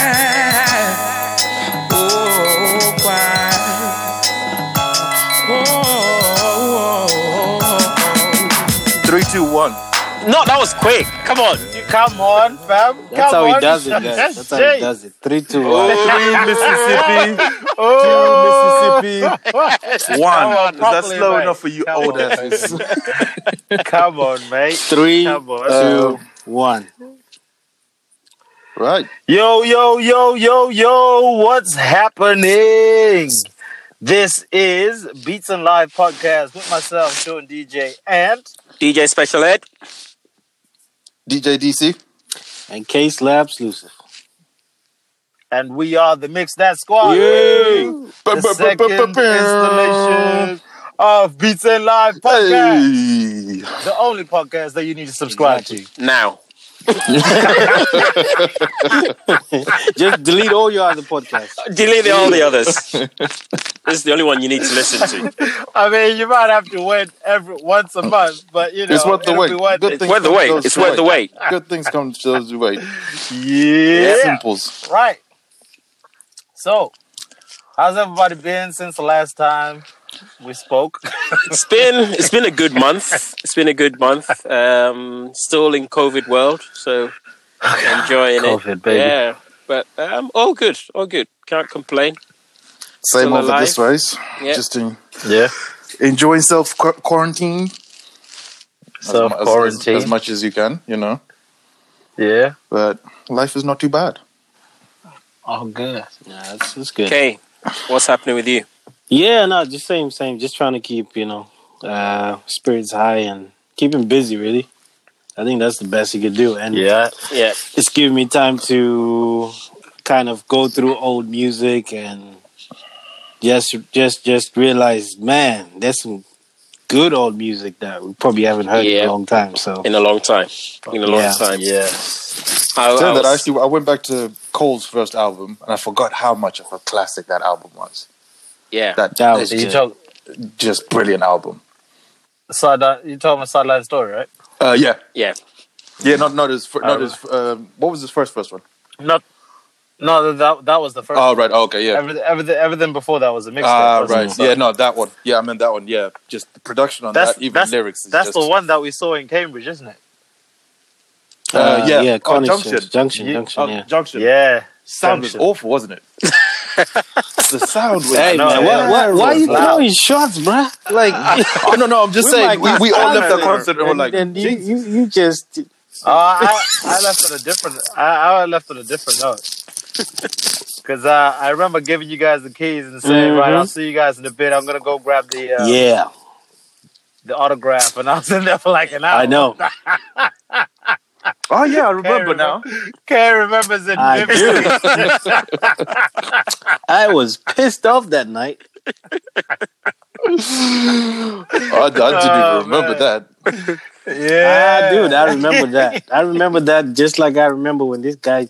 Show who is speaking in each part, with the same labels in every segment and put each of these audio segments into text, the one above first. Speaker 1: Why? Oh, why? Oh,
Speaker 2: Three, two, one.
Speaker 3: No, that was quick. Come on. Come on, fam. Come
Speaker 4: That's how
Speaker 3: on.
Speaker 4: he does it, guys. That's how he does it. Three, two, one.
Speaker 2: Mississippi.
Speaker 3: Oh,
Speaker 2: Mississippi.
Speaker 3: Mississippi.
Speaker 2: One. Is that slow enough for you
Speaker 3: Come
Speaker 2: old
Speaker 3: on,
Speaker 2: asses?
Speaker 3: Come on, mate.
Speaker 4: Three,
Speaker 3: Come on.
Speaker 4: two, one. Right.
Speaker 3: Yo, yo, yo, yo, yo, what's happening? This is Beats and Live Podcast with myself, Sean DJ, and
Speaker 1: DJ Special Ed.
Speaker 4: DJ DC. And Case Labs Lucifer.
Speaker 3: and we are the Mix That Squad. The second installation of Beats and Live Podcast.
Speaker 4: Hey.
Speaker 3: The only podcast that you need to subscribe to.
Speaker 1: Now.
Speaker 4: Just delete all your other podcasts.
Speaker 1: Delete all the others. this is the only one you need to listen to.
Speaker 3: I mean, you might have to wait every once a month, but you know,
Speaker 5: It's worth the
Speaker 3: it'll
Speaker 5: wait.
Speaker 3: be worth
Speaker 5: Good
Speaker 3: it.
Speaker 5: thing.
Speaker 1: Worth the wait. It's worth the wait.
Speaker 5: Good things come to those who wait.
Speaker 3: Yeah.
Speaker 5: Simples.
Speaker 3: right. So, how's everybody been since the last time we spoke?
Speaker 1: It's been it's been a good month. It's been a good month. Um, still in COVID world, so enjoying it.
Speaker 3: COVID, baby.
Speaker 1: Yeah, but um, all good, all good. Can't complain.
Speaker 5: Same
Speaker 1: Still
Speaker 5: over this
Speaker 1: alive.
Speaker 5: race.
Speaker 1: Yeah.
Speaker 5: Just to
Speaker 2: Yeah.
Speaker 5: enjoy self qu- quarantine.
Speaker 2: So
Speaker 5: mu-
Speaker 2: quarantine.
Speaker 5: As, as much as you can, you know.
Speaker 2: Yeah.
Speaker 5: But life is not too bad.
Speaker 2: Oh, good.
Speaker 4: Yeah, that's, that's good.
Speaker 1: Okay, what's happening with you?
Speaker 4: Yeah, no, just same, same. Just trying to keep, you know, uh, spirits high and keeping busy, really. I think that's the best you could do. And
Speaker 2: Yeah.
Speaker 1: Yeah,
Speaker 4: it's giving me time to kind of go through old music and just just just realize, man, there's some good old music that we probably haven't heard in
Speaker 1: Yeah.
Speaker 4: a long time. So
Speaker 1: in a long time. In a long
Speaker 4: Yeah.
Speaker 1: time.
Speaker 2: Yeah.
Speaker 1: I,
Speaker 5: Tell
Speaker 1: I
Speaker 5: Oh, that
Speaker 1: was-
Speaker 5: actually, I went back to Cole's first album and I forgot how much of a classic that album was.
Speaker 1: yeah.
Speaker 5: That,
Speaker 4: That
Speaker 5: is
Speaker 4: was good.
Speaker 3: You talk
Speaker 5: just brilliant album.
Speaker 3: sideline. You talking about sideline story, right?
Speaker 5: Uh, yeah,
Speaker 1: yeah,
Speaker 5: yeah. Not not his fir- not
Speaker 3: Um,
Speaker 5: his. Um, what was his first first one?
Speaker 3: Not. No, that that was the first.
Speaker 5: Oh right. Oh, okay. Yeah.
Speaker 3: Everything, everything, everything before that was a mixtape.
Speaker 5: Ah,
Speaker 3: wasn't it?
Speaker 5: right. Yeah, no, that one. Yeah, I meant that one. Yeah, just the production on
Speaker 3: That's-
Speaker 5: that, even
Speaker 3: that's-
Speaker 5: lyrics. Is
Speaker 3: That's
Speaker 5: just,
Speaker 3: the one that we saw in Cambridge, isn't it?
Speaker 5: Uh, yeah.
Speaker 4: yeah,
Speaker 5: oh,
Speaker 4: Connie's
Speaker 5: Junction.
Speaker 4: Junction, Junction,
Speaker 5: Ye-
Speaker 4: Junction,
Speaker 5: oh,
Speaker 4: yeah.
Speaker 5: Junction.
Speaker 3: Yeah.
Speaker 5: Sound was
Speaker 3: Junction.
Speaker 5: awful, wasn't it? the sound was.
Speaker 4: Hey
Speaker 3: No,
Speaker 4: man,
Speaker 3: yeah.
Speaker 4: what, what, why are you
Speaker 3: Loud.
Speaker 4: throwing shots, bruh? Like,
Speaker 5: oh no, no, I'm just
Speaker 4: We
Speaker 5: saying.
Speaker 4: might
Speaker 5: We, we
Speaker 4: be
Speaker 5: all left
Speaker 4: silent
Speaker 5: that concert and we're like,
Speaker 4: and, and you,
Speaker 5: "Jeez."
Speaker 4: you, you just
Speaker 3: Uh, I, I left on a different. I, I left on a different note because uh, I remember giving you guys the keys and saying, "Right,
Speaker 4: Mhm.
Speaker 5: Mm-hmm.
Speaker 3: I'll see you guys in a bit. I'm gonna go grab the uh,
Speaker 4: yeah,
Speaker 3: the autograph." And I was in there for like an hour.
Speaker 4: I know,
Speaker 5: oh yeah, I
Speaker 3: Can't
Speaker 5: remember now.
Speaker 3: Kay remembers it
Speaker 4: I
Speaker 3: vividly.
Speaker 4: I was pissed off that night.
Speaker 5: I, I didn't
Speaker 3: Oh,
Speaker 5: even remember
Speaker 3: man.
Speaker 5: that.
Speaker 3: Yeah,
Speaker 4: Ah, dude, I remember that. I remember that just like I remember when this guy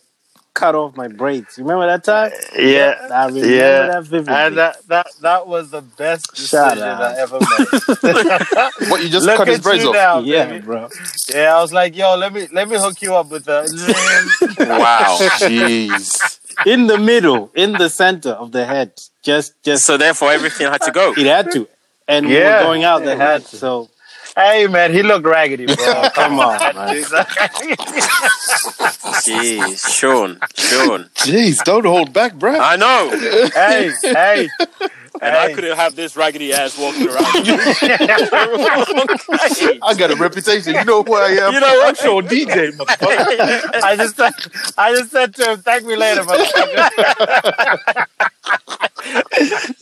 Speaker 4: cut off my braids. You remember that time?
Speaker 3: Yeah.
Speaker 4: I remember
Speaker 3: Yeah.
Speaker 4: that vividly.
Speaker 3: And that, that that was the best
Speaker 4: Shut
Speaker 3: decision
Speaker 4: up.
Speaker 3: I ever made.
Speaker 5: What you just
Speaker 3: Look
Speaker 5: cut his
Speaker 3: at
Speaker 5: braids
Speaker 3: you
Speaker 5: off?
Speaker 3: now,
Speaker 4: yeah,
Speaker 3: baby.
Speaker 4: bro.
Speaker 3: Yeah, I was like, "Yo, let me let me hook you up with the."
Speaker 1: Wow.
Speaker 5: Jeez.
Speaker 4: In the middle, in the center of the head. Just, just
Speaker 1: so therefore, everything had to go.
Speaker 4: it had to. And we
Speaker 3: Yeah.
Speaker 4: were going out the
Speaker 3: It had
Speaker 4: head.
Speaker 3: to.
Speaker 4: So
Speaker 3: hey man, he looked raggedy, bro.
Speaker 4: come on, man.
Speaker 1: Jeez, Sean, Sean.
Speaker 5: Jeez, don't hold back, bruh.
Speaker 1: I know.
Speaker 3: hey, hey,
Speaker 1: And I couldn't have this raggedy ass walking around. you
Speaker 5: I got a reputation. You know who I am.
Speaker 1: know what?
Speaker 5: I'm your DJ, motherfucker.
Speaker 3: I just, I just said to him, "Thank me later."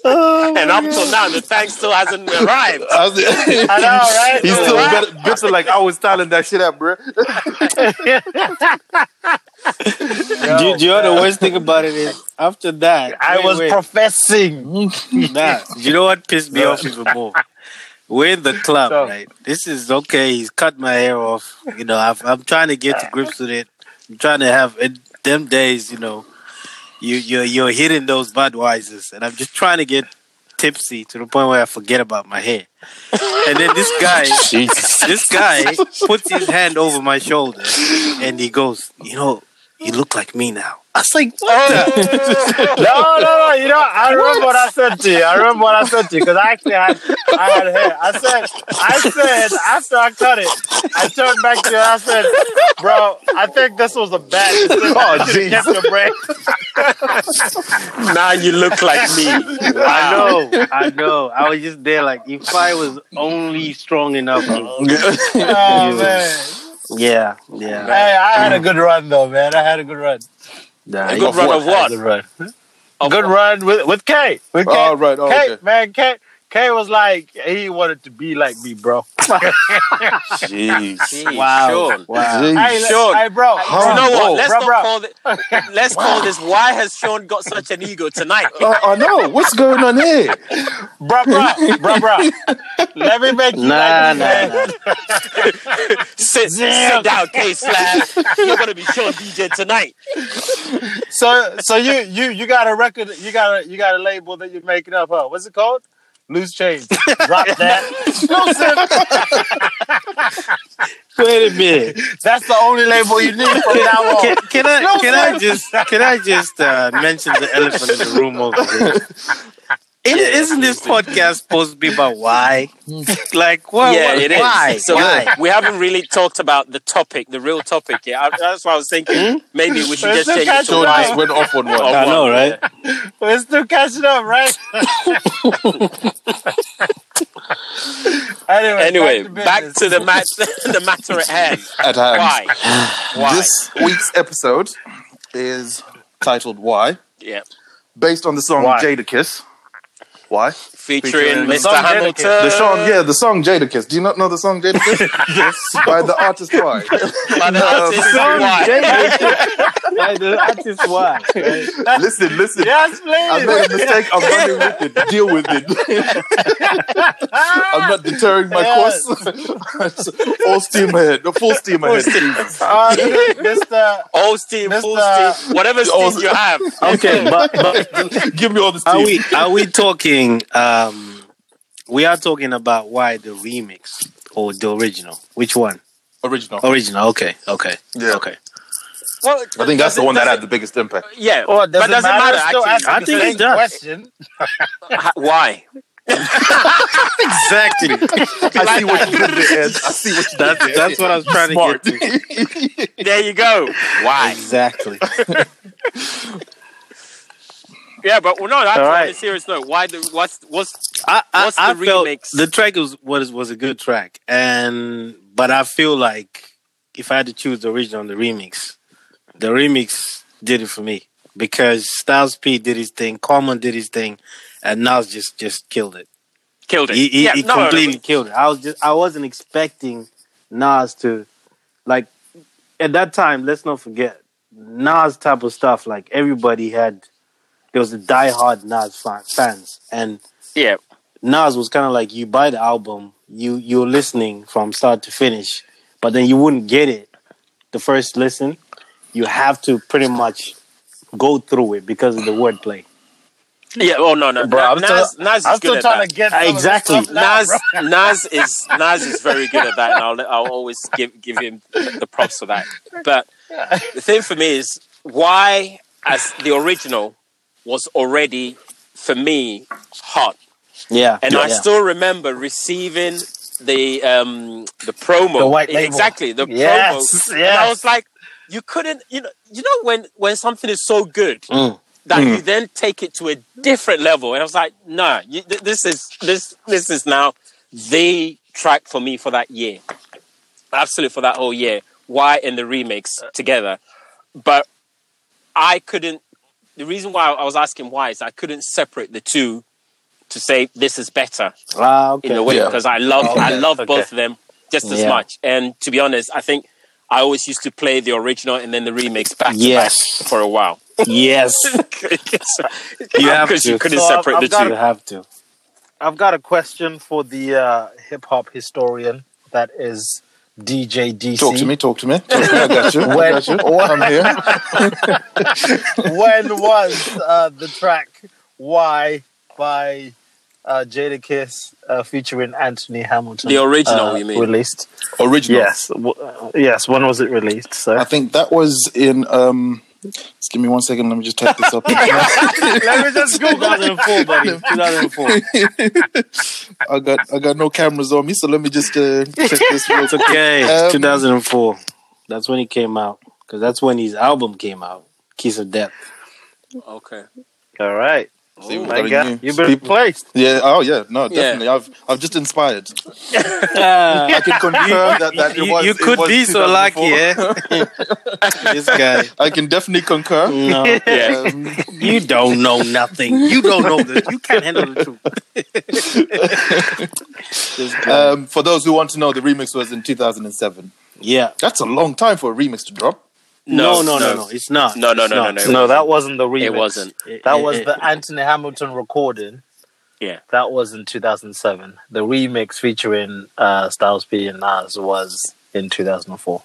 Speaker 3: But
Speaker 1: And up till now, the thanks still hasn't arrived.
Speaker 5: I was-
Speaker 3: I know, right?
Speaker 5: He's still
Speaker 1: Right.
Speaker 5: bitter, bitter like I was styling that shit out, bruh.
Speaker 4: Do, you- do you know the worst thing about it is after that?
Speaker 3: I
Speaker 4: wait,
Speaker 3: was
Speaker 4: wait.
Speaker 3: professing.
Speaker 4: Nah, you know what pissed me off even more? We're in the club,
Speaker 3: So-
Speaker 4: right? This is okay. He's cut my hair off. You know, I've, I'm trying to get to grips with it. I'm trying to have in them days. You know, you you're you're hitting those Budweisers, and I'm just trying to get tipsy to the point where I forget about my hair. And then this guy, this guy puts his hand over my shoulder, and he goes, "You know, you look like me now. I was like, what
Speaker 3: no, no, no. You know, I remember what I said to you. I remember what I said to you because I actually had, I had hair. I said, I said after I cut it, I turned back to you. and I said, bro, I think this was a bad decision.
Speaker 6: Oh,
Speaker 3: You should've
Speaker 6: jeez.
Speaker 3: kept your brain.
Speaker 1: now you look like me.
Speaker 4: I know, I know. I was just there, like if I was only strong enough. to-
Speaker 3: Oh
Speaker 4: Yeah.
Speaker 3: man.
Speaker 4: yeah, yeah.
Speaker 3: Hey, I had a good run though, man. I had a good run.
Speaker 4: Nah,
Speaker 1: A
Speaker 4: you-
Speaker 1: good run of
Speaker 3: I had
Speaker 1: what?
Speaker 3: a good run.
Speaker 1: Of
Speaker 3: good run with with K. With K.
Speaker 6: All right. Oh,
Speaker 3: K,
Speaker 6: okay.
Speaker 3: man, K. K was like he wanted to be like me, bro.
Speaker 6: Jeez.
Speaker 1: Gee,
Speaker 4: Wow.
Speaker 1: Sean.
Speaker 4: Wow.
Speaker 3: Hey,
Speaker 6: Jeez.
Speaker 3: let-
Speaker 1: Sean.
Speaker 3: hey, bro.
Speaker 6: Huh?
Speaker 1: You know
Speaker 6: Whoa.
Speaker 1: what? Let's
Speaker 3: Bruh,
Speaker 1: not
Speaker 3: bruh.
Speaker 1: call it. Let's call this. Why has Sean got such an ego tonight?
Speaker 6: Oh, I know. What's going on here?
Speaker 3: Bruh, bruh, bruh, bruh. Let me make you
Speaker 4: Nah, nah,
Speaker 3: like me, man.
Speaker 4: nah.
Speaker 1: sit, sit down, K Slash. You're gonna be Sean DJ tonight.
Speaker 3: So, so you, you, you got a record. You got a, you got a label that you're making up. Huh? What's it called? Loose change. Drop that.
Speaker 4: Wait a minute.
Speaker 3: That's the only label you need from now on.
Speaker 4: Can, can I can I just can I just uh, mention the elephant in the room over here? It, isn't this podcast supposed to be about why? like what?
Speaker 1: yeah,
Speaker 4: what-
Speaker 1: it is.
Speaker 4: Why?
Speaker 1: So
Speaker 4: why?
Speaker 1: we haven't really talked about the topic, the real topic. Yeah, I, that's why I was thinking maybe we should
Speaker 3: It's
Speaker 1: just
Speaker 3: a
Speaker 1: change it to
Speaker 6: Sean
Speaker 3: Wow.
Speaker 6: just
Speaker 1: why.
Speaker 6: went off on one.
Speaker 1: Oh,
Speaker 4: I know,
Speaker 1: wow.
Speaker 4: right?
Speaker 3: We're still catching up, right? anyway,
Speaker 1: Anyway, back
Speaker 3: business.
Speaker 1: to the mat- the matter at hand.
Speaker 6: At hand.
Speaker 1: Why? Why?
Speaker 6: This week's episode is titled "Why,"
Speaker 1: yeah,
Speaker 6: based on the song
Speaker 3: Why?
Speaker 6: "Jadakiss." Why?
Speaker 1: featuring,
Speaker 6: Featuring
Speaker 1: Mr.
Speaker 3: Tom
Speaker 1: Hamilton.
Speaker 3: Dedicate.
Speaker 6: The song, yeah, the song "Jadakiss." Do you not know the song "Jadakiss"? yes. By the artist Why.
Speaker 1: By the
Speaker 6: No.
Speaker 1: artist,
Speaker 4: Tom
Speaker 1: why?
Speaker 4: That is why.
Speaker 6: listen, listen.
Speaker 3: Yes,
Speaker 6: I
Speaker 3: please.
Speaker 6: made a mistake. I'm running with it. Deal with it. I'm not deterring my
Speaker 3: Yes.
Speaker 6: course. All steam ahead. Full steam ahead.
Speaker 3: Uh, Mr.
Speaker 1: Old steam, full
Speaker 3: Mr.
Speaker 1: steam, whatever
Speaker 6: Old-
Speaker 1: steam you have.
Speaker 4: Okay, but, but
Speaker 6: Give me all the steam.
Speaker 4: are we are we talking? Um, we are talking about why the remix or the original? Which one?
Speaker 6: Original.
Speaker 4: Original. Okay. Okay.
Speaker 6: Yeah.
Speaker 4: Oh, Okay.
Speaker 1: Well,
Speaker 6: I think that's
Speaker 1: does
Speaker 6: the
Speaker 1: it-
Speaker 6: one that
Speaker 1: does
Speaker 6: had the biggest impact.
Speaker 1: it- Yeah,
Speaker 3: Oh, does
Speaker 1: but
Speaker 3: it
Speaker 1: doesn't matter.
Speaker 3: matter? Still
Speaker 1: actually.
Speaker 4: I
Speaker 3: asking
Speaker 4: think
Speaker 3: the same
Speaker 4: it does.
Speaker 3: question.
Speaker 1: Ha- Why?
Speaker 4: Exactly.
Speaker 6: I see what you did there. Ed. I see what you
Speaker 4: That's
Speaker 6: did there.
Speaker 4: that's what I was trying
Speaker 6: Smart.
Speaker 4: to get to.
Speaker 1: There you go. Why?
Speaker 4: Exactly.
Speaker 1: Yeah, but well, no, that's
Speaker 3: All
Speaker 1: on a
Speaker 3: right.
Speaker 1: serious note. Why the what's what's
Speaker 4: I, I,
Speaker 1: What's the
Speaker 4: I felt
Speaker 1: remix?
Speaker 4: the track was, was was a good track, and but I feel like if I had to choose the original and the remix, the remix did it for me because Styles P did his thing, Common did his thing, and Nas just just killed it.
Speaker 1: killed it?
Speaker 4: He, he,
Speaker 1: yeah,
Speaker 4: he
Speaker 1: no, no, no.
Speaker 4: completely killed it. I was just I wasn't expecting Nas to like at that time. Let's not forget Nas type of stuff. Like everybody had, there was the diehard Nas fan, fans and.
Speaker 1: yeah,
Speaker 4: Nas was kind of like you buy the album, you you're listening from start to finish, but then you wouldn't get it the first listen. You have to pretty much go through it because of the wordplay.
Speaker 1: yeah. Oh no, no,
Speaker 3: Bro,
Speaker 1: Na-
Speaker 3: I'm
Speaker 1: Nas, Nas is
Speaker 3: I'm
Speaker 1: good
Speaker 3: still
Speaker 1: at
Speaker 3: trying
Speaker 1: that.
Speaker 3: to get
Speaker 4: Uh,
Speaker 3: some of this
Speaker 4: exactly.
Speaker 3: stuff now,
Speaker 1: Nas,
Speaker 3: bro.
Speaker 1: Nas is Nas is very good at that, and I'll I'll always give give him the props for that. But the thing for me is why, as the original, was already for me hot.
Speaker 4: Yeah,
Speaker 1: and
Speaker 4: yeah.
Speaker 1: I still remember receiving the um the promo
Speaker 3: The white label.
Speaker 1: exactly the
Speaker 3: Yes,
Speaker 1: promo and I
Speaker 3: yes.
Speaker 1: was like you couldn't you know you know when when something is so good
Speaker 4: Mm.
Speaker 1: that you then take it to a different level and I was like nah you, th- this is this this is now the track for me for that year absolutely for that whole year why and the remix together but I couldn't the reason why I was asking why is I couldn't separate the two to say this is better
Speaker 4: Ah, okay.
Speaker 1: in a way
Speaker 6: Yeah.
Speaker 1: because I love I love both of them just as
Speaker 4: Yeah.
Speaker 1: much. And to be honest, I think I always used to play the original and then the remix back to
Speaker 4: Yes.
Speaker 1: back for a while
Speaker 4: Yes, you have
Speaker 1: because
Speaker 4: to.
Speaker 1: you couldn't
Speaker 3: So I've-
Speaker 1: separate
Speaker 3: I've
Speaker 1: the
Speaker 3: got
Speaker 1: two.
Speaker 4: you have to.
Speaker 3: I've got a question for the uh, hip hop historian that is DJ DC.
Speaker 6: Talk to me. Talk to me. Talk to me. I got you. I got you. I'm here.
Speaker 3: when was uh, the track "Why" by uh, uh, Jada Kiss uh, featuring Anthony Hamilton.
Speaker 1: The original,
Speaker 3: uh,
Speaker 1: you mean?
Speaker 3: Released.
Speaker 5: Original.
Speaker 3: Yes. W- uh, yes. When was it released,
Speaker 5: I
Speaker 3: sir?
Speaker 5: think that was in. Um, just give me one second. Let me just type this up.
Speaker 3: Let me just Google it.
Speaker 4: 2004, buddy. 2004.
Speaker 5: I got I got no cameras on me, so let me just uh, check this real
Speaker 4: It's okay.
Speaker 5: Um,
Speaker 4: 2004. That's when he came out. Because that's when his album came out, Kiss of Death.
Speaker 1: Okay.
Speaker 3: All right.
Speaker 5: See, we
Speaker 3: My
Speaker 5: got a
Speaker 3: God,
Speaker 5: new-
Speaker 3: you've been
Speaker 5: people-
Speaker 3: replaced.
Speaker 5: Yeah. Oh, yeah. No, definitely. I've I've just inspired. I can confirm that, that
Speaker 4: you,
Speaker 5: it was.
Speaker 4: you
Speaker 5: it
Speaker 4: could
Speaker 5: was
Speaker 4: be so lucky,
Speaker 5: 2004.
Speaker 4: eh? this guy.
Speaker 5: I can definitely concur.
Speaker 4: No,
Speaker 1: Yeah.
Speaker 5: Um,
Speaker 4: you don't know nothing. You don't know this. You can't handle the truth. This guy.
Speaker 5: um, for those who want to know, the remix was in 2007.
Speaker 4: yeah.
Speaker 5: That's a long time for a remix to drop.
Speaker 4: No, no, no, no. It's not.
Speaker 1: No, no,
Speaker 4: It's
Speaker 1: no, no,
Speaker 4: not.
Speaker 1: no.
Speaker 3: No, that wasn't the remix.
Speaker 1: It wasn't.
Speaker 4: It-
Speaker 3: That
Speaker 4: it-
Speaker 3: was
Speaker 4: it-
Speaker 3: the Anthony Hamilton recording.
Speaker 1: Yeah.
Speaker 3: That was in 2007. The remix featuring uh, Styles P and Nas was in 2004.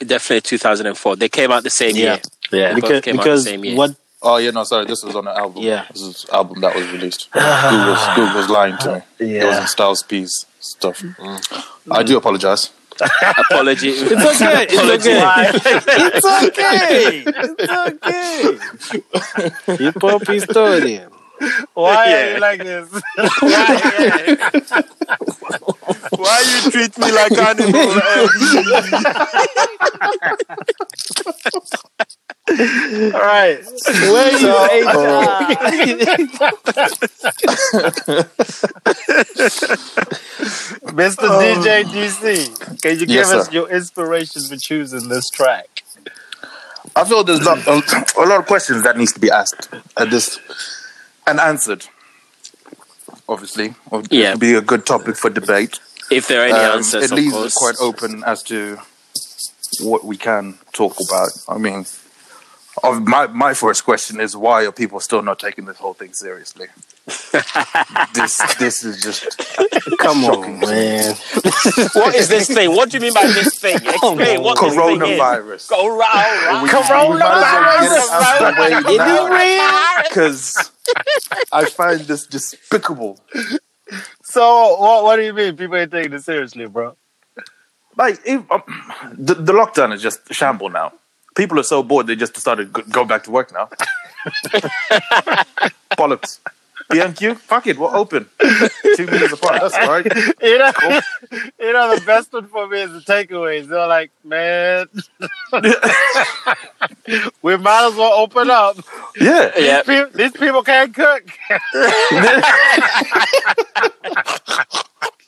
Speaker 1: Definitely 2004. They came out the same
Speaker 4: Yeah.
Speaker 1: year.
Speaker 3: Yeah.
Speaker 1: both
Speaker 4: because,
Speaker 1: came out the
Speaker 4: because
Speaker 1: same year.
Speaker 4: what
Speaker 5: Oh yeah, no, sorry. This was on an album.
Speaker 4: Yeah.
Speaker 5: this is album that was released. Google's, Google's lying to me. It
Speaker 3: Yeah.
Speaker 5: wasn't Styles P's stuff. Mm. I do apologize.
Speaker 1: Apology.
Speaker 4: it's okay. It's okay.
Speaker 3: Why?
Speaker 4: It's okay. It's okay. Hip hop historian.
Speaker 3: Why are
Speaker 1: Yeah.
Speaker 3: you like this? Why,
Speaker 1: Why you treat me like animal?
Speaker 3: All right.
Speaker 4: Where you
Speaker 3: Mr. DJ DC, can you give
Speaker 5: Yes,
Speaker 3: us
Speaker 5: sir.
Speaker 3: your inspiration for choosing this track?
Speaker 5: I feel there's lot, a, a lot of questions that needs to be asked at this and answered. Obviously, Or
Speaker 1: Yeah.
Speaker 5: it would be a good topic for debate.
Speaker 1: if there are any
Speaker 5: Um,
Speaker 1: answers,
Speaker 5: it
Speaker 1: of
Speaker 5: leaves
Speaker 1: course.
Speaker 5: it quite open as to what we can talk about. I mean, of my my first question is why are people still not taking this whole thing seriously? this this is just
Speaker 4: Come
Speaker 5: Shocking.
Speaker 4: on, man.
Speaker 1: What is this thing? What do you mean by this thing? Explain what this thing is.
Speaker 5: coronavirus.
Speaker 1: Go round, round.
Speaker 5: We might as well get it out the way now. because I find this despicable.
Speaker 3: So, what, what do you mean? People ain't taking it seriously, bro.
Speaker 5: Like if, um, the, the lockdown is just a shamble now. People are so bored they just decided to go back to work now. Bollocks. BMQ, fuck it, we're open. Two meters apart. That's all right.
Speaker 3: You know, you know, the best one for me is the takeaways. They're like, man, we might as well open up.
Speaker 5: Yeah.
Speaker 1: Yeah.
Speaker 3: Pe- These people can't cook.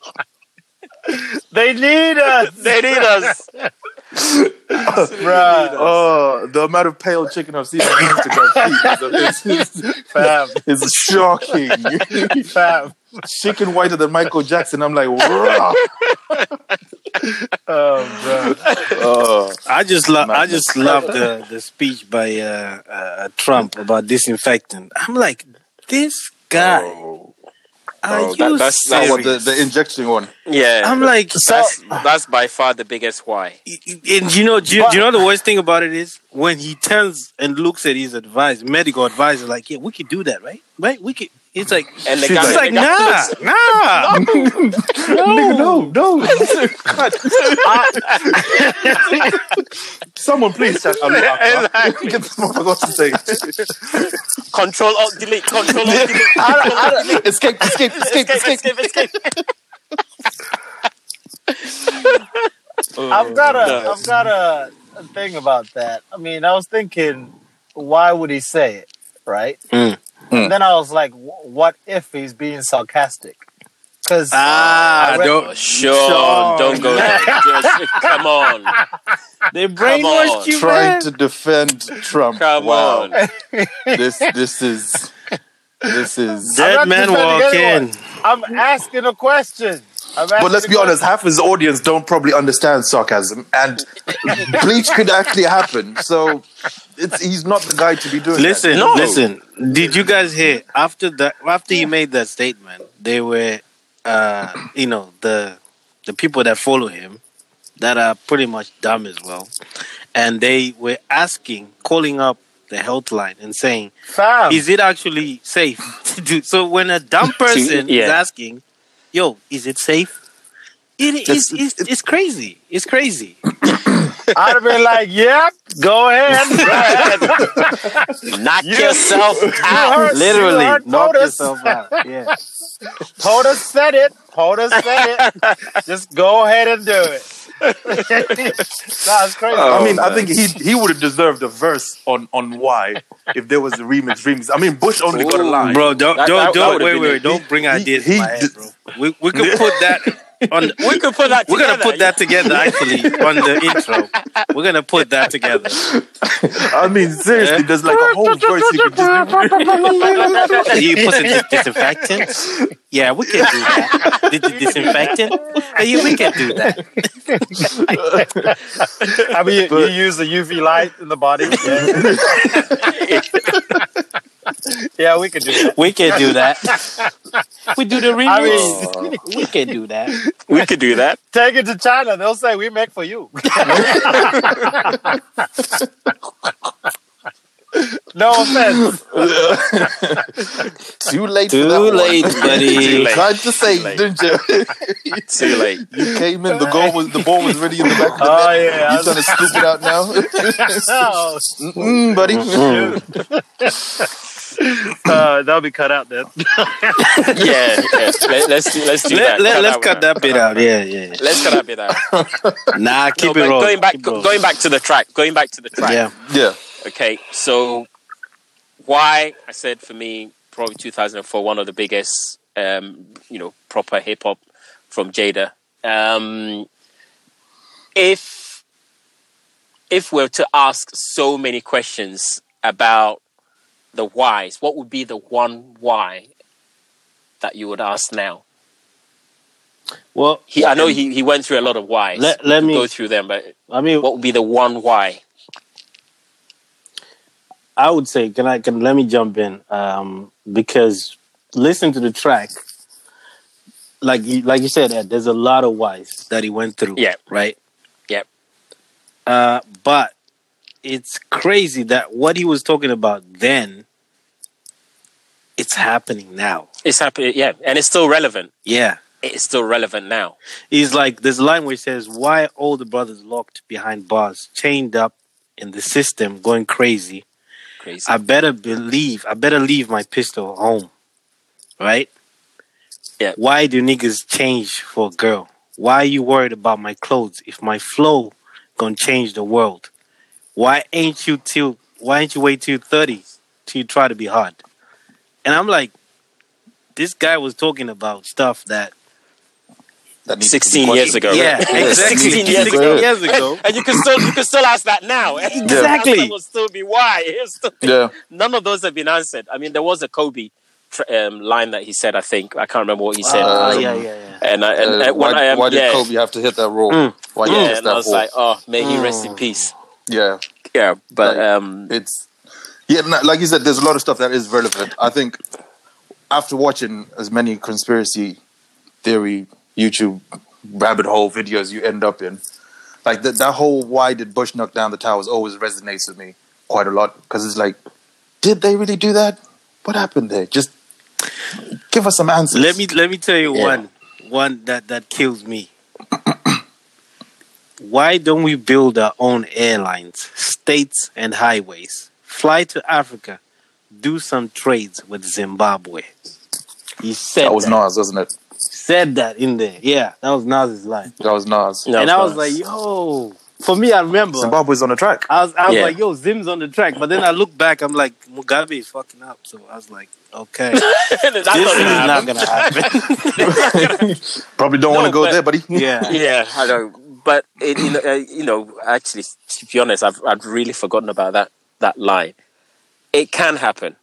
Speaker 3: they need us,
Speaker 1: They need us.
Speaker 3: bro.
Speaker 5: Oh, the amount of pale chicken I've seen on Instagram is, is,
Speaker 3: Fam,
Speaker 5: is shocking.
Speaker 3: fam.
Speaker 5: Chicken whiter than Michael Jackson. I'm like, wow.
Speaker 3: Oh, bro.
Speaker 5: Oh,
Speaker 4: I just love. I
Speaker 5: Madness.
Speaker 4: just love the the speech by uh, uh, Trump about disinfectant. I'm like, this guy. Are
Speaker 5: Oh,
Speaker 4: you
Speaker 5: that-
Speaker 1: that's-
Speaker 5: That
Speaker 4: serious?
Speaker 5: one, the, the injection one.
Speaker 1: Yeah.
Speaker 4: I'm like,
Speaker 1: that's, that's by far the biggest why.
Speaker 4: and you know, do you, do you know the worst thing about it is when he turns and looks at his advice, medical advisor, like, yeah, we could do that, right? Right? We could. It's like,
Speaker 1: And the
Speaker 5: She's
Speaker 1: guy,
Speaker 4: it's like,
Speaker 1: the guy-
Speaker 4: nah, nah.
Speaker 5: Nigga, no, no. God. Someone please shut up. Get this motherfucker off the stage.
Speaker 1: Control Alt Delete. Control Alt Delete.
Speaker 5: Escape, escape, escape, escape.
Speaker 1: Escape, escape.
Speaker 3: I've got a, I've got a, a thing about that. I mean, I was thinking, why would he say it, right?
Speaker 4: Mm.
Speaker 5: Mm.
Speaker 3: And then I was like, wh- what if he's being sarcastic? Because
Speaker 4: Ah,
Speaker 3: I read-
Speaker 4: don't.
Speaker 1: Sure, don't go there. Just- come on.
Speaker 4: They
Speaker 1: on.
Speaker 4: brainwashed you,
Speaker 5: Trying
Speaker 4: man.
Speaker 5: to defend Trump.
Speaker 1: Come
Speaker 5: wow.
Speaker 1: on.
Speaker 5: This, this is, this is.
Speaker 3: I'm
Speaker 4: Dead
Speaker 3: not
Speaker 4: man
Speaker 3: defending
Speaker 4: walk in.
Speaker 3: anyone. I'm asking a question. I'm asking
Speaker 5: But let's
Speaker 3: a
Speaker 5: be
Speaker 3: question.
Speaker 5: honest, half his audience don't probably understand sarcasm, and bleach could actually happen. So, it's he's not the guy to be doing. that.
Speaker 4: Listen,
Speaker 1: No.
Speaker 4: listen. Did you guys hear after that? After he made that statement, they were, uh, you know, the the people that follow him that are pretty much dumb as well, and they were asking, calling up the the health line and saying,
Speaker 1: Um.
Speaker 3: Fam.
Speaker 4: is it actually safe to do? So when a dumb person
Speaker 1: yeah.
Speaker 4: is asking, yo, is it safe? It is.
Speaker 6: Just-
Speaker 4: It's, it's crazy. It's crazy.
Speaker 3: I'd have been like, yep, go ahead. Go ahead.
Speaker 1: Knock yourself out.
Speaker 3: heard-
Speaker 4: Literally,
Speaker 3: you heard
Speaker 4: knock
Speaker 3: Potus.
Speaker 4: yourself out. Yeah.
Speaker 3: Hoda said it. Hoda said it. Just go ahead and do it. nah, it's crazy.
Speaker 6: I mean, I
Speaker 1: Oh, man.
Speaker 6: think he he would have deserved a verse on on why if there was a remix remix. I mean, Bush only got a
Speaker 1: Ooh,
Speaker 6: line.
Speaker 4: Bro, don't
Speaker 1: That-
Speaker 4: don't
Speaker 1: that- that
Speaker 4: don't
Speaker 1: would've
Speaker 4: wait
Speaker 1: been
Speaker 4: wait
Speaker 1: it.
Speaker 4: wait, don't bring ideas
Speaker 6: he
Speaker 4: in my head,
Speaker 6: did-
Speaker 4: bro. We we could put that on.
Speaker 1: We could put that
Speaker 4: We're
Speaker 1: together.
Speaker 4: gonna put that together actually on the intro. We're gonna put that together.
Speaker 6: I mean, seriously, there's like a whole verse you could just do.
Speaker 4: you put some dis- disinfectant? Yeah, we can do that. Did the disinfectant? Yeah, we can do that.
Speaker 3: I mean, you- you use the UV light in the body. Yeah, yeah we could do that.
Speaker 4: We can do that. We do the
Speaker 3: I
Speaker 4: remix.
Speaker 3: mean-
Speaker 4: we can do that.
Speaker 1: We could do that.
Speaker 3: Take it to China. They'll say, we make for you. no offense.
Speaker 5: Too late for that
Speaker 4: Too
Speaker 5: one.
Speaker 4: late,
Speaker 1: Too
Speaker 4: buddy.
Speaker 1: late.
Speaker 5: Tried to say,
Speaker 1: Late.
Speaker 5: didn't you?
Speaker 1: Too late.
Speaker 5: you came in. The goal was the ball was already in the back of the
Speaker 3: Oh,
Speaker 5: net.
Speaker 3: yeah. I
Speaker 1: Uh,
Speaker 5: You trying to scoop it out now,
Speaker 3: Oh,
Speaker 5: Mm, buddy?
Speaker 3: shoot. uh, that'll be cut out then.
Speaker 1: Yeah, yeah. Let, let's do, let's do
Speaker 4: Let,
Speaker 1: that.
Speaker 4: let, let's
Speaker 1: one
Speaker 4: cut
Speaker 1: out.
Speaker 4: that bit out. Yeah, yeah.
Speaker 1: Let's cut that bit out.
Speaker 4: Nah,
Speaker 1: No,
Speaker 4: keep
Speaker 1: but
Speaker 4: it rolling.
Speaker 1: going back,
Speaker 4: Keep it rolling.
Speaker 1: going back to the track. Going back to the track.
Speaker 4: Yeah.
Speaker 5: Yeah.
Speaker 1: Okay, so why I said for me probably 2004 one of the biggest um, you know proper hip hop from Jada. Um, if if we're to ask so many questions about the whys, what would be the one why that you would ask now?
Speaker 4: Well,
Speaker 1: He, I know he, he went through a lot of whys.
Speaker 4: Let- let
Speaker 1: We could
Speaker 4: me-
Speaker 1: go through them, but
Speaker 4: I mean,
Speaker 1: what would be the one why?
Speaker 4: I would say, can I can let me jump in? Um, because listen to the track, like you, like you said, Ed, there's a lot of whys that he went through.
Speaker 1: Yeah.
Speaker 4: right.
Speaker 1: Yep.
Speaker 4: Uh, but it's crazy that what he was talking about then, it's happening now.
Speaker 1: It's happening, yeah, and it's still relevant.
Speaker 4: Yeah,
Speaker 1: It's still relevant now.
Speaker 4: he's like there's a line where he says, "Why are all the brothers locked behind bars, chained up in the system, going crazy?"
Speaker 1: Crazy.
Speaker 4: I better believe, I better leave my pistol home. Right?
Speaker 1: Yeah.
Speaker 4: Why do niggas change for a girl? Why you worried about my clothes if my flow gonna change the world? Why ain't you till why ain't you wait till 30 till you try to be hard? And I'm like, this guy was talking about stuff that
Speaker 5: That needs to be
Speaker 1: 16 years
Speaker 5: questioned.
Speaker 1: ago.
Speaker 4: Yeah, exactly.
Speaker 1: 16 years
Speaker 4: 16
Speaker 1: ago.
Speaker 4: years ago.
Speaker 1: And you can still you can still ask that now.
Speaker 4: Exactly.
Speaker 1: That will still be why. It'll still be-
Speaker 5: Yeah.
Speaker 1: none of those have been answered. I mean, there was a Kobe tr- um, line that he said. I think I can't remember what he said.
Speaker 4: Ah,
Speaker 5: Um,
Speaker 4: yeah, yeah, yeah.
Speaker 1: and I, and,
Speaker 5: Uh,
Speaker 1: and when I
Speaker 5: why,
Speaker 1: am,
Speaker 5: why did
Speaker 1: yeah,
Speaker 5: Kobe have to hit that roll?
Speaker 4: Mm.
Speaker 5: Why did he
Speaker 1: yeah,
Speaker 5: miss
Speaker 1: and I
Speaker 5: that
Speaker 1: was
Speaker 5: hole?
Speaker 1: like, oh, may he rest in peace.
Speaker 5: yeah.
Speaker 1: Yeah, but
Speaker 5: Like,
Speaker 1: um,
Speaker 5: it's yeah no, like you said there's a lot of stuff that is relevant i think after watching as many conspiracy theory youtube rabbit hole videos you end up in like that that whole why did bush knock down the towers always resonates with me quite a lot because it's like did they really do that what happened there just give us some answers
Speaker 4: Let me let me tell you
Speaker 5: Yeah.
Speaker 4: one one that that kills me. Why don't we build our own airlines, states, and highways? Fly to Africa, do some trades with Zimbabwe. He said
Speaker 5: that
Speaker 4: that,
Speaker 5: was nas wasn't it
Speaker 4: said that in there. Yeah, that was Nas's line,
Speaker 5: that was nas
Speaker 1: no,
Speaker 4: and I was
Speaker 1: but-
Speaker 4: like, yo. For me, I remember.
Speaker 6: Zimbabwe's on the track.
Speaker 4: I was, I was
Speaker 1: Yeah.
Speaker 4: like, yo, Zim's on the track. But then I look back, I'm like, Mugabe is fucking up. So I was like, okay, this
Speaker 1: that's not
Speaker 4: is
Speaker 1: gonna
Speaker 4: not
Speaker 1: happen.
Speaker 4: going to happen.
Speaker 5: probably don't
Speaker 1: No,
Speaker 5: want to go
Speaker 1: but-
Speaker 5: there buddy
Speaker 4: yeah.
Speaker 1: yeah, I know. But it, you, know, uh, you know, actually, to be honest, I've I'd really forgotten about that that line. It can happen.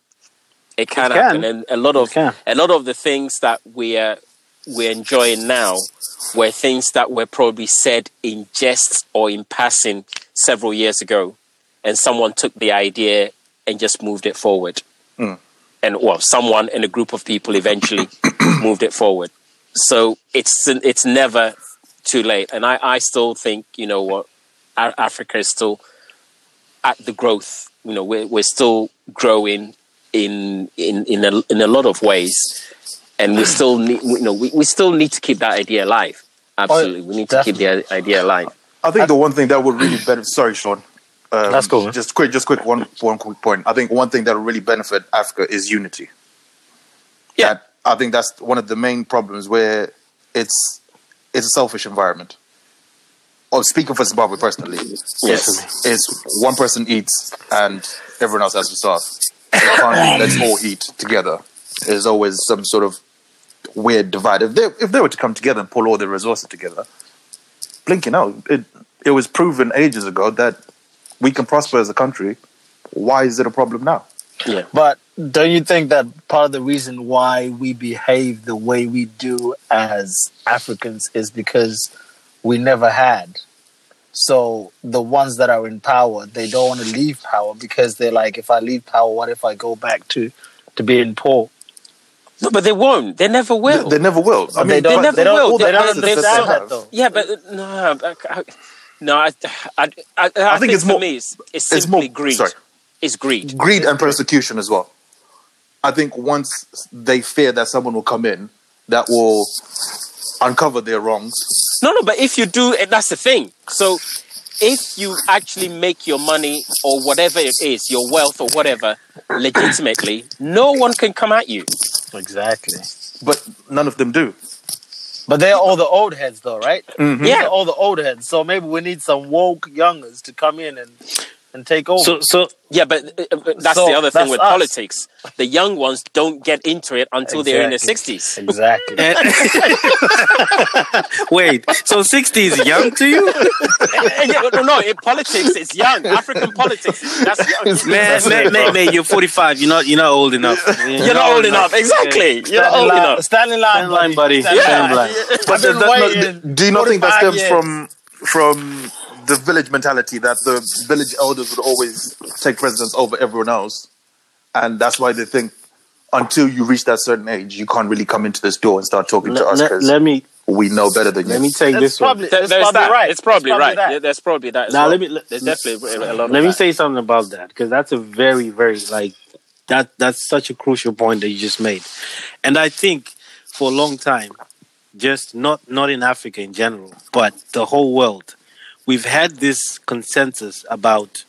Speaker 1: It can,
Speaker 4: It can.
Speaker 1: happen, and a lot of
Speaker 4: can.
Speaker 1: a lot of the things that we're we're enjoying now were things that were probably said in jest or in passing several years ago, and someone took the idea and just moved it forward. And well, someone and a group of people eventually moved it forward. So it's it's never too late. And I, I still think, you know what, Ar- Africa is still at the growth you know we're we're still growing in in in a, in a lot of ways, and we still need you know we, we still need to keep that idea alive. Absolutely, we need to keep the i- idea alive.
Speaker 5: I think the one thing that would really benefit. Sorry, Sean. Um,
Speaker 7: That's cool, man.
Speaker 5: Just quick, just quick. One, one quick point. I think one thing that would really benefit Africa is unity.
Speaker 1: Yeah.
Speaker 5: That- I think that's one of the main problems where it's it's a selfish environment. Or speaking for Zimbabwe personally, it's, it's one person eats and everyone else has to starve. It can't be, Let's all eat together. There's always some sort of weird divide. If they if they were to come together and pull all their resources together, blinking out. It it was proven ages ago that we can prosper as a country. Why is it a problem now?
Speaker 7: But don't you think that part of the reason why we behave the way we do as Africans is because we never had? So the ones that are in power, they don't want to leave power because they're like, if I leave power, what if I go back to, to being poor?
Speaker 1: No, but they won't. They never will.
Speaker 5: They, they never will. I
Speaker 7: But they
Speaker 5: mean,
Speaker 7: don't-
Speaker 1: they never
Speaker 5: but
Speaker 1: will.
Speaker 5: all the
Speaker 1: They don't
Speaker 5: assets
Speaker 1: understand
Speaker 5: that they
Speaker 7: that
Speaker 5: have.
Speaker 7: though.
Speaker 1: yeah, but uh, no, I, I- no. I, I, I, I think, it's for more, me, it's, it's
Speaker 5: it's more-
Speaker 1: simply greed.
Speaker 5: sorry.
Speaker 1: It's greed.
Speaker 5: greed and persecution as well. I think once they fear that someone will come in that will uncover their wrongs,
Speaker 1: No, no, but if you do, and that's the thing. So if you actually make your money or whatever it is, your wealth or whatever, legitimately, no one can come at you.
Speaker 7: Exactly.
Speaker 5: but none of them do.
Speaker 7: But they're all the old heads, though, right?
Speaker 3: Mm-hmm.
Speaker 7: These
Speaker 1: Yeah.
Speaker 7: are all the old heads. So maybe we need some woke youngers to come in and, and take over.
Speaker 4: So, so
Speaker 1: Yeah, but uh, uh, that's
Speaker 7: So
Speaker 1: the other thing
Speaker 7: that's
Speaker 1: with
Speaker 7: us.
Speaker 1: politics. The young ones don't get into it until they're in their
Speaker 7: Exactly.
Speaker 1: 60s.
Speaker 7: exactly.
Speaker 4: and- wait, so sixty is young to you?
Speaker 1: Eh, Yeah, no, no, in politics, it's young. African politics, that's young.
Speaker 4: Man, man, man, man, you're 45. You're not, you're not old enough.
Speaker 1: You're not old enough. Exactly. You're not
Speaker 7: Stand in
Speaker 1: old
Speaker 7: line-
Speaker 1: enough.
Speaker 7: Stand in line,
Speaker 4: Stand in line, buddy.
Speaker 7: Stand in
Speaker 1: Yeah.
Speaker 4: Stand in line.
Speaker 5: But
Speaker 7: been
Speaker 5: does that not-
Speaker 7: waiting
Speaker 5: do you not think that
Speaker 7: 45
Speaker 5: stems from from the village mentality that the village elders would always take precedence over everyone else, and that's why they think until you reach that certain age, you can't really come into this door and start talking to
Speaker 4: Let-
Speaker 5: us
Speaker 4: Let,
Speaker 5: because
Speaker 4: let me
Speaker 5: we know better than you.
Speaker 4: let me take
Speaker 7: That's
Speaker 4: this one.
Speaker 7: probably,
Speaker 1: There-
Speaker 7: that's
Speaker 1: there's
Speaker 7: probably
Speaker 1: that.
Speaker 7: right.
Speaker 1: It's probably,
Speaker 7: That's
Speaker 1: right. There- There's probably that. As
Speaker 4: Now
Speaker 1: well.
Speaker 4: let me let,
Speaker 1: There's definitely a lot.
Speaker 4: let
Speaker 1: of
Speaker 4: me
Speaker 1: that.
Speaker 4: say something about that because that's a very very like that that's such a crucial point that you just made, and I think for a long time, just not not in Africa in general, but the whole world, we've had this consensus about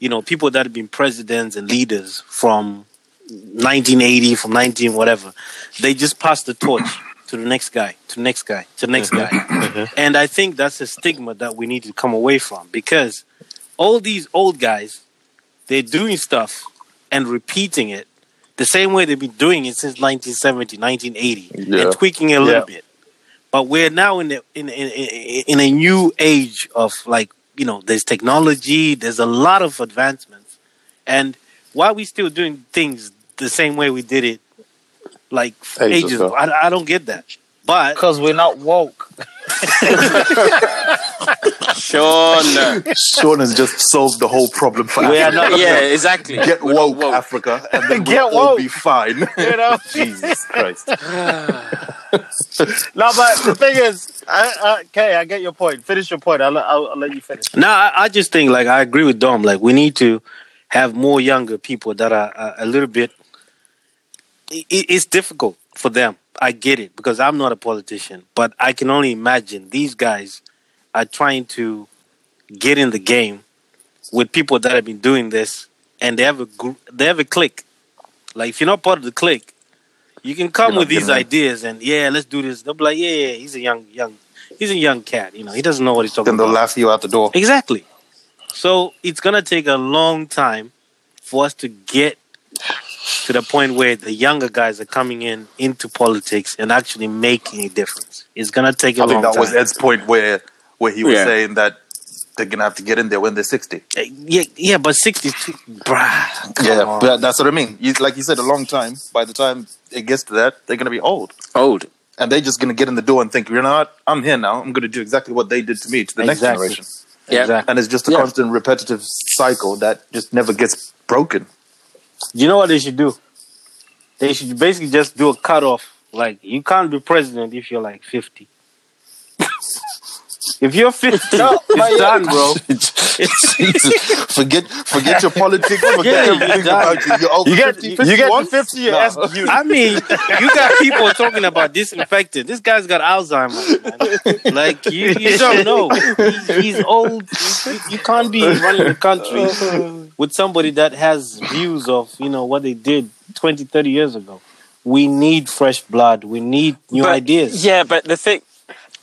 Speaker 4: you know people that have been presidents and leaders from 1980 from 19 whatever they just pass the torch to the next guy to the next guy to the next guy
Speaker 5: Mm-hmm.
Speaker 4: and i think that's a stigma that we need to come away from because all these old guys they're doing stuff and repeating it the same way they've been doing it since 1970 1980
Speaker 5: Yeah.
Speaker 4: and tweaking it a little bit but we're now in, the, in, in in in a new age of like you know there's technology there's a lot of advancements and why are we still doing things the same way we did it like
Speaker 2: Ages
Speaker 4: ages,
Speaker 2: ago.
Speaker 4: ago I, I don't get that but
Speaker 7: Because we're not woke.
Speaker 1: Sean.
Speaker 5: Sean has just solved the whole problem for
Speaker 4: we
Speaker 5: Africa.
Speaker 4: are not
Speaker 1: yeah, exactly.
Speaker 5: Get
Speaker 1: We're not
Speaker 5: woke, Africa, and then
Speaker 7: Get
Speaker 5: we'll all
Speaker 7: woke.
Speaker 5: be fine.
Speaker 7: You know?
Speaker 5: Jesus Christ.
Speaker 7: no, but the thing is, I, I, okay, I get your point. Finish your point. I'll, I'll, I'll let you finish.
Speaker 4: No, I, I just think like I agree with Dom. Like we need to have more younger people that are uh, a little bit. i i- it's difficult for them. I get it because I'm not a politician, but I can only imagine these guys are trying to get in the game with people that have been doing this, and they have a gr- they have a clique. Like if you're not part of the clique, you can come
Speaker 5: You're not
Speaker 4: with these
Speaker 5: gonna-
Speaker 4: ideas and yeah, let's do this. They'll be like, yeah, yeah, he's a young young, he's a young cat. You know, he doesn't know what he's talking
Speaker 5: Then they'll
Speaker 4: about.
Speaker 5: laugh you out the door.
Speaker 4: Exactly. So it's gonna take a long time for us to get to the point where the younger guys are coming in into politics and actually making a difference. It's gonna take a
Speaker 5: I
Speaker 4: long
Speaker 5: think that
Speaker 4: time.
Speaker 5: was Ed's point where where he was
Speaker 1: Yeah.
Speaker 5: saying that they're gonna have to get in there when they're sixty.
Speaker 4: Uh, yeah, yeah, but sixty-two, bruh. Come
Speaker 5: yeah,
Speaker 4: on.
Speaker 5: but that's what I mean. You, like you said, a long time. By the time it gets to that, they're gonna be old,
Speaker 1: Old.
Speaker 5: and they're just gonna get in the door and think, you know what? I'm here now. I'm gonna do exactly what they did to me to the next
Speaker 4: Exactly.
Speaker 5: generation.
Speaker 1: Yeah.
Speaker 4: Exactly.
Speaker 5: And it's just a
Speaker 1: Yeah.
Speaker 5: constant repetitive cycle that just never gets broken.
Speaker 4: You know what they should do? They should basically just do a cutoff. Like you can't be president if you're like fifty. if you're fifty,
Speaker 7: No, but
Speaker 4: it's
Speaker 7: yeah.
Speaker 4: done, bro.
Speaker 5: Jesus. Forget forget your politics. Forget
Speaker 4: Yeah, you
Speaker 5: everything
Speaker 4: die.
Speaker 5: about you. You're over
Speaker 3: You get
Speaker 5: 50,
Speaker 3: you get
Speaker 5: 51?
Speaker 3: the fifty year
Speaker 5: No.
Speaker 3: SQ.
Speaker 4: I mean, you got people talking about disinfectant. This guy's got Alzheimer's, man. Like you, you don't know. He's, he's old. You, you- you can't be running the country with somebody that has views of you know what they did 20, 30 years ago. We need fresh blood. We need new
Speaker 1: But-
Speaker 4: ideas.
Speaker 1: Yeah, but the thing.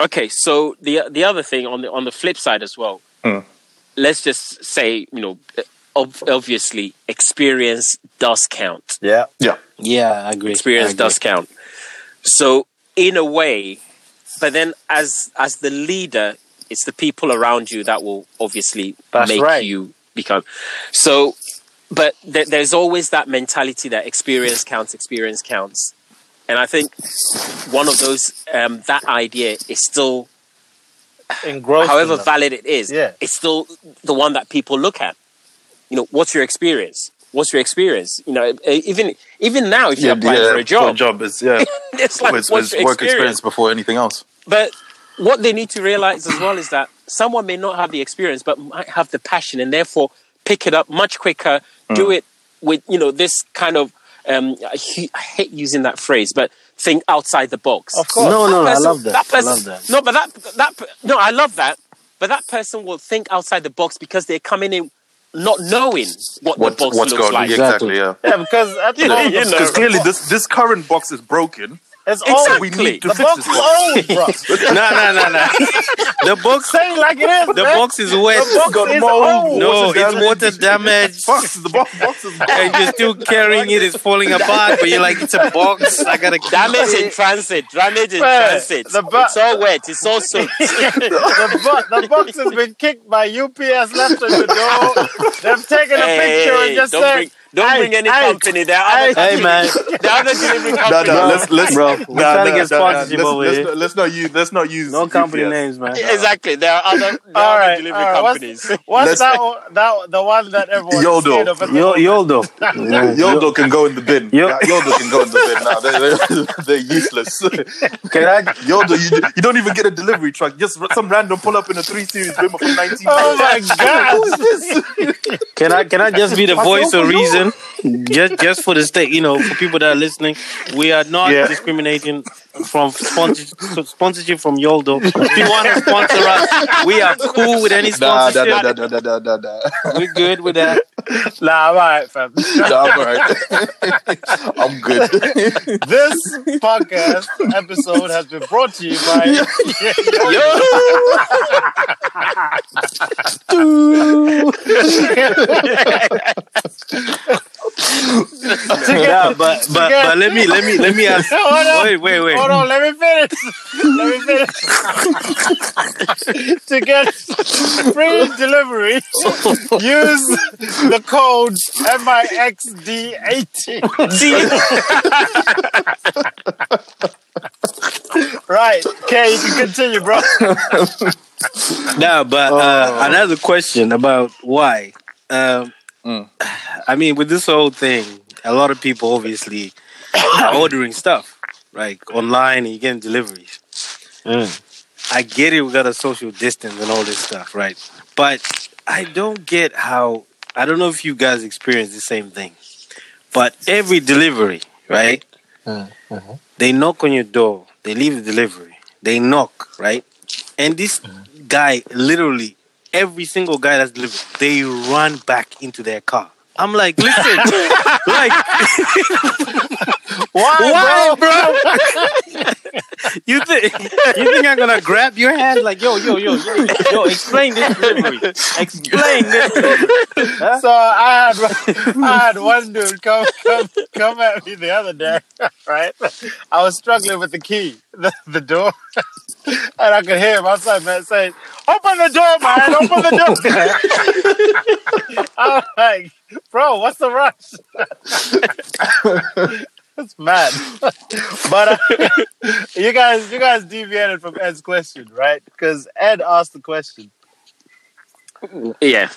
Speaker 1: Okay, so the the other thing on the on the flip side as well.
Speaker 6: Hmm.
Speaker 1: Let's just say you know, ob- obviously, experience does count.
Speaker 7: Yeah.
Speaker 4: Yeah, I agree. I
Speaker 1: Experience
Speaker 4: agree.
Speaker 1: does count. So in a way, but then as as the leader, it's the people around you that will obviously
Speaker 3: That's
Speaker 1: make
Speaker 3: right.
Speaker 1: you become. So, but there, there's always that mentality that experience counts. Experience counts. And I think one of those, um, that idea is still
Speaker 3: Engrossed.
Speaker 1: however
Speaker 3: in them.
Speaker 1: valid it is,
Speaker 3: Yeah.
Speaker 1: it's still the one that people look at. You know, what's your experience? What's your experience? You know, e- even even now, if you're applying for a job,
Speaker 6: is yeah.
Speaker 1: it's like
Speaker 5: It's-
Speaker 1: what's
Speaker 5: it's
Speaker 1: your
Speaker 5: work
Speaker 1: experience?
Speaker 5: experience before anything else.
Speaker 1: But what they need to realize as well is that someone may not have the experience, but might have the passion, and therefore pick it up much quicker. Do
Speaker 5: Mm.
Speaker 1: it with you know this kind of. Um, I, he- I hate using that phrase, but think outside the box.
Speaker 3: Of course.
Speaker 4: No, no, I
Speaker 1: person-
Speaker 4: love that. I
Speaker 1: person-
Speaker 4: love that.
Speaker 1: No, but that that no, I love that. But that person will think outside the box because they're coming in not knowing
Speaker 5: What,
Speaker 1: what, the box
Speaker 5: what's
Speaker 1: looks
Speaker 5: going
Speaker 1: like.
Speaker 5: on? Exactly. Yeah.
Speaker 3: Yeah, because at the
Speaker 1: You know,
Speaker 3: moment,
Speaker 1: you know.
Speaker 6: Because clearly this this current box is broken.
Speaker 3: it's
Speaker 1: Exactly.
Speaker 3: old.
Speaker 6: We need to
Speaker 3: The
Speaker 6: fix
Speaker 3: box
Speaker 6: this
Speaker 3: is
Speaker 6: box.
Speaker 3: old, bro.
Speaker 4: No, no, no, no. The box,
Speaker 3: Say it like it is.
Speaker 4: the
Speaker 3: man.
Speaker 4: box is wet.
Speaker 3: The box is old.
Speaker 4: No, it's water damage.
Speaker 6: Box the box, box is old.
Speaker 4: And you're still carrying it. It's falling apart. But you're like, it's a box. I gotta.
Speaker 1: Damage in transit, damage in
Speaker 3: Man,
Speaker 1: transit.
Speaker 3: the bu-
Speaker 1: it's all wet. It's all soaked.
Speaker 3: the, bo- the box has been kicked by UPS left at the door. They've taken a
Speaker 1: Hey,
Speaker 3: picture
Speaker 1: hey,
Speaker 3: and just
Speaker 1: don't
Speaker 3: said,
Speaker 1: bring, don't
Speaker 3: "Hey,
Speaker 1: bring any
Speaker 3: hey,
Speaker 1: company there.
Speaker 3: hey."
Speaker 4: Hey man,
Speaker 1: The other delivery
Speaker 6: No,
Speaker 1: company.
Speaker 6: no, let's let's
Speaker 4: bro, we're
Speaker 6: nah,
Speaker 4: trying to
Speaker 6: nah,
Speaker 4: get
Speaker 6: nah, nah,
Speaker 4: sponsorship
Speaker 6: let's-
Speaker 4: over
Speaker 6: let's
Speaker 4: here.
Speaker 6: not- Let's not use let's not use
Speaker 4: No company
Speaker 6: UPS.
Speaker 4: names, man.
Speaker 1: Exactly. There are other, there
Speaker 3: All
Speaker 1: are other
Speaker 3: right,
Speaker 1: delivery
Speaker 3: all right.
Speaker 1: companies.
Speaker 3: What's, what's
Speaker 6: Let's-
Speaker 3: that, one, that? The one that everyone's
Speaker 6: Yodel.
Speaker 3: scared of at the
Speaker 4: Yo,
Speaker 3: moment?
Speaker 4: Yoldo. Yeah,
Speaker 6: Yoldo can go in the bin.
Speaker 4: Yo-
Speaker 6: Yeah, Yoldo can go in the bin now. They're, they're, they're useless.
Speaker 4: Can I?
Speaker 6: Yoldo, you, you don't even get a delivery truck. Just some random pull up in a three series Bimmer from 19.
Speaker 3: Oh my God!
Speaker 4: Can I? Can I just be the voice of reason? Just, just for the state, you know, for people that are listening, we are not
Speaker 6: Yeah.
Speaker 4: discriminating from sponsor, sponsorship from Yoldo. If you want to sponsor us, we are cool with any
Speaker 5: Nah, nah,
Speaker 4: sponsorship.
Speaker 5: nah, nah, nah, nah, nah, nah.
Speaker 4: We're good with that.
Speaker 3: Nah, I'm all right, fam.
Speaker 5: Nah, I'm alright. I'm good.
Speaker 3: This podcast episode has been brought to you by
Speaker 4: Yeah, but but but let me let me let me ask.
Speaker 3: Hold on.
Speaker 4: Wait, wait, wait.
Speaker 3: Hold on, let me finish. Let me finish. to get free delivery, use the code MIXD18. right. Okay, you can continue, bro.
Speaker 4: No, but uh, another question about why. Um,
Speaker 5: Mm.
Speaker 4: I mean, with this whole thing, a lot of people obviously are ordering stuff like online and getting deliveries. I get it, we got a social distance and all this stuff, right? But I don't get how, I don't know if you guys experience the same thing, but every delivery, right? They knock on your door, they leave the delivery, they knock, right? And this guy, literally, every single guy that's delivered, they run back into their car. I'm like, listen, like, why, bro? you think you think I'm gonna grab your hand? Like, yo, yo, yo, yo, yo explain this delivery. Explain this. delivery.
Speaker 3: So I had I had one dude come come come at me the other day, right? I was struggling with the key, the, the door, and I could hear him outside, man, saying, "Open the door, man! Open the door!" I'm like, "Bro, what's the rush?" It's mad, but uh, you guys, you guys deviated from Ed's question, right? Because Ed asked the question.
Speaker 1: yeah.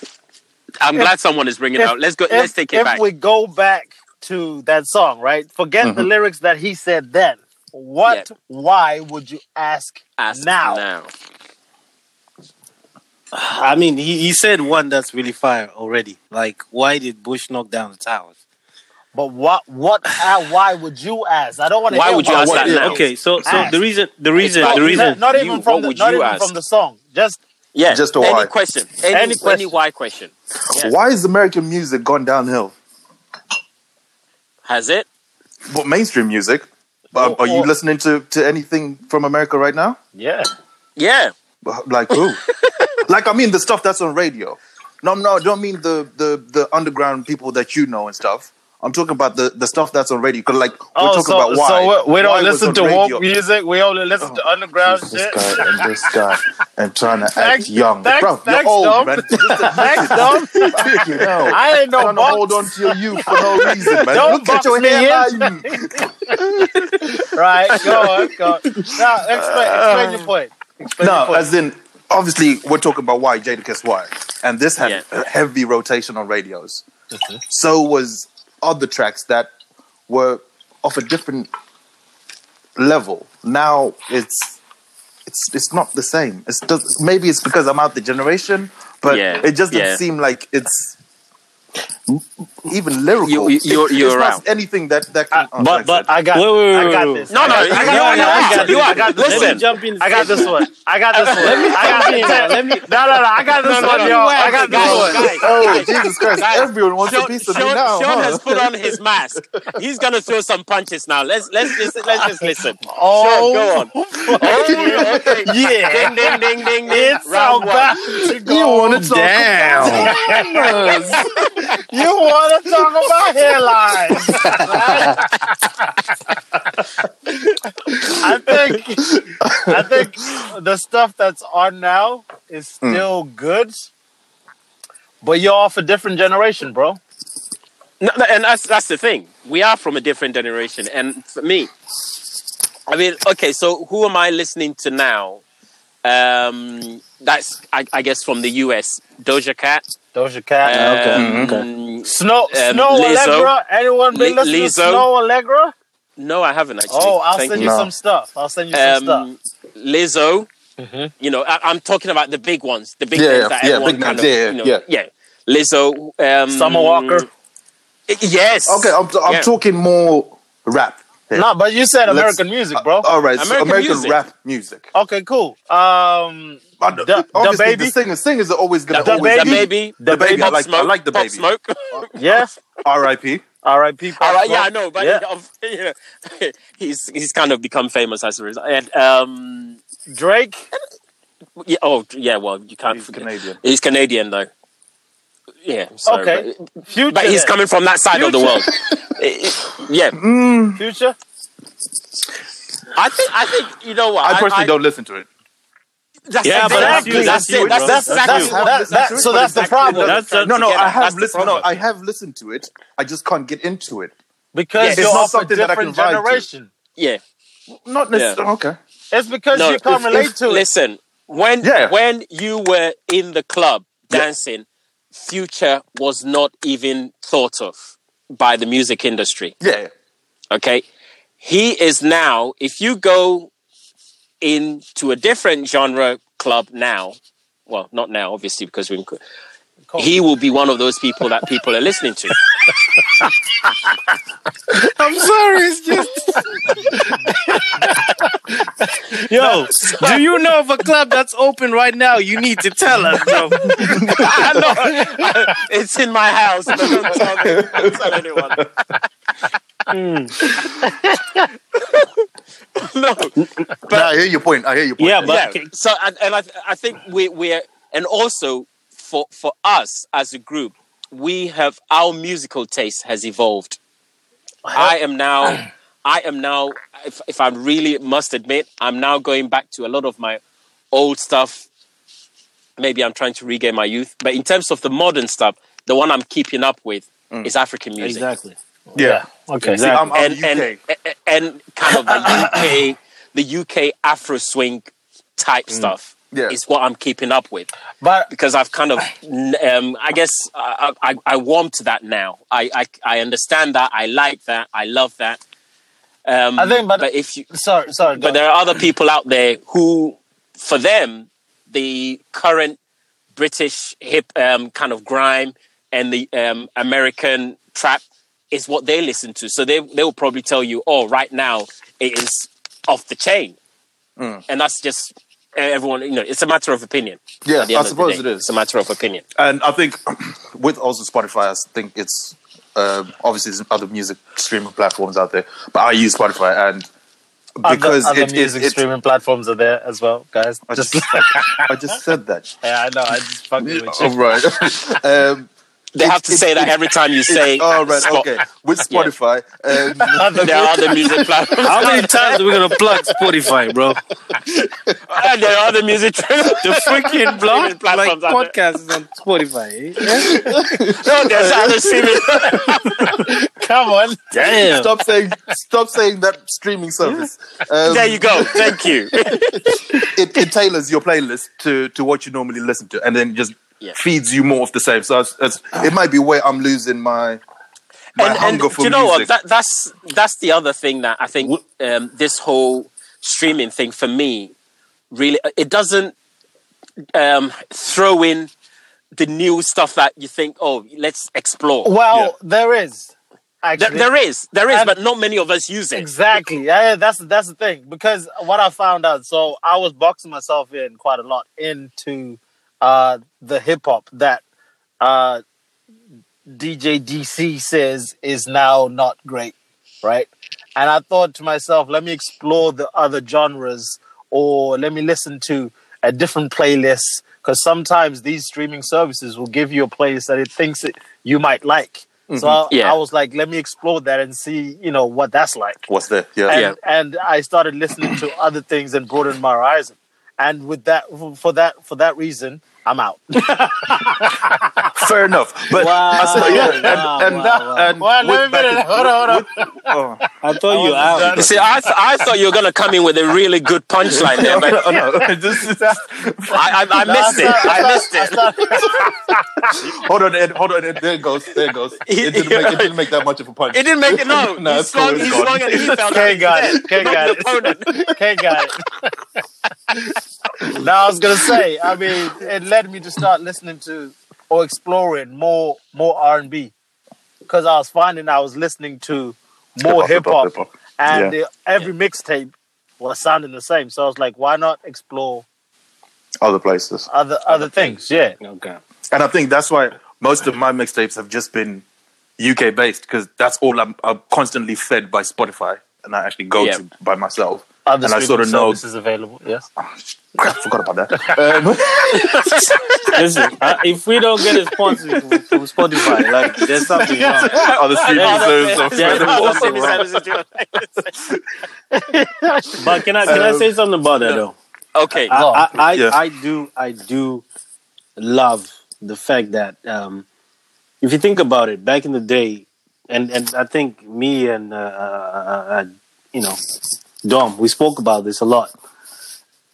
Speaker 1: I'm
Speaker 3: If-
Speaker 1: glad someone is bringing it
Speaker 3: if-
Speaker 1: out. Let's go.
Speaker 3: if,
Speaker 1: let's take it
Speaker 3: if
Speaker 1: back.
Speaker 3: we go back to that song, right? Forget the
Speaker 1: Mm-hmm.
Speaker 3: lyrics that he said then. What why would you ask,
Speaker 1: Ask
Speaker 3: now?
Speaker 1: now.
Speaker 4: I mean, he, he said one that's really fire already. Like, why did Bush knock down the towers?
Speaker 7: But what? What? Uh, why would you ask? I don't want to.
Speaker 1: Why would you ask Oh, that now?
Speaker 4: Okay, so so
Speaker 7: Ask.
Speaker 4: the reason the reason
Speaker 1: It's
Speaker 4: the
Speaker 1: not-
Speaker 4: reason
Speaker 7: Not, not
Speaker 1: You,
Speaker 7: even
Speaker 1: what
Speaker 7: from the,
Speaker 1: would
Speaker 7: not
Speaker 1: you
Speaker 7: even
Speaker 1: ask?
Speaker 7: from the song. Just
Speaker 1: Yeah,
Speaker 5: Just a why.
Speaker 1: any question, any,
Speaker 7: Any
Speaker 1: any,
Speaker 7: question.
Speaker 1: why question Yeah.
Speaker 5: Why is American music gone downhill?
Speaker 1: has it?
Speaker 5: Well, mainstream music. Um,
Speaker 7: Or-
Speaker 5: are you
Speaker 7: or-
Speaker 5: listening to, to anything from America right now?
Speaker 7: yeah.
Speaker 1: Yeah,
Speaker 5: Like who? like I mean the stuff that's on radio. No, no, I don't mean the, the the underground people that you know and stuff. I'm talking about the, the stuff that's on radio. 'Cause, like we're
Speaker 3: Oh,
Speaker 5: talking
Speaker 3: so,
Speaker 5: about why.
Speaker 3: so we, we
Speaker 5: Why
Speaker 3: don't
Speaker 5: was
Speaker 3: listen
Speaker 5: on
Speaker 3: to
Speaker 5: radio-
Speaker 3: woke music. We only listen
Speaker 1: Oh,
Speaker 3: to underground
Speaker 5: This
Speaker 3: shit.
Speaker 5: guy and this guy and trying to
Speaker 3: Thanks-
Speaker 5: act young.
Speaker 3: thanks-
Speaker 5: Bro, you're
Speaker 3: thanks,
Speaker 5: old,
Speaker 3: Dom.
Speaker 5: man. Just
Speaker 3: Thanks, Dom.
Speaker 5: you know.
Speaker 3: I ain't no
Speaker 5: trying to hold on
Speaker 3: box.
Speaker 5: to your youth for no reason, man.
Speaker 3: Don't
Speaker 5: Look at
Speaker 3: box
Speaker 5: your
Speaker 3: me in.
Speaker 5: hairline.
Speaker 3: Right, go on, go on. Now, explain, explain
Speaker 1: Uh,
Speaker 3: your point.
Speaker 1: oh,
Speaker 3: Explain your
Speaker 5: no,
Speaker 3: point.
Speaker 5: as in, obviously, we're talking about why Jadakiss why, and this had
Speaker 1: Yeah.
Speaker 5: a heavy rotation on radios. So was other tracks that were of a different level. Now it's it's it's not the same. It's just, maybe it's because I'm out the generation, but
Speaker 1: Yeah,
Speaker 5: it just doesn't
Speaker 1: yeah.
Speaker 5: seem like it's even lyrical.
Speaker 1: You- you- you're-
Speaker 5: It's-
Speaker 1: you're
Speaker 5: it's
Speaker 1: around.
Speaker 5: not anything that that can.
Speaker 3: Uh,
Speaker 5: oh,
Speaker 4: but
Speaker 5: thanks,
Speaker 4: but
Speaker 5: Ed.
Speaker 7: I got-
Speaker 4: wait, wait, wait,
Speaker 3: I got
Speaker 4: wait,
Speaker 3: this.
Speaker 1: no, no, you,
Speaker 3: I got-
Speaker 1: are, you
Speaker 3: I got-
Speaker 1: are, you
Speaker 3: I
Speaker 1: are.
Speaker 3: got-
Speaker 4: Let me
Speaker 1: Listen,
Speaker 4: jump in.
Speaker 3: I got this one. I got this one. I got this one.
Speaker 4: Let me
Speaker 3: No, no, no. I got this
Speaker 1: no,
Speaker 3: one,
Speaker 1: no,
Speaker 3: yo. I got this one.
Speaker 1: guys, guys,
Speaker 5: Oh Jesus Christ! Everyone wants
Speaker 1: Sean,
Speaker 5: a piece of me
Speaker 1: Sean,
Speaker 5: now.
Speaker 1: Sean
Speaker 5: huh?
Speaker 1: has put on his mask. He's gonna throw some punches now. Let's let's just let's just listen. Sean, go on. Oh, okay.
Speaker 3: Yeah.
Speaker 1: Ding ding ding ding ding.
Speaker 3: It's
Speaker 1: Round one.
Speaker 3: about to go
Speaker 4: down.
Speaker 3: You want to talk about hairlines? right? I think I think the stuff that's on now is
Speaker 1: Hmm.
Speaker 3: still good, but you're off a different generation, bro.
Speaker 1: No, no, and that's that's the thing. We are from a different generation, and for me, I mean, okay. So who am I listening to now? Um, that's I, I guess from the US. Doja Cat.
Speaker 7: Doja Cat.
Speaker 5: Ah,
Speaker 1: Um,
Speaker 5: Mm,
Speaker 3: Snow
Speaker 1: Um,
Speaker 3: Snow
Speaker 1: Lizzo.
Speaker 3: Allegra. Anyone been
Speaker 1: Li-
Speaker 3: listening
Speaker 1: Lizzo.
Speaker 3: to Snow Allegra?
Speaker 1: No, I haven't actually.
Speaker 7: oh, I'll
Speaker 1: Thank
Speaker 7: send
Speaker 1: you.
Speaker 7: you some stuff. I'll send you some stuff.
Speaker 1: Um, Lizzo.
Speaker 7: Mm-hmm.
Speaker 1: You know, I, I'm talking about the big ones, the big
Speaker 5: Yeah,
Speaker 1: names
Speaker 5: yeah,
Speaker 1: that
Speaker 5: yeah,
Speaker 1: everyone
Speaker 5: big
Speaker 1: kind
Speaker 5: names,
Speaker 1: of,
Speaker 5: yeah, yeah,
Speaker 1: you know,
Speaker 5: yeah.
Speaker 1: yeah. Lizzo. Um,
Speaker 7: Summer Walker.
Speaker 5: Mm.
Speaker 1: I- Yes.
Speaker 5: Okay, I'm, I'm
Speaker 1: Yeah.
Speaker 5: talking more rap. here.
Speaker 7: No, but you said
Speaker 5: Let's- uh,
Speaker 7: American music, bro.
Speaker 5: All right, so
Speaker 1: American
Speaker 5: American
Speaker 1: music.
Speaker 5: rap music.
Speaker 7: okay, cool. Um,
Speaker 5: I know-
Speaker 7: Da-
Speaker 5: Obviously,
Speaker 7: Da Baby?
Speaker 5: the singers, singers are always going
Speaker 1: The,
Speaker 5: to always
Speaker 1: baby,
Speaker 5: be-
Speaker 1: the
Speaker 5: Da Baby, I
Speaker 1: Pop
Speaker 5: like- I
Speaker 1: smoke,
Speaker 5: like Da
Speaker 1: Pop
Speaker 5: Baby.
Speaker 1: smoke.
Speaker 7: yes.
Speaker 5: R.I.P.
Speaker 7: R.I.P.
Speaker 1: All right, yeah, I
Speaker 7: Pop
Speaker 1: know, but
Speaker 7: Yeah.
Speaker 1: of- yeah. he's he's kind of become famous as a result. And, um,
Speaker 7: Smoke. Drake.
Speaker 1: yeah, oh, yeah. Well, you can't.
Speaker 5: He's
Speaker 1: forget.
Speaker 5: Canadian.
Speaker 1: He's Canadian, though. Yeah, sorry,
Speaker 7: Okay.
Speaker 1: but,
Speaker 7: Future.
Speaker 1: but he's
Speaker 7: then.
Speaker 1: coming from that side of the world. Eh, yeah,
Speaker 5: Mm,
Speaker 7: Future.
Speaker 1: I think I think you know what
Speaker 5: I personally don't listen to it.
Speaker 1: That's
Speaker 4: Yeah, but that's
Speaker 1: exactly
Speaker 4: you,
Speaker 1: that's
Speaker 4: that's you,
Speaker 1: it. That's
Speaker 4: bro. That's
Speaker 1: exactly
Speaker 5: you.
Speaker 1: what.
Speaker 5: That- that-
Speaker 7: so that's the problem
Speaker 1: That's uh,
Speaker 5: No, no, I have
Speaker 1: That's the
Speaker 5: listened. No,
Speaker 1: problem.
Speaker 5: I have listened to it. I just can't get into it.
Speaker 7: because
Speaker 1: Yes.
Speaker 7: you're
Speaker 1: It's
Speaker 5: not
Speaker 7: off a
Speaker 5: something that I can
Speaker 7: different
Speaker 5: vibe to.
Speaker 7: generation.
Speaker 1: Yeah.
Speaker 5: Not
Speaker 1: Yeah.
Speaker 5: necessarily. Okay.
Speaker 7: It's because
Speaker 1: No,
Speaker 7: you can't
Speaker 1: if-
Speaker 7: relate
Speaker 1: if-
Speaker 7: to it.
Speaker 1: Listen, when
Speaker 5: Yeah.
Speaker 1: when you were in the club
Speaker 5: Yeah.
Speaker 1: dancing, future was not even thought of by the music industry.
Speaker 5: Yeah.
Speaker 1: Okay, he is now. If you go into a different genre club now, well, not now, obviously, because we. He will be one of those people that people are listening to.
Speaker 4: I'm sorry, it's just. Yo, do you know of a club that's open right now? You need to tell us, bro.
Speaker 1: I know. It's in my house, but don't tell, me, don't tell anyone. no,
Speaker 5: No, I hear your point. I hear your point.
Speaker 4: Yeah, but
Speaker 1: yeah. So, and, and I, I think we, we're, and also for for us as a group, we have our musical taste has evolved. I am now, I am now. If if I really must admit, I'm now going back to a lot of my old stuff. Maybe I'm trying to regain my youth, but in terms of the modern stuff, the one I'm keeping up with is African music.
Speaker 4: exactly.
Speaker 5: yeah.
Speaker 7: Okay.
Speaker 5: See, I'm out
Speaker 1: and,
Speaker 5: of the UK.
Speaker 1: and and and kind of the UK, the UK Afro swing type stuff
Speaker 5: Yeah.
Speaker 1: is what I'm keeping up with
Speaker 7: But
Speaker 1: because I've kind of, um, I guess, I, I I warm to that now. I, I I understand that. I like that. I love that. Um,
Speaker 7: I think, but-
Speaker 1: if you,
Speaker 7: sorry, sorry.
Speaker 1: but there are other people out there who, for them, the current British hip um, kind of grime and the um, American trap is what they listen to. So they they will probably tell you, "Oh, right now it is off the chain,"
Speaker 5: Mm.
Speaker 1: and that's just uh, everyone. You know, it's a matter of opinion.
Speaker 5: Yeah,
Speaker 1: at the
Speaker 5: I
Speaker 1: end of the
Speaker 5: suppose
Speaker 1: day.
Speaker 5: it is.
Speaker 1: It's a matter of opinion.
Speaker 5: and I think with also Spotify, I think it's um obviously there's other music streaming platforms out there, but I use Spotify and because
Speaker 3: other, other
Speaker 5: it,
Speaker 3: music
Speaker 5: it, it,
Speaker 3: streaming platforms are there as well, guys.
Speaker 5: I
Speaker 3: Just
Speaker 5: just, I just said that.
Speaker 3: yeah, I know. I just fucking with you.
Speaker 5: All right. um,
Speaker 1: They
Speaker 5: It-
Speaker 1: have to
Speaker 5: it-
Speaker 1: say that
Speaker 5: it-
Speaker 1: every time you say.
Speaker 5: all right.
Speaker 1: Spot-
Speaker 5: Okay. With Spotify, um,
Speaker 1: There are other music platforms.
Speaker 4: How many times are we gonna plug Spotify, bro?
Speaker 1: there are other music.
Speaker 4: The freaking blog, like
Speaker 1: platforms out
Speaker 4: podcast is on Spotify. eh?
Speaker 1: no, there's other streaming.
Speaker 3: Come on.
Speaker 4: Damn.
Speaker 5: stop saying stop saying that streaming service. Um,
Speaker 1: There you go. Thank you.
Speaker 5: it, it tailors your playlist to, to what you normally listen to, and then just
Speaker 1: Yeah.
Speaker 5: feeds you more of the same. So it's, it's, it might be where I'm losing my my hunger for
Speaker 1: do you know
Speaker 5: music.
Speaker 1: what? That, that's that's the other thing that I think um, this whole streaming thing for me really uh, it doesn't um, throw in the new stuff that you think. Oh, let's explore.
Speaker 3: Well, there is.
Speaker 1: There,
Speaker 3: Actually,
Speaker 1: there is, there is,
Speaker 3: And-
Speaker 1: but not many of us use it.
Speaker 3: Exactly. Yeah, yeah, that's that's the thing because what I found out. So I was boxing myself in quite a lot into uh, the hip hop that uh, DJ DC says is now not great, right? And I thought to myself, let me explore the other genres, or let me listen to a different playlist because sometimes these streaming services will give you a playlist that it thinks it, you might like. So I,
Speaker 1: Yeah.
Speaker 3: I was like, let me explore that and see, you know, what that's like
Speaker 5: What's there? Yeah.
Speaker 3: and,
Speaker 1: Yeah.
Speaker 3: and I started listening to other things and broadened my horizon. And with that, for that, for that reason, I'm out.
Speaker 5: Fair enough. But I said, yeah, and, and, and
Speaker 3: Well, let
Speaker 5: with
Speaker 3: me finish.
Speaker 5: backing-
Speaker 3: Hold on, hold
Speaker 5: with- oh,
Speaker 4: I thought you
Speaker 3: wasn't
Speaker 4: out.
Speaker 1: You see, I, th- I thought you were going to come in with a really good punchline there, but
Speaker 5: oh, no, just-
Speaker 1: I, I, I
Speaker 3: No,
Speaker 1: missed it.
Speaker 3: stop,
Speaker 1: I
Speaker 3: stop,
Speaker 1: missed it.
Speaker 3: stop.
Speaker 5: hold on, Ed. Hold on, Ed. There it goes. There it goes. It didn't, make, it didn't make that much of a punch.
Speaker 1: It didn't make it. No,
Speaker 5: No,
Speaker 1: he
Speaker 5: it's cool,
Speaker 1: swung,
Speaker 5: it's
Speaker 1: he
Speaker 5: gone.
Speaker 1: swung and he fell down.
Speaker 3: Okay, got it. Okay, got
Speaker 1: Opponent.
Speaker 3: it. Okay, got it. Now I was gonna say. I mean, it led me to start listening to or exploring more more R and B because I was finding I was listening to more hip hop and the, every mixtape was sounding the same. So I was like, why not explore
Speaker 5: Other places,
Speaker 3: other other, things? Yeah,
Speaker 4: Okay.
Speaker 5: and I think that's why most of my mixtapes have just been UK based because that's all I'm, I'm constantly fed by Spotify, and I actually go
Speaker 1: Yeah.
Speaker 5: to by myself.
Speaker 3: other
Speaker 5: And I
Speaker 3: streaming
Speaker 5: sorta know-
Speaker 3: services available. Yes,
Speaker 5: Crap, forgot about that. Um,
Speaker 4: Listen, I, if we don't get a sponsor from from Spotify, like there's something wrong.
Speaker 5: other streaming services are
Speaker 4: Yeah,
Speaker 5: available.
Speaker 4: that's something wrong. But can I can I say something about that though?
Speaker 1: Okay.
Speaker 3: Go on,
Speaker 4: I, I,
Speaker 5: Yeah.
Speaker 4: I do I do love the fact that um, if you think about it, back in the day, and, and I think me and uh, uh, uh, you know Dom we spoke about this a lot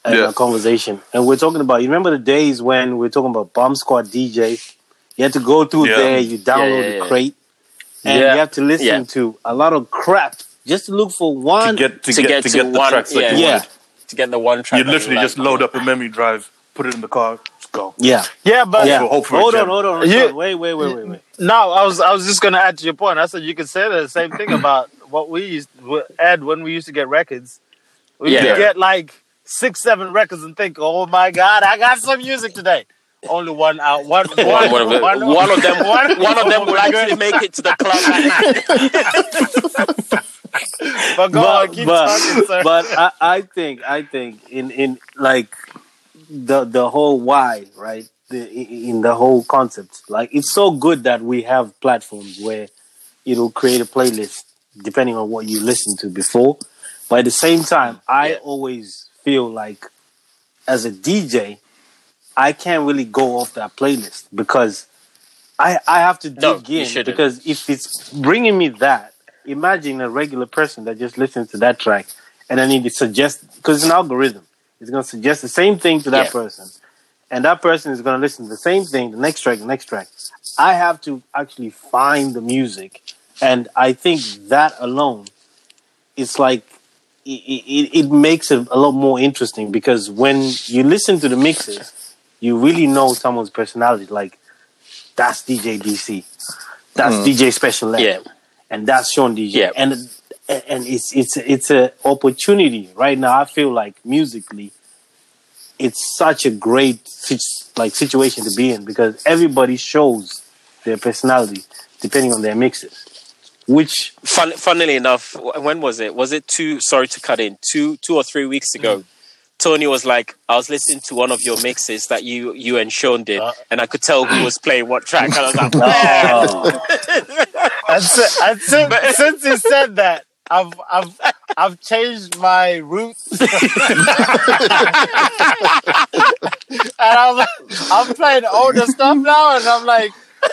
Speaker 4: in
Speaker 5: Yeah.
Speaker 4: our conversation, and we're talking about you remember the days when we are talking about Bomb Squad DJ, you had to go through
Speaker 5: Yeah.
Speaker 4: there, you download
Speaker 1: yeah, yeah.
Speaker 4: the crate, and
Speaker 3: Yeah.
Speaker 4: you have to listen
Speaker 1: Yeah.
Speaker 4: to a lot of crap just to look for
Speaker 5: to
Speaker 4: one.
Speaker 5: get to,
Speaker 1: to
Speaker 5: get,
Speaker 1: get
Speaker 5: to
Speaker 1: to
Speaker 5: get the
Speaker 1: one-
Speaker 5: tracks that
Speaker 1: yeah.
Speaker 5: you
Speaker 4: yeah,
Speaker 5: want.
Speaker 1: to get the one track.
Speaker 5: You
Speaker 1: that
Speaker 5: literally
Speaker 1: like.
Speaker 5: just load up a memory drive, put it in the car, just go.
Speaker 4: yeah,
Speaker 3: yeah, but
Speaker 4: yeah.
Speaker 5: for- hope for a
Speaker 4: hold on,
Speaker 5: gem.
Speaker 4: hold on, hold
Speaker 3: You-
Speaker 4: on. Wait, wait, wait, wait, wait.
Speaker 3: No, I was I was just gonna add to your point. I said you could say the same thing about what we used what- Ed when we used to get records. We
Speaker 1: Yeah.
Speaker 3: could
Speaker 1: Yeah.
Speaker 3: get like six, seven records and think, "Oh my god, I got some music today." Only one out, one, one,
Speaker 1: one, one, of it-
Speaker 3: one-
Speaker 1: one of them,
Speaker 3: one-
Speaker 1: one of them will
Speaker 3: was good.
Speaker 1: actually make it to the club that night.
Speaker 3: But go
Speaker 4: but,
Speaker 3: on, keep
Speaker 4: but,
Speaker 3: talking, sir.
Speaker 4: but I, I think I think in in like the the whole why right the, in in the whole concept like it's so good that we have platforms where it'll create a playlist depending on what you listen to before but at the same time I always feel like as a DJ I can't really go off that playlist because I I have to dig
Speaker 1: No, you
Speaker 4: in
Speaker 1: shouldn't.
Speaker 4: because if it's bringing me that, imagine a regular person that just listens to that track and then it suggests because it's an algorithm, it's going to suggest the same thing to that
Speaker 1: Yeah.
Speaker 4: person, and that person is going to listen to the same thing, the next track, the next track. I have to actually find the music, and I think that alone, it's like. It, it, it makes it a lot more interesting because when you listen to the mixes, you really know someone's personality. Like that's DJ BC, that's
Speaker 5: Mm.
Speaker 4: DJ Special Ed,
Speaker 1: Yeah.
Speaker 4: and that's Sean DJ.
Speaker 1: Yeah.
Speaker 4: And and it's it's it's an opportunity right now. I feel like musically, it's such a great sit- like situation to be in because everybody shows their personality depending on their mixes. Which
Speaker 1: Fun, funnily enough, wh- when was it? Was it two? Sorry to cut in. Two, two or three weeks ago, Tony was like, "I was listening to one of your mixes that you, you and Sean did, and I could tell who was playing what track." And I was like, Oh.
Speaker 3: And si- and si- since he said that, I've I've I've changed my route. and I'm I'm playing older stuff now, and I'm like,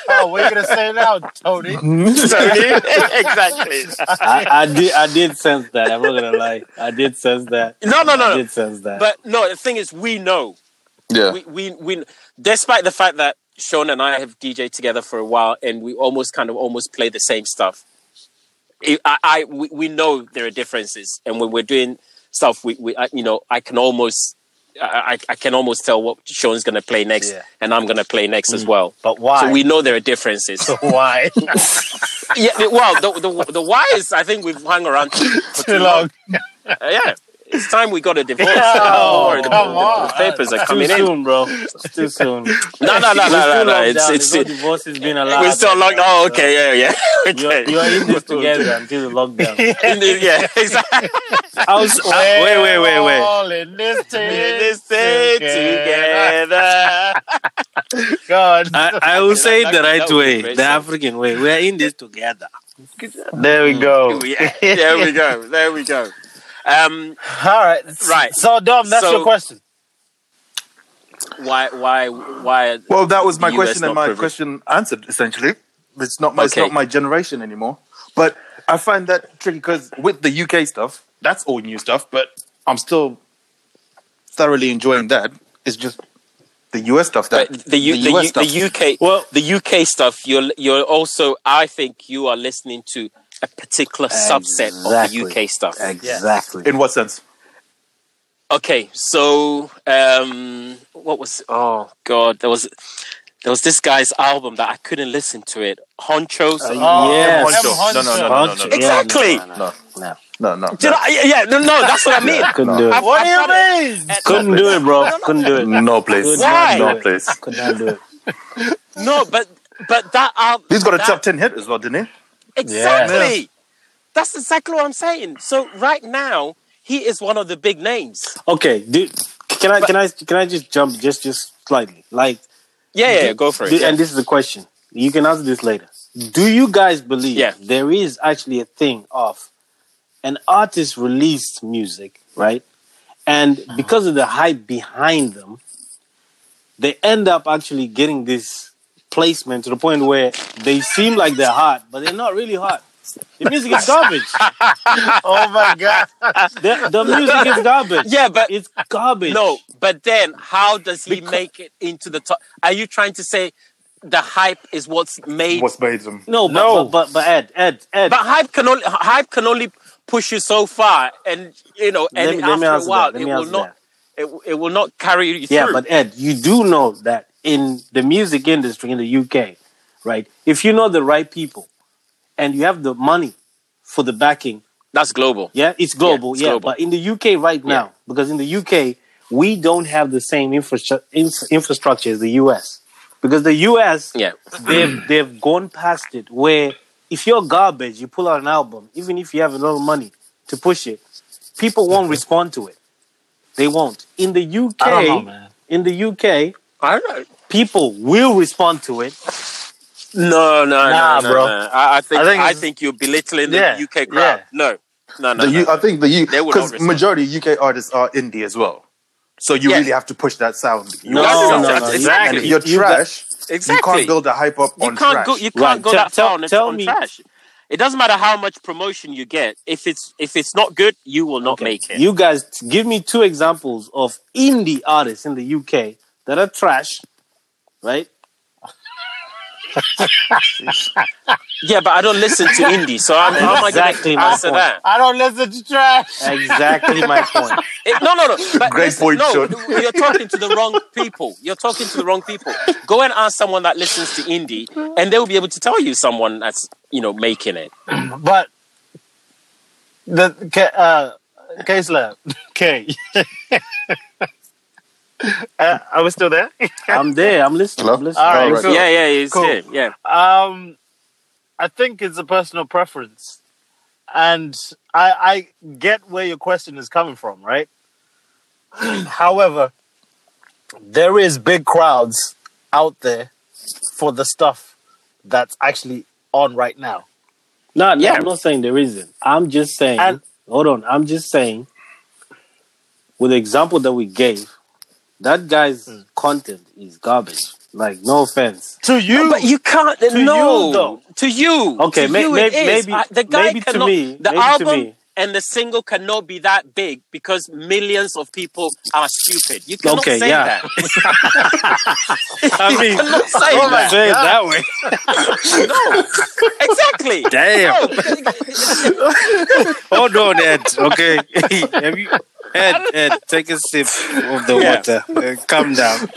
Speaker 3: oh, what are you gonna say now, Tony?
Speaker 1: exactly.
Speaker 4: I, I did I did sense that. I'm not gonna lie. I did sense that.
Speaker 1: No, no,
Speaker 4: I
Speaker 1: no, no.
Speaker 4: did sense that.
Speaker 1: But no, the thing is, we know.
Speaker 5: Yeah.
Speaker 1: We, we, we, despite the fact that Sean and I have DJed together for a while and we almost kind of almost play the same stuff, it- I, I we, we know there are differences. And when we're doing stuff, we, we I, you know, I can almost, I, I I can almost tell what Sean's going to play next
Speaker 3: Yeah.
Speaker 1: and I'm going to play next as well.
Speaker 3: But why?
Speaker 1: So we know there are differences.
Speaker 3: why?
Speaker 1: yeah, well, the, the, the why is I think we've hung around too, for too
Speaker 3: Too
Speaker 1: long.
Speaker 3: long.
Speaker 1: Uh, yeah, it's time we got a divorce.
Speaker 3: Oh,
Speaker 1: Don't worry, the-
Speaker 3: come
Speaker 1: the,
Speaker 3: on.
Speaker 1: the papers
Speaker 4: Uh,
Speaker 1: are
Speaker 4: too
Speaker 1: coming in.
Speaker 4: soon, bro. It's too soon.
Speaker 1: No, no, no, no, no, no. It's, it's,
Speaker 4: the
Speaker 1: it's
Speaker 4: divorce has been allowed.
Speaker 1: we're still locked. Oh, okay, yeah, yeah.
Speaker 4: You're,
Speaker 1: Okay.
Speaker 4: you're in this together until the lockdown.
Speaker 1: In the, yeah, exactly.
Speaker 4: I was, I, wait, wait, wait,
Speaker 3: We're
Speaker 4: wait.
Speaker 3: All in this
Speaker 1: In
Speaker 3: together.
Speaker 1: this thing together.
Speaker 3: Oh, God,
Speaker 4: I, I will say it
Speaker 1: That-
Speaker 4: the
Speaker 1: that- that
Speaker 4: right
Speaker 1: would be
Speaker 4: way,
Speaker 1: great
Speaker 4: the
Speaker 1: song.
Speaker 4: African way. We are in this together.
Speaker 3: there we go.
Speaker 4: Oh.
Speaker 1: Yeah, there we go. There we go. Um,
Speaker 3: All right,
Speaker 1: Right.
Speaker 3: So, Dom, that's
Speaker 1: So-
Speaker 3: your question.
Speaker 1: why, why, why?
Speaker 5: Well, that was my
Speaker 1: The US
Speaker 5: question,
Speaker 1: not
Speaker 5: and my
Speaker 1: privileged.
Speaker 5: question answered essentially. It's not my, it's
Speaker 1: Okay.
Speaker 5: not my generation anymore. But I find that tricky because with the UK stuff, that's all new stuff. But I'm still thoroughly enjoying that. It's just the US stuff that
Speaker 1: But the, U, the, U, the UK,
Speaker 4: Well-
Speaker 1: the UK stuff. You're, you're also. I think you are listening to a particular subset of
Speaker 4: Exactly.
Speaker 1: the UK stuff.
Speaker 4: Exactly.
Speaker 5: in what sense?
Speaker 1: Okay, so um, what was? Oh God, there was there was this guy's album that I couldn't listen to it. Honchos. Oh.
Speaker 4: yes.
Speaker 5: No, no,
Speaker 3: M.
Speaker 5: no, no, no, no, no,
Speaker 4: Bunch-
Speaker 5: no,
Speaker 4: yeah,
Speaker 1: Exactly.
Speaker 4: no, no, no.
Speaker 5: no, no, no.
Speaker 1: Do you know, yeah, yeah, no, no, that's what I mean.
Speaker 4: Couldn't do it.
Speaker 1: I've-
Speaker 3: What
Speaker 1: I've
Speaker 3: do you
Speaker 1: done it.
Speaker 3: mean?
Speaker 4: Couldn't do it, bro. Couldn't do it.
Speaker 5: No place.
Speaker 4: Couldn't
Speaker 1: Why?
Speaker 4: do
Speaker 5: No
Speaker 4: it.
Speaker 5: place.
Speaker 4: Could not do it.
Speaker 1: No, but but that album.
Speaker 5: He's got a
Speaker 1: that,
Speaker 5: top ten hit as well, didn't he?
Speaker 1: Exactly. That's exactly what I'm saying. So right now, he is one of the big names.
Speaker 4: Okay, dude. Can I can I can I just jump just just slightly? Like
Speaker 1: Yeah, yeah, go for it.
Speaker 4: Th- And this is the question. You can answer this later. Do you guys believe
Speaker 1: Yeah.
Speaker 4: there is actually a thing of an artist released music, right? And
Speaker 1: Uh-huh.
Speaker 4: because of the hype behind them, they end up actually getting this placement to the point where they seem like they're hot, but they're not really hot. The music is garbage.
Speaker 3: Oh my God.
Speaker 4: the, the music is garbage.
Speaker 1: yeah, but
Speaker 4: It's garbage.
Speaker 1: No, but then how does he make it into the top? Are you trying to say the hype is what's made?
Speaker 5: What's made him?
Speaker 4: No, but,
Speaker 3: No.
Speaker 4: But, but, but Ed, Ed, Ed.
Speaker 1: but hype can only hype can only push you so far, and you know, and
Speaker 4: let, me- let me
Speaker 1: after a
Speaker 4: answer
Speaker 1: while,
Speaker 4: that. Let
Speaker 1: it
Speaker 4: me
Speaker 1: will
Speaker 4: answer
Speaker 1: not
Speaker 4: that.
Speaker 1: it, it will not carry you
Speaker 4: Yeah,
Speaker 1: through.
Speaker 4: but Ed, you do know that in the music industry in the UK, right? If you know the right people and you have the money for the backing,
Speaker 1: that's global.
Speaker 4: yeah, it's global,
Speaker 1: it's
Speaker 4: yeah.
Speaker 1: global.
Speaker 4: But in the UK right now, because in the UK we don't have the same infrastru- inf- infrastructure as the US, because the US
Speaker 1: Yeah,
Speaker 4: they've they've gone past it where if you're garbage, you pull out an album, even if you have a lot of money to push it, people won't respond to it. They won't. In the UK,
Speaker 7: I don't know, man.
Speaker 4: in the UK,
Speaker 1: I don't.
Speaker 4: people will respond to it.
Speaker 1: No, no,
Speaker 7: Nah,
Speaker 1: no, no,
Speaker 7: bro.
Speaker 1: no. I, I think I
Speaker 7: I think
Speaker 1: think,
Speaker 7: it's-
Speaker 1: you're belittling
Speaker 7: Yeah,
Speaker 1: the UK crowd.
Speaker 7: yeah.
Speaker 1: No, no, no.
Speaker 5: The U,
Speaker 1: no.
Speaker 5: I think the U
Speaker 1: They will not
Speaker 5: because
Speaker 1: respond.
Speaker 5: majority UK artists are indie as well. So you
Speaker 1: Yeah.
Speaker 5: really have to push that sound. You
Speaker 1: No,
Speaker 5: have to
Speaker 1: no,
Speaker 5: sound-
Speaker 1: no,
Speaker 5: and
Speaker 1: exactly.
Speaker 5: if you're
Speaker 4: You- you got-
Speaker 5: trash.
Speaker 1: exactly.
Speaker 5: You can't build a hype up
Speaker 1: you
Speaker 5: on
Speaker 1: can't
Speaker 5: trash.
Speaker 1: go you can't
Speaker 4: Right,
Speaker 1: go
Speaker 4: tell-
Speaker 1: that far
Speaker 4: tell-
Speaker 1: on,
Speaker 4: tell
Speaker 1: on
Speaker 4: me-
Speaker 1: trash it doesn't matter how much promotion you get if it's if it's not good you will not
Speaker 4: Okay.
Speaker 1: make it
Speaker 4: You guys t- give me two examples of indie artists in the UK that are trash, right?
Speaker 1: Yeah, but I don't listen to indie, so I'm, how am I going
Speaker 4: Exactly
Speaker 1: to
Speaker 4: my
Speaker 1: answer
Speaker 4: point.
Speaker 1: that?
Speaker 3: I don't listen to trash.
Speaker 4: Exactly my point.
Speaker 1: It- no, no, no. But
Speaker 5: Great
Speaker 1: listen,
Speaker 5: point,
Speaker 1: no,
Speaker 5: Sean.
Speaker 1: you're talking to the wrong people. You're talking to the wrong people. Go and ask someone that listens to indie, and they'll be able to tell you someone that's you know making it.
Speaker 3: But
Speaker 7: The K- uh, K Slab.
Speaker 3: okay, uh, are we still there?
Speaker 4: I'm there. I'm listening.
Speaker 5: Hello?
Speaker 4: I'm listening.
Speaker 3: All right,
Speaker 5: Alright.
Speaker 3: cool.
Speaker 1: Yeah, yeah, it's
Speaker 3: Cool.
Speaker 1: it. Yeah,
Speaker 3: Um, I think it's a personal preference, and I, I get where your question is coming from, right? However,
Speaker 7: There is big crowds out there for the stuff that's actually on right now.
Speaker 4: No, no,
Speaker 1: Yeah.
Speaker 4: I'm not saying there isn't. I'm just saying.
Speaker 3: And-
Speaker 4: hold on. I'm just saying. With the example that we gave, that guy's content is garbage. Like, no offense.
Speaker 3: to you,
Speaker 1: but you can't.
Speaker 3: you,
Speaker 1: no,
Speaker 3: though.
Speaker 1: to you.
Speaker 4: Okay,
Speaker 1: to
Speaker 4: may-
Speaker 1: you
Speaker 4: may-
Speaker 1: it is.
Speaker 4: maybe-
Speaker 1: I- the guy
Speaker 4: maybe to
Speaker 1: cannot.
Speaker 4: me,
Speaker 1: the
Speaker 4: maybe to
Speaker 1: album
Speaker 4: me.
Speaker 1: and the single cannot be that big because millions of people are stupid. You cannot
Speaker 4: Okay,
Speaker 1: say
Speaker 4: yeah.
Speaker 1: that.
Speaker 4: I mean,
Speaker 1: you cannot say
Speaker 4: oh
Speaker 1: that.
Speaker 4: say it that way.
Speaker 1: No, exactly.
Speaker 4: Damn.
Speaker 1: No.
Speaker 4: Hold on, Ed. Okay. Have you, Ed, Ed, take a sip of the
Speaker 1: Yeah.
Speaker 4: water. Uh, calm down.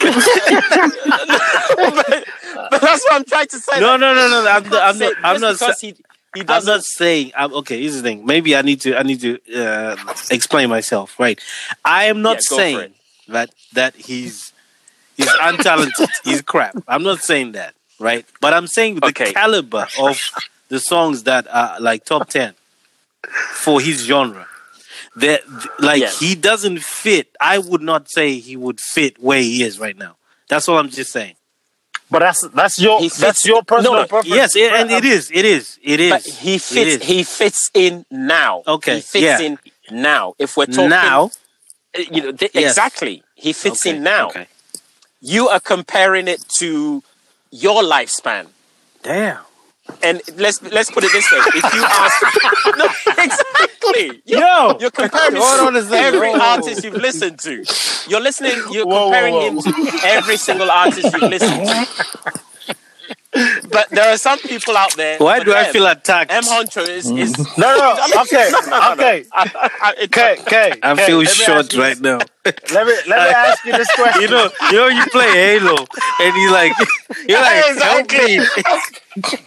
Speaker 1: but, but that's what I'm trying to say.
Speaker 4: No,
Speaker 1: like,
Speaker 4: no, no, no. no, I'm,
Speaker 1: you
Speaker 4: not, I'm
Speaker 1: can't say
Speaker 4: not. I'm
Speaker 1: just
Speaker 4: not. sa-
Speaker 1: because he he
Speaker 4: I'm
Speaker 1: doesn't.
Speaker 4: not saying. I'm okay. Here's the thing. Maybe I need to. I need to uh, explain myself. Right. I am
Speaker 1: Yeah,
Speaker 4: not
Speaker 1: go for it.
Speaker 4: saying that that he's he's untalented. he's crap. I'm not saying that. Right. But I'm saying the
Speaker 1: Okay.
Speaker 4: caliber of the songs that are like top ten for his genre. That like
Speaker 1: Yes.
Speaker 4: he doesn't fit. I would not say he would fit where he is right now. That's all I'm just saying.
Speaker 3: but that's that's your
Speaker 1: He fits-
Speaker 3: that's your personal
Speaker 1: no, no,
Speaker 3: preference.
Speaker 4: Yes, it, and it is. It is. It is.
Speaker 1: But he
Speaker 4: It
Speaker 1: fits.
Speaker 4: is.
Speaker 1: He fits in now.
Speaker 4: Okay,
Speaker 1: He fits
Speaker 4: yeah.
Speaker 1: in now. If we're talking
Speaker 4: now.
Speaker 1: uh, you know th-
Speaker 4: Yes.
Speaker 1: exactly, he fits
Speaker 4: okay,
Speaker 1: in now.
Speaker 4: Okay.
Speaker 1: You are comparing it to your lifespan.
Speaker 4: Damn.
Speaker 1: And let's let's put it this way: if you ask, no, exactly, you,
Speaker 4: Yo.
Speaker 1: you're comparing
Speaker 4: Hold on a
Speaker 1: to
Speaker 4: second.
Speaker 1: every
Speaker 4: Whoa.
Speaker 1: artist you've listened to. You're listening. You're
Speaker 3: Whoa,
Speaker 1: comparing
Speaker 3: whoa,
Speaker 1: him to every single artist you've listened to. But there are some people out there.
Speaker 4: Why
Speaker 1: for
Speaker 4: do I
Speaker 1: them,
Speaker 4: feel attacked?
Speaker 1: M. Honcho is is
Speaker 3: No, no, no. Okay,
Speaker 1: no, no, no, no.
Speaker 3: okay,
Speaker 1: I- it-
Speaker 3: okay, okay.
Speaker 4: I
Speaker 3: okay.
Speaker 4: feel
Speaker 3: Let me ask
Speaker 4: short
Speaker 3: you
Speaker 4: right
Speaker 3: this.
Speaker 4: now.
Speaker 3: Let me let me ask you this
Speaker 4: You
Speaker 3: question.
Speaker 4: know, you know, you play Halo, and you like, you're like, help me,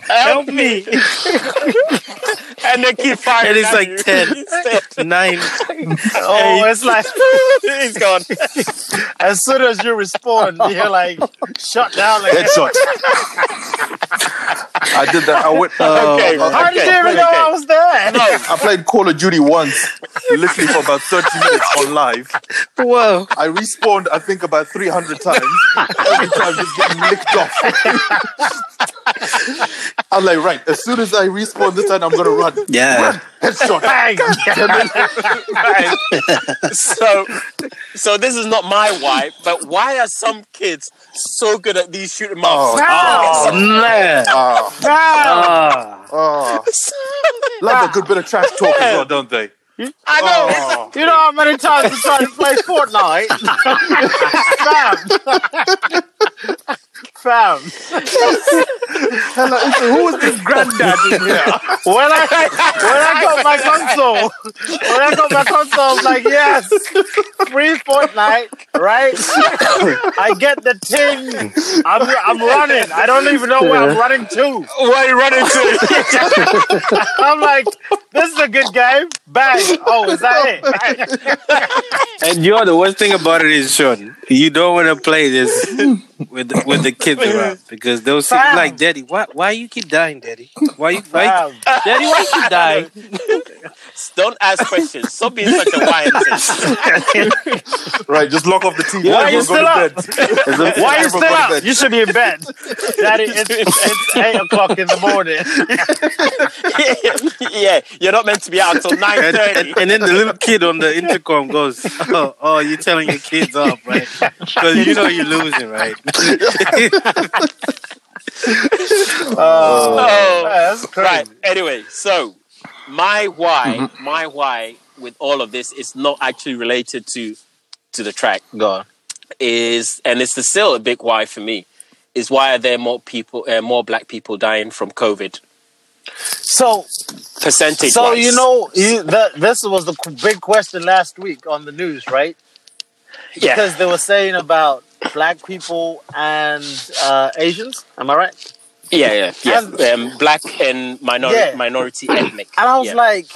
Speaker 4: help me,
Speaker 1: and they keep firing
Speaker 4: and it's
Speaker 1: at
Speaker 4: like
Speaker 1: you.
Speaker 4: 10,
Speaker 1: Instead,
Speaker 4: 9,
Speaker 3: Oh,
Speaker 4: eight.
Speaker 3: it's like
Speaker 1: he's gone.
Speaker 3: as soon as you respond, you're like shut down. Like,
Speaker 5: Headshot. I did that. I went.
Speaker 1: Okay,
Speaker 5: I-
Speaker 3: how did
Speaker 1: okay,
Speaker 3: you even
Speaker 1: okay.
Speaker 3: know I was there?
Speaker 1: No,
Speaker 5: I played Call of Duty once, literally for about 30 minutes on live.
Speaker 4: Whoa,
Speaker 5: I respawned, I think, about 300 times. Every time just getting licked off. I'm like, right, as soon as I respawn this time, I'm going to run.
Speaker 4: yeah,
Speaker 5: Headshot.
Speaker 3: Bang.
Speaker 1: Right. so so this is not my why, but why are some kids so good at these shooting
Speaker 5: Oh,
Speaker 1: ups?
Speaker 4: oh man,
Speaker 5: Oh,
Speaker 4: ah,
Speaker 5: oh. Love a good bit of trash talk as well, don't they?
Speaker 1: I know.
Speaker 5: Oh,
Speaker 3: You know how many times I tried to play Fortnite? Fam. Fam.
Speaker 5: hello. it's- Who is this granddad in here?
Speaker 3: When I when I got my console, when I got my console, I was like, yes, free Fortnite, right? I get the ting. I'm I'm running. I don't even know where I'm running to.
Speaker 1: Why are you running to?
Speaker 3: I'm like, this is a good game. Bang. Oh, is that it?
Speaker 4: and you know the worst thing about it is, Sean, you don't want to play this with the, with the kids around because they'll see
Speaker 3: Fam.
Speaker 4: like, Daddy, why why you keep dying, Daddy? Why you why,
Speaker 3: Fam.
Speaker 4: Daddy, why you keep dying?
Speaker 1: Don't ask questions. Stop being such a whinton.
Speaker 5: Right, just lock off the TV.
Speaker 4: Why are you
Speaker 5: everyone go
Speaker 3: still
Speaker 5: to
Speaker 3: up?
Speaker 5: bed.
Speaker 3: Why are you
Speaker 5: Everyone
Speaker 3: still
Speaker 5: go to
Speaker 3: up?
Speaker 5: bed.
Speaker 3: You should be in bed. Daddy, it's, it's 8 o'clock in the morning.
Speaker 1: yeah, you're not meant to be out until nine
Speaker 4: and,
Speaker 1: thirty.
Speaker 4: and, and then the little kid on the intercom goes, "Oh, oh you're telling your kids off, right? Because you know you're losing, right?"
Speaker 1: Oh,
Speaker 3: That's crazy.
Speaker 1: right. Anyway, so my why, my why with all of this is not actually related to to the track.
Speaker 7: Go on.
Speaker 1: is, and it's still a big why for me, is why are there more people, uh, more black people dying from COVID
Speaker 3: So,
Speaker 1: percentage?
Speaker 3: so you know, you, that this was the qu- big question last week on the news, right?
Speaker 1: yeah,
Speaker 3: Because they were saying about black people and uh, Asians. Am I right?
Speaker 1: yeah, yeah,
Speaker 3: And-
Speaker 1: yeah. Um, black and minor-
Speaker 3: Yeah.
Speaker 1: minority ethnic.
Speaker 3: And I was
Speaker 1: Yeah.
Speaker 3: like,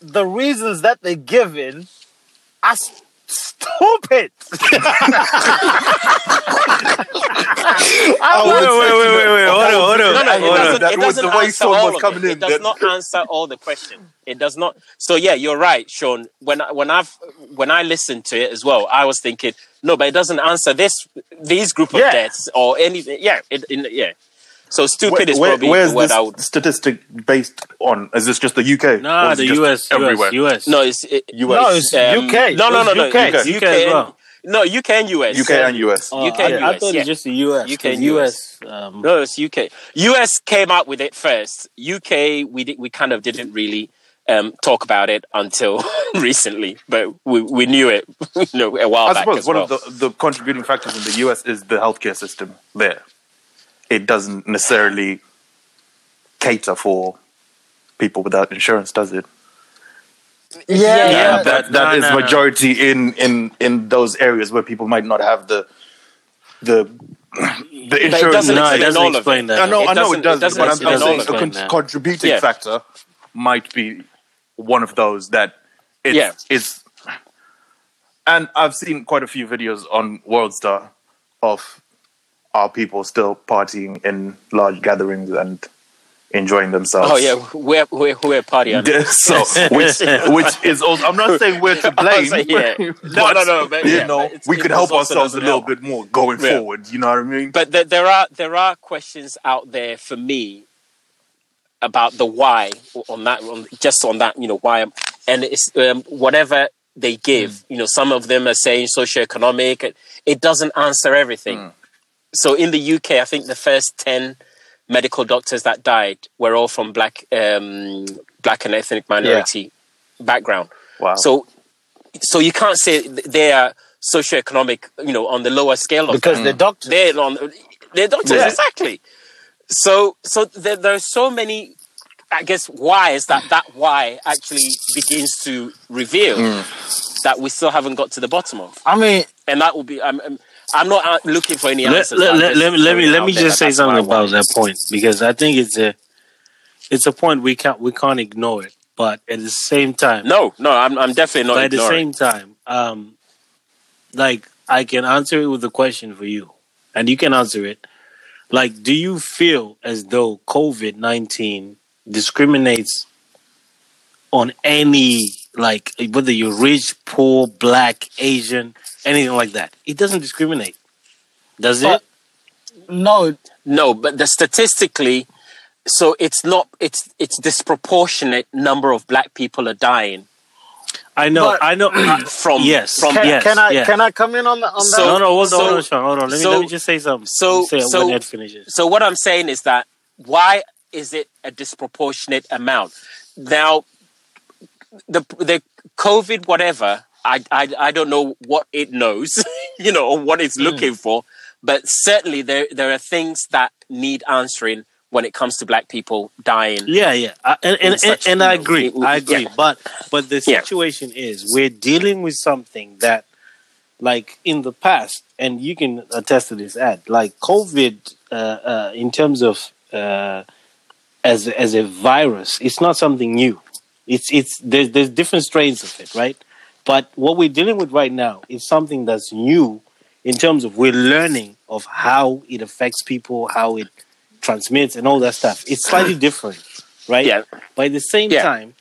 Speaker 3: the reasons that they're given are s- stupid.
Speaker 5: I
Speaker 3: I'm
Speaker 5: would
Speaker 3: like,
Speaker 5: say
Speaker 4: wait, wait,
Speaker 5: that-
Speaker 4: wait, hold on, hold on,
Speaker 1: no, no, it
Speaker 5: I would-
Speaker 1: doesn't,
Speaker 5: That
Speaker 1: it
Speaker 5: was
Speaker 1: doesn't
Speaker 5: the way
Speaker 1: answer
Speaker 5: someone
Speaker 1: all
Speaker 5: was
Speaker 1: of it.
Speaker 5: coming
Speaker 1: It
Speaker 5: in.
Speaker 1: does
Speaker 5: that-
Speaker 1: not answer all the question. It does not. So yeah, you're right, Sean. When I- when I've when I listened to it as well, I was thinking, no, but it doesn't answer this these group of
Speaker 3: Yeah.
Speaker 1: deaths or anything. Yeah, it, in, yeah. So
Speaker 5: Where-
Speaker 1: stupid is
Speaker 5: where-
Speaker 1: probably
Speaker 5: where's
Speaker 1: the word
Speaker 5: this
Speaker 1: I would.
Speaker 5: statistic based on? Is this just the UK?
Speaker 4: Nah,
Speaker 5: or is it
Speaker 4: the
Speaker 5: just
Speaker 4: US,
Speaker 5: everywhere.
Speaker 4: US, US.
Speaker 1: No, it's it, um,
Speaker 5: US,
Speaker 3: no, it's UK.
Speaker 1: No, no,
Speaker 3: It's
Speaker 1: no, no.
Speaker 3: UK.
Speaker 1: UK,
Speaker 4: UK as
Speaker 1: and-
Speaker 4: well.
Speaker 1: No, UK and US.
Speaker 5: UK and US.
Speaker 4: Oh,
Speaker 1: UK
Speaker 4: I,
Speaker 1: and
Speaker 4: I
Speaker 1: US,
Speaker 4: thought
Speaker 1: yeah.
Speaker 4: it was just the US.
Speaker 1: UK
Speaker 4: 'cause
Speaker 1: and US.
Speaker 4: um,
Speaker 1: No, it's UK. US came out with it first. UK, we did, we kind of didn't really um, talk about it until recently, but we, we knew it you know, a while
Speaker 5: I
Speaker 1: back
Speaker 5: suppose
Speaker 1: as
Speaker 5: one
Speaker 1: well.
Speaker 5: of the, the contributing factors in the US is the healthcare system there. It doesn't necessarily cater for people without insurance, does it?
Speaker 3: Yeah,
Speaker 1: Yeah,
Speaker 3: but-
Speaker 5: that that
Speaker 4: no,
Speaker 5: is
Speaker 4: no, no.
Speaker 5: majority in in in those areas where people might not have the the the
Speaker 1: But it
Speaker 5: insurance.
Speaker 1: doesn't
Speaker 4: No, it
Speaker 1: explain
Speaker 4: doesn't
Speaker 1: all of
Speaker 4: explain
Speaker 1: it.
Speaker 4: that.
Speaker 5: I know,
Speaker 1: it
Speaker 5: I know
Speaker 1: doesn't- it
Speaker 5: it does,
Speaker 1: doesn't
Speaker 5: but I'm
Speaker 1: explain
Speaker 5: just saying
Speaker 1: all
Speaker 5: a
Speaker 1: of
Speaker 5: con-
Speaker 4: it.
Speaker 5: contributing
Speaker 1: Yeah.
Speaker 5: factor might be one of those that it's,
Speaker 1: Yeah.
Speaker 5: it's and I've seen quite a few videos on Worldstar of our people still partying in large gatherings and enjoying themselves.
Speaker 1: Oh yeah, we're we're we're party animals.
Speaker 5: so which which is also, I'm not saying we're to
Speaker 1: I
Speaker 5: blame.
Speaker 1: was like, yeah. No,
Speaker 5: but,
Speaker 1: no, no, but
Speaker 5: you
Speaker 1: yeah,
Speaker 5: know,
Speaker 1: but it's-
Speaker 5: we
Speaker 1: it
Speaker 5: could
Speaker 1: was
Speaker 5: help
Speaker 1: also
Speaker 5: ourselves a
Speaker 1: another
Speaker 5: little
Speaker 1: level.
Speaker 5: bit more going
Speaker 1: Yeah.
Speaker 5: forward. You know what I mean?
Speaker 1: Um, But there, there are there are questions out there for me about the why on that on, just on that you know why I'm, and it's um, whatever they give you know some of them are saying socioeconomic it doesn't answer everything so in the UK I think the first 10 medical doctors that died were all from black um, black and ethnic minority background
Speaker 5: wow.
Speaker 1: so so you can't say th- they are socioeconomic you know on the lower scale of
Speaker 3: because they're doctors.
Speaker 1: they're on they're doctors
Speaker 5: Yeah.
Speaker 1: exactly. So so there, there are so many, I guess, whys that that why actually begins to reveal
Speaker 4: Hmm.
Speaker 1: that we still haven't got to the bottom of,
Speaker 3: I mean,
Speaker 1: and that will be. I'm I'm, I'm not out looking for any
Speaker 4: let,
Speaker 1: answers.
Speaker 4: let,
Speaker 1: I'm
Speaker 4: let,
Speaker 1: just
Speaker 4: let me let
Speaker 1: throwing
Speaker 4: me
Speaker 1: it
Speaker 4: let
Speaker 1: out
Speaker 4: me
Speaker 1: there
Speaker 4: just
Speaker 1: that
Speaker 4: say
Speaker 1: that's my
Speaker 4: something
Speaker 1: why.
Speaker 4: about that point because I think it's a it's a point we can't we can't ignore it. But at the same time,
Speaker 1: No, no, I'm I'm definitely not
Speaker 4: but at the
Speaker 1: ignoring.
Speaker 4: same time, um, like I can answer it with a question for you, and you can answer it. Like, do you feel as though COVID nineteen discriminates on any like whether you're rich, poor, black, Asian, anything like that? It doesn't discriminate, does
Speaker 3: But-
Speaker 4: it?
Speaker 3: no,
Speaker 1: No, but the statistically, so it's not it's it's disproportionate number of black people are dying
Speaker 4: I know,
Speaker 3: But-
Speaker 4: I know. I-
Speaker 1: from
Speaker 4: yes,
Speaker 1: from
Speaker 3: can,
Speaker 4: yes,
Speaker 3: can I
Speaker 4: yes.
Speaker 3: can I come in on, the, on
Speaker 1: So-
Speaker 4: no,
Speaker 3: that?
Speaker 4: no, hold on,
Speaker 1: so-
Speaker 4: hold on, Sean, hold on. Let me
Speaker 1: so-
Speaker 4: let me just say something.
Speaker 1: so-
Speaker 4: Let me say
Speaker 1: so-
Speaker 4: when Ed finishes.
Speaker 1: So what I'm saying is that why is it a disproportionate amount? Now, the the COVID whatever, I I, I don't know what it knows, you know, or what it's looking for, but certainly there there are things that need answering when it comes to black people dying.
Speaker 4: Yeah, yeah, I, and
Speaker 1: In
Speaker 4: and, and,
Speaker 1: such,
Speaker 4: and
Speaker 1: you
Speaker 4: I
Speaker 1: know,
Speaker 4: agree,
Speaker 1: it would-
Speaker 4: I agree.
Speaker 1: yeah.
Speaker 4: But but the
Speaker 1: Yeah.
Speaker 4: situation is we're dealing with something that, like in the past, and you can attest to this, Ed. Like COVID, uh, uh, in terms of uh, as as a virus, it's not something new. It's it's there's there's different strains of it, right? But what we're dealing with right now is something that's new in terms of we're learning of how it affects people, how it transmits, and all that stuff. It's slightly different, right?
Speaker 1: Yeah.
Speaker 4: But at the same
Speaker 1: Yeah.
Speaker 4: time,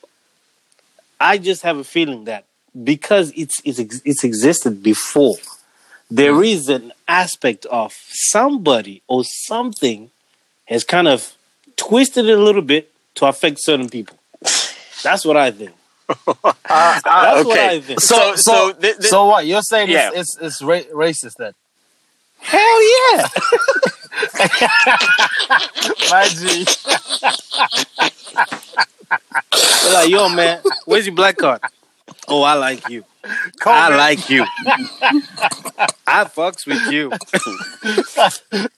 Speaker 4: I just have a feeling that because it's it's ex- it's existed before, there
Speaker 1: Mm.
Speaker 4: is an aspect of somebody or something has kind of twisted it a little bit to affect certain people. That's what I think.
Speaker 3: Uh, uh,
Speaker 4: That's what I
Speaker 1: Ah, Okay.
Speaker 4: think.
Speaker 1: So so,
Speaker 3: so-
Speaker 1: thi- thi-
Speaker 3: so what you're saying
Speaker 1: Yeah.
Speaker 3: is it's, it's ra- racist then?
Speaker 4: Hell yeah!
Speaker 3: My G.
Speaker 4: They're like, yo, man, where's your black card? Oh, I like you. I like you. I fucks with you.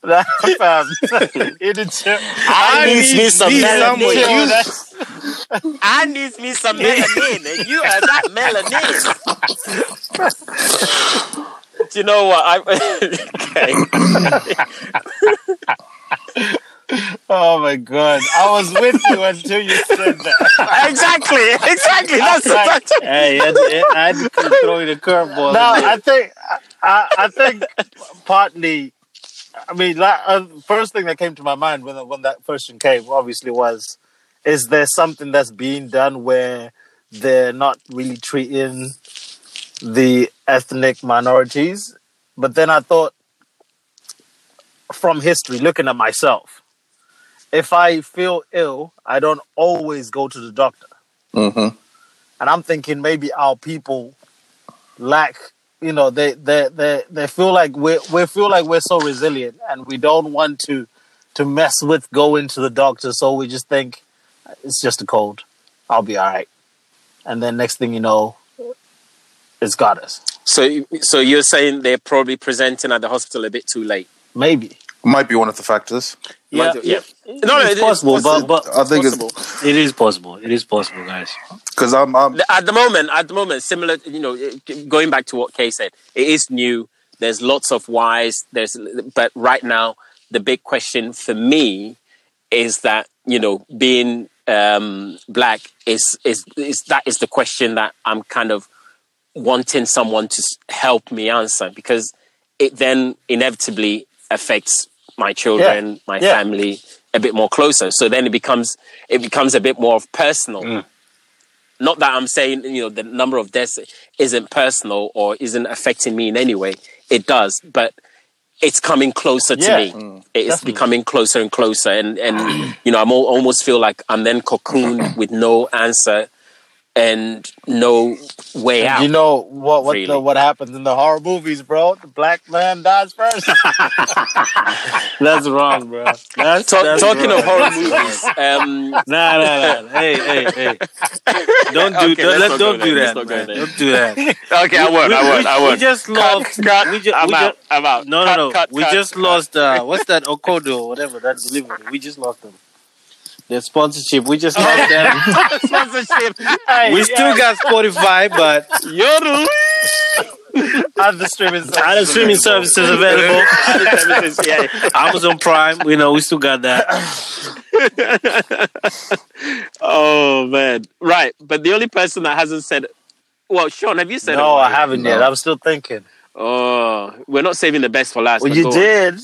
Speaker 3: Nah, fam. Eat the chip.
Speaker 1: I, need, me some
Speaker 4: need someone
Speaker 1: melanin.
Speaker 4: you-
Speaker 1: I need me some melanin, and you are that melanin. Do you know what? I
Speaker 3: Oh my god. I was with you until you said that.
Speaker 1: okay. exactly, exactly. That's the
Speaker 3: Like,
Speaker 1: fact.
Speaker 4: Hey, I, I, I had to throw you the curveball.
Speaker 3: No,
Speaker 4: in there.
Speaker 3: I think I, I think partly. I mean, like, uh, first thing that came to my mind when when that question came, obviously, was is there something that's being done where they're not really treating the ethnic minorities? But then I thought, from history, looking at myself, if I feel ill, I don't always go to the doctor.
Speaker 5: Mm-hmm.
Speaker 3: and I'm thinking maybe our people lack, you know, they they they, they feel like we we feel like we're so resilient and we don't want to to mess with going to the doctor, so we just think it's just a cold, I'll be all right, and then next thing you know, it's got us.
Speaker 1: So, so you're saying they're probably presenting at the hospital a bit too late?
Speaker 3: Maybe
Speaker 5: Might be one of the factors.
Speaker 4: yeah,
Speaker 1: Yeah. No, no,
Speaker 4: it's
Speaker 1: it is
Speaker 4: possible,
Speaker 1: possible.
Speaker 4: but but
Speaker 5: I think it's
Speaker 1: Possible.
Speaker 4: it is possible. It is possible, guys.
Speaker 5: because I'm, I'm
Speaker 1: at the moment, at the moment, similar, you know, it- going back to what Kay said, it is new. There's lots of whys. There's, but right now, the big question for me is that you know, being um, black is is is that is the question that I'm kind of wanting someone to s- help me answer because it then inevitably affects my children, my
Speaker 3: Yeah.
Speaker 1: family a bit more closer. So then it becomes it becomes a bit more of personal
Speaker 3: Mm.
Speaker 1: not that I'm saying you know the number of deaths isn't personal or isn't affecting me in any way. It does, but it's coming closer to
Speaker 3: Yeah, Mm,
Speaker 1: me. it's
Speaker 3: definitely.
Speaker 1: becoming closer and closer, and and you know I'm al- almost feel like I'm then cocooned with no answer and no way
Speaker 3: And
Speaker 1: out.
Speaker 3: you know what what
Speaker 1: really.
Speaker 3: the, what happens in the horror movies, bro? The black man dies first.
Speaker 4: That's wrong, bro. That's
Speaker 1: Ta-
Speaker 4: that's
Speaker 1: talking of
Speaker 4: wrong.
Speaker 1: horror
Speaker 4: That's wrong.
Speaker 1: movies, um,
Speaker 4: Nah, nah, nah. Hey, hey, hey. Don't do
Speaker 1: Okay,
Speaker 4: don't,
Speaker 1: let's
Speaker 4: let,
Speaker 1: not go
Speaker 4: don't do
Speaker 1: there.
Speaker 4: that,
Speaker 1: Let's not go
Speaker 4: man.
Speaker 1: there.
Speaker 4: Don't do that.
Speaker 1: okay, I won't.
Speaker 4: we,
Speaker 1: I
Speaker 4: we-
Speaker 1: won't. I
Speaker 4: we
Speaker 1: won't.
Speaker 4: just lost. we just,
Speaker 1: I'm
Speaker 4: we
Speaker 1: out.
Speaker 4: Just,
Speaker 1: I'm out.
Speaker 4: no,
Speaker 1: cut,
Speaker 4: no, no.
Speaker 1: cut,
Speaker 4: We
Speaker 1: cut.
Speaker 4: just lost. Uh, what's that? Okodo, whatever that delivery. We just lost them. Their sponsorship. We just lost them.
Speaker 1: Sponsorship.
Speaker 4: We
Speaker 3: hey,
Speaker 4: still got Spotify, but
Speaker 1: Yodel.
Speaker 3: other streaming services.
Speaker 4: other streaming
Speaker 3: available.
Speaker 4: services available.
Speaker 1: yeah.
Speaker 4: Amazon Prime. You know, we still got that.
Speaker 1: Oh man, right. But the only person that hasn't said, well, Sean, have you said?
Speaker 3: No,
Speaker 1: a
Speaker 3: I
Speaker 1: word?
Speaker 3: haven't yet.
Speaker 5: No.
Speaker 3: I'm still thinking.
Speaker 1: Oh, we're not saving the best for last.
Speaker 4: Oh,
Speaker 3: Well,
Speaker 1: but
Speaker 3: you
Speaker 1: go on.
Speaker 3: did.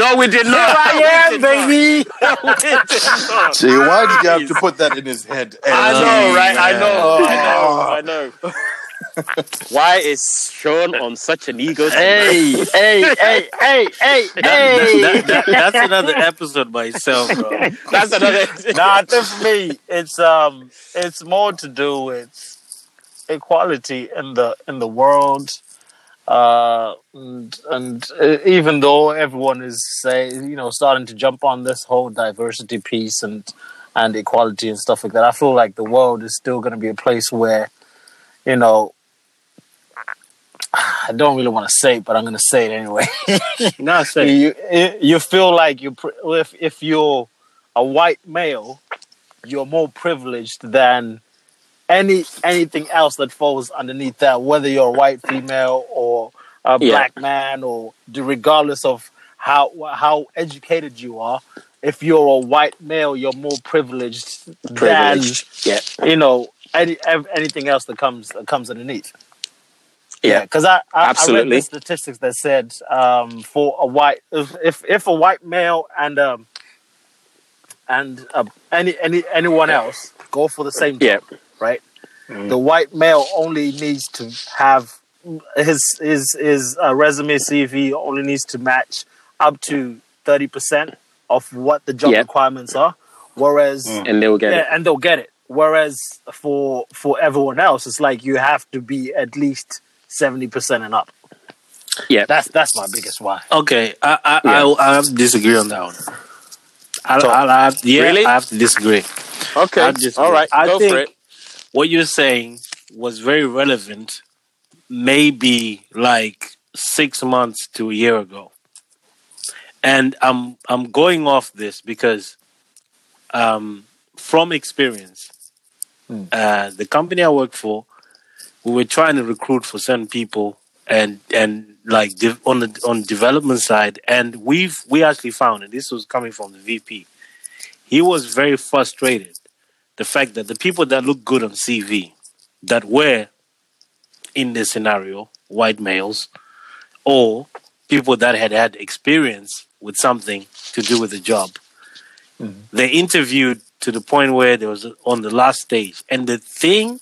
Speaker 1: No, we did not. We did not.
Speaker 3: baby.
Speaker 1: We did not.
Speaker 5: Gee, why did you have to put that in his head?
Speaker 1: I know, right? I know.
Speaker 5: Oh.
Speaker 1: I know. I know. Why is Sean on such an ego?
Speaker 3: Hey, hey, hey, hey, hey, hey.
Speaker 4: That, that, that, that's another episode by itself, bro.
Speaker 1: That's another.
Speaker 3: Nah, I think for me, it's um, it's more to do with equality in the in the world. Uh, and, and uh, even though everyone is say you know starting to jump on this whole diversity piece and and equality and stuff like that, I feel like the world is still going to be a place where you know I don't really want to say it, but I'm going to say it anyway.
Speaker 4: Nah, say.
Speaker 3: you you feel like you pri- if if you're a white male, you're more privileged than any anything else that falls underneath that. Whether you're a white female or a
Speaker 1: Yeah.
Speaker 3: black man, or regardless of how how educated you are, if you're a white male, you're more privileged,
Speaker 1: Privileged. Yeah.
Speaker 3: than you know any ev- anything else that comes that comes underneath. Yeah,
Speaker 1: Yeah.
Speaker 3: because I, I I read
Speaker 1: Absolutely.
Speaker 3: the statistics that said um, for a white if if, if a white male and um, and uh, any any anyone else go for the same
Speaker 1: Yeah.
Speaker 3: job, right? The white male only needs to have his his his uh, resume CV only needs to match up to thirty percent of what the job
Speaker 1: Yeah.
Speaker 3: requirements are, whereas
Speaker 1: And they'll get
Speaker 3: yeah,
Speaker 1: it.
Speaker 3: and they'll get it. Whereas for for everyone else, it's like you have to be at least seventy percent and up.
Speaker 1: Yeah.
Speaker 3: That's that's my biggest why.
Speaker 4: Okay, I I,
Speaker 1: Yeah.
Speaker 4: I I disagree on that one. I,
Speaker 3: So-
Speaker 4: I, I yeah,
Speaker 1: Really?
Speaker 4: I have to disagree.
Speaker 1: Okay.
Speaker 4: I disagree.
Speaker 1: All right.
Speaker 4: I
Speaker 1: go
Speaker 4: think
Speaker 1: for it.
Speaker 4: what you're saying was very relevant maybe like six months to a year ago, and I'm I'm going off this because um, from experience,
Speaker 3: Mm.
Speaker 4: uh, the company I work for, we were trying to recruit for certain people and and like de- on the on development side, and we've we actually found, and this was coming from the VP, he was very frustrated the fact that the people that look good on CV that were in this scenario white males or people that had had experience with something to do with the job they interviewed to the point where there was on the last stage and the thing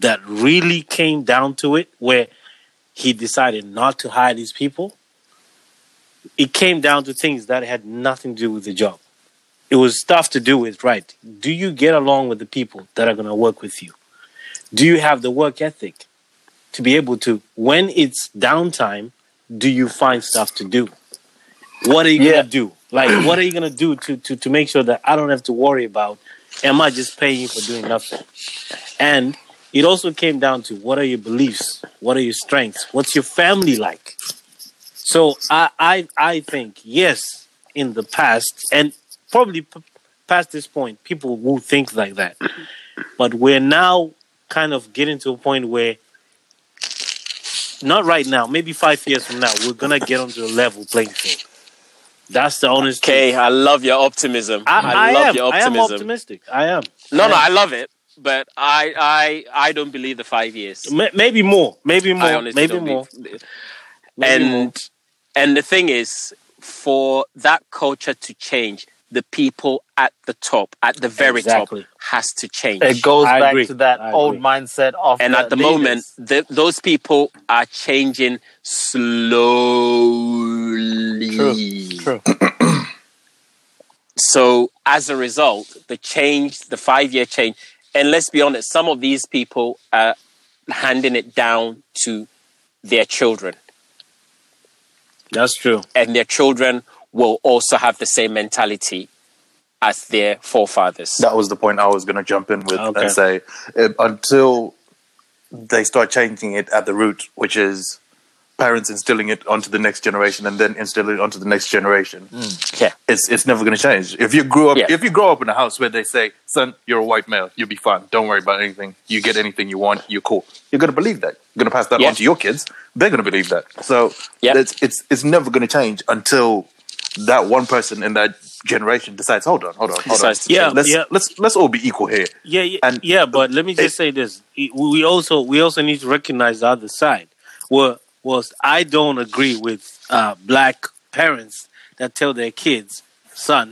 Speaker 4: that really came down to it where he decided not to hire these people it came down to things that had nothing to do with the job it was stuff to do with right do you get along with the people that are going to work with you do you have the work ethic to be able to when it's downtime do you find stuff to do what are you
Speaker 3: Yeah.
Speaker 4: going to do like what are you going to do to to to make sure that i don't have to worry about am i just paying you for doing nothing and it also came down to what are your beliefs what are your strengths what's your family like so i i, I think yes in the past and probably p- past this point people will think like that but we're now kind of getting to a point where not right now maybe five years from now we're gonna get onto a level playing field that's the honest truth.
Speaker 1: Okay, I love your optimism.
Speaker 4: I,
Speaker 1: I,
Speaker 4: I
Speaker 1: love
Speaker 4: am.
Speaker 1: your
Speaker 4: I am
Speaker 1: optimism.
Speaker 4: optimistic. I am.
Speaker 1: No, no,
Speaker 4: I
Speaker 1: I love it, but I, I, I don't believe the five years.
Speaker 4: am. M- maybe more. Maybe
Speaker 1: I
Speaker 4: more.
Speaker 1: honestly
Speaker 4: Maybe
Speaker 1: don't
Speaker 4: more.
Speaker 1: believe.
Speaker 4: Maybe more.
Speaker 1: And and the thing is, for that culture to change, the people at the top, at the very top,
Speaker 4: Exactly.
Speaker 1: has to
Speaker 3: It
Speaker 1: change.
Speaker 3: goes
Speaker 4: I
Speaker 3: back
Speaker 4: agree.
Speaker 3: to that
Speaker 4: I
Speaker 3: old
Speaker 4: agree.
Speaker 3: mindset of
Speaker 1: And
Speaker 3: the
Speaker 1: at the moment,
Speaker 3: leaders.
Speaker 1: th those people are changing
Speaker 3: True,
Speaker 1: slowly.
Speaker 3: true.
Speaker 1: So as a result, the change, the five year change, and let's be honest, some of these people are handing it down to their children,
Speaker 4: That's true.
Speaker 1: and their children will also have the same mentality as their forefathers.
Speaker 5: That was the point I was going to jump in with
Speaker 4: Okay.
Speaker 5: and say uh, until they start changing it at the root, which is parents instilling it onto the next generation and then instilling it onto the next generation.
Speaker 1: Yeah,
Speaker 5: It's it's never going to change. If you grew up
Speaker 1: Yeah.
Speaker 5: if you grow up in a house where they say, "Son, you're a white male, you'll be fine. Don't worry about anything. You get anything you want. You're cool." You're going to believe that. You're going to pass that
Speaker 1: Yeah.
Speaker 5: on to your kids. They're going to believe that. So
Speaker 1: Yeah.
Speaker 5: it's it's it's never going to change until that one person in that generation decides, "Hold on, hold on, hold on.
Speaker 1: decides to
Speaker 4: Yeah.
Speaker 1: change.
Speaker 5: Let's
Speaker 4: Yeah.
Speaker 5: let's let's all be equal here."
Speaker 4: Yeah. Yeah.
Speaker 5: And
Speaker 4: yeah but let me just say this: We- we also we also need to recognize the other side. Well, was I don't agree with uh, black parents that tell their kids, "Son,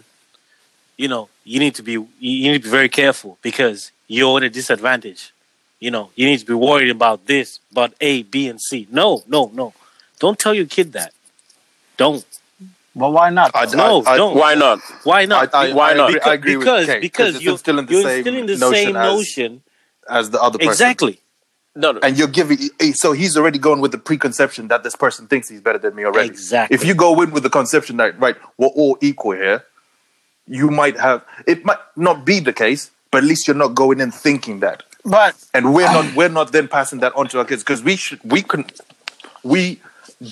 Speaker 4: you know, you need to be you you need to be very careful because you're at a disadvantage. You know, you need to be worried about this, about A, B, and C. No, no, no. Don't tell your kid that. Don't.
Speaker 3: But why not
Speaker 5: I,
Speaker 3: though?
Speaker 4: No,
Speaker 5: I, I,
Speaker 4: don't.
Speaker 1: Why not?
Speaker 4: Why not?
Speaker 5: I, I,
Speaker 1: Why
Speaker 5: I
Speaker 1: not?
Speaker 5: agree, I agree
Speaker 4: because
Speaker 5: with Kate
Speaker 4: because
Speaker 5: it's
Speaker 4: you're
Speaker 5: instilling the
Speaker 4: you're
Speaker 5: same
Speaker 4: instilling the
Speaker 5: notion
Speaker 4: same
Speaker 5: as
Speaker 4: notion.
Speaker 5: as the other person.
Speaker 4: Exactly.
Speaker 1: No, no.
Speaker 5: And you're giving eh, so he's already going with the preconception that this person thinks he's better than me already. If
Speaker 4: Exactly.
Speaker 5: you go in with the conception that right, we're all equal here, you might have it might not be the case, but at least you're not going in thinking that.
Speaker 3: But
Speaker 5: And we're not we're not then passing that on to our kids because we should we can we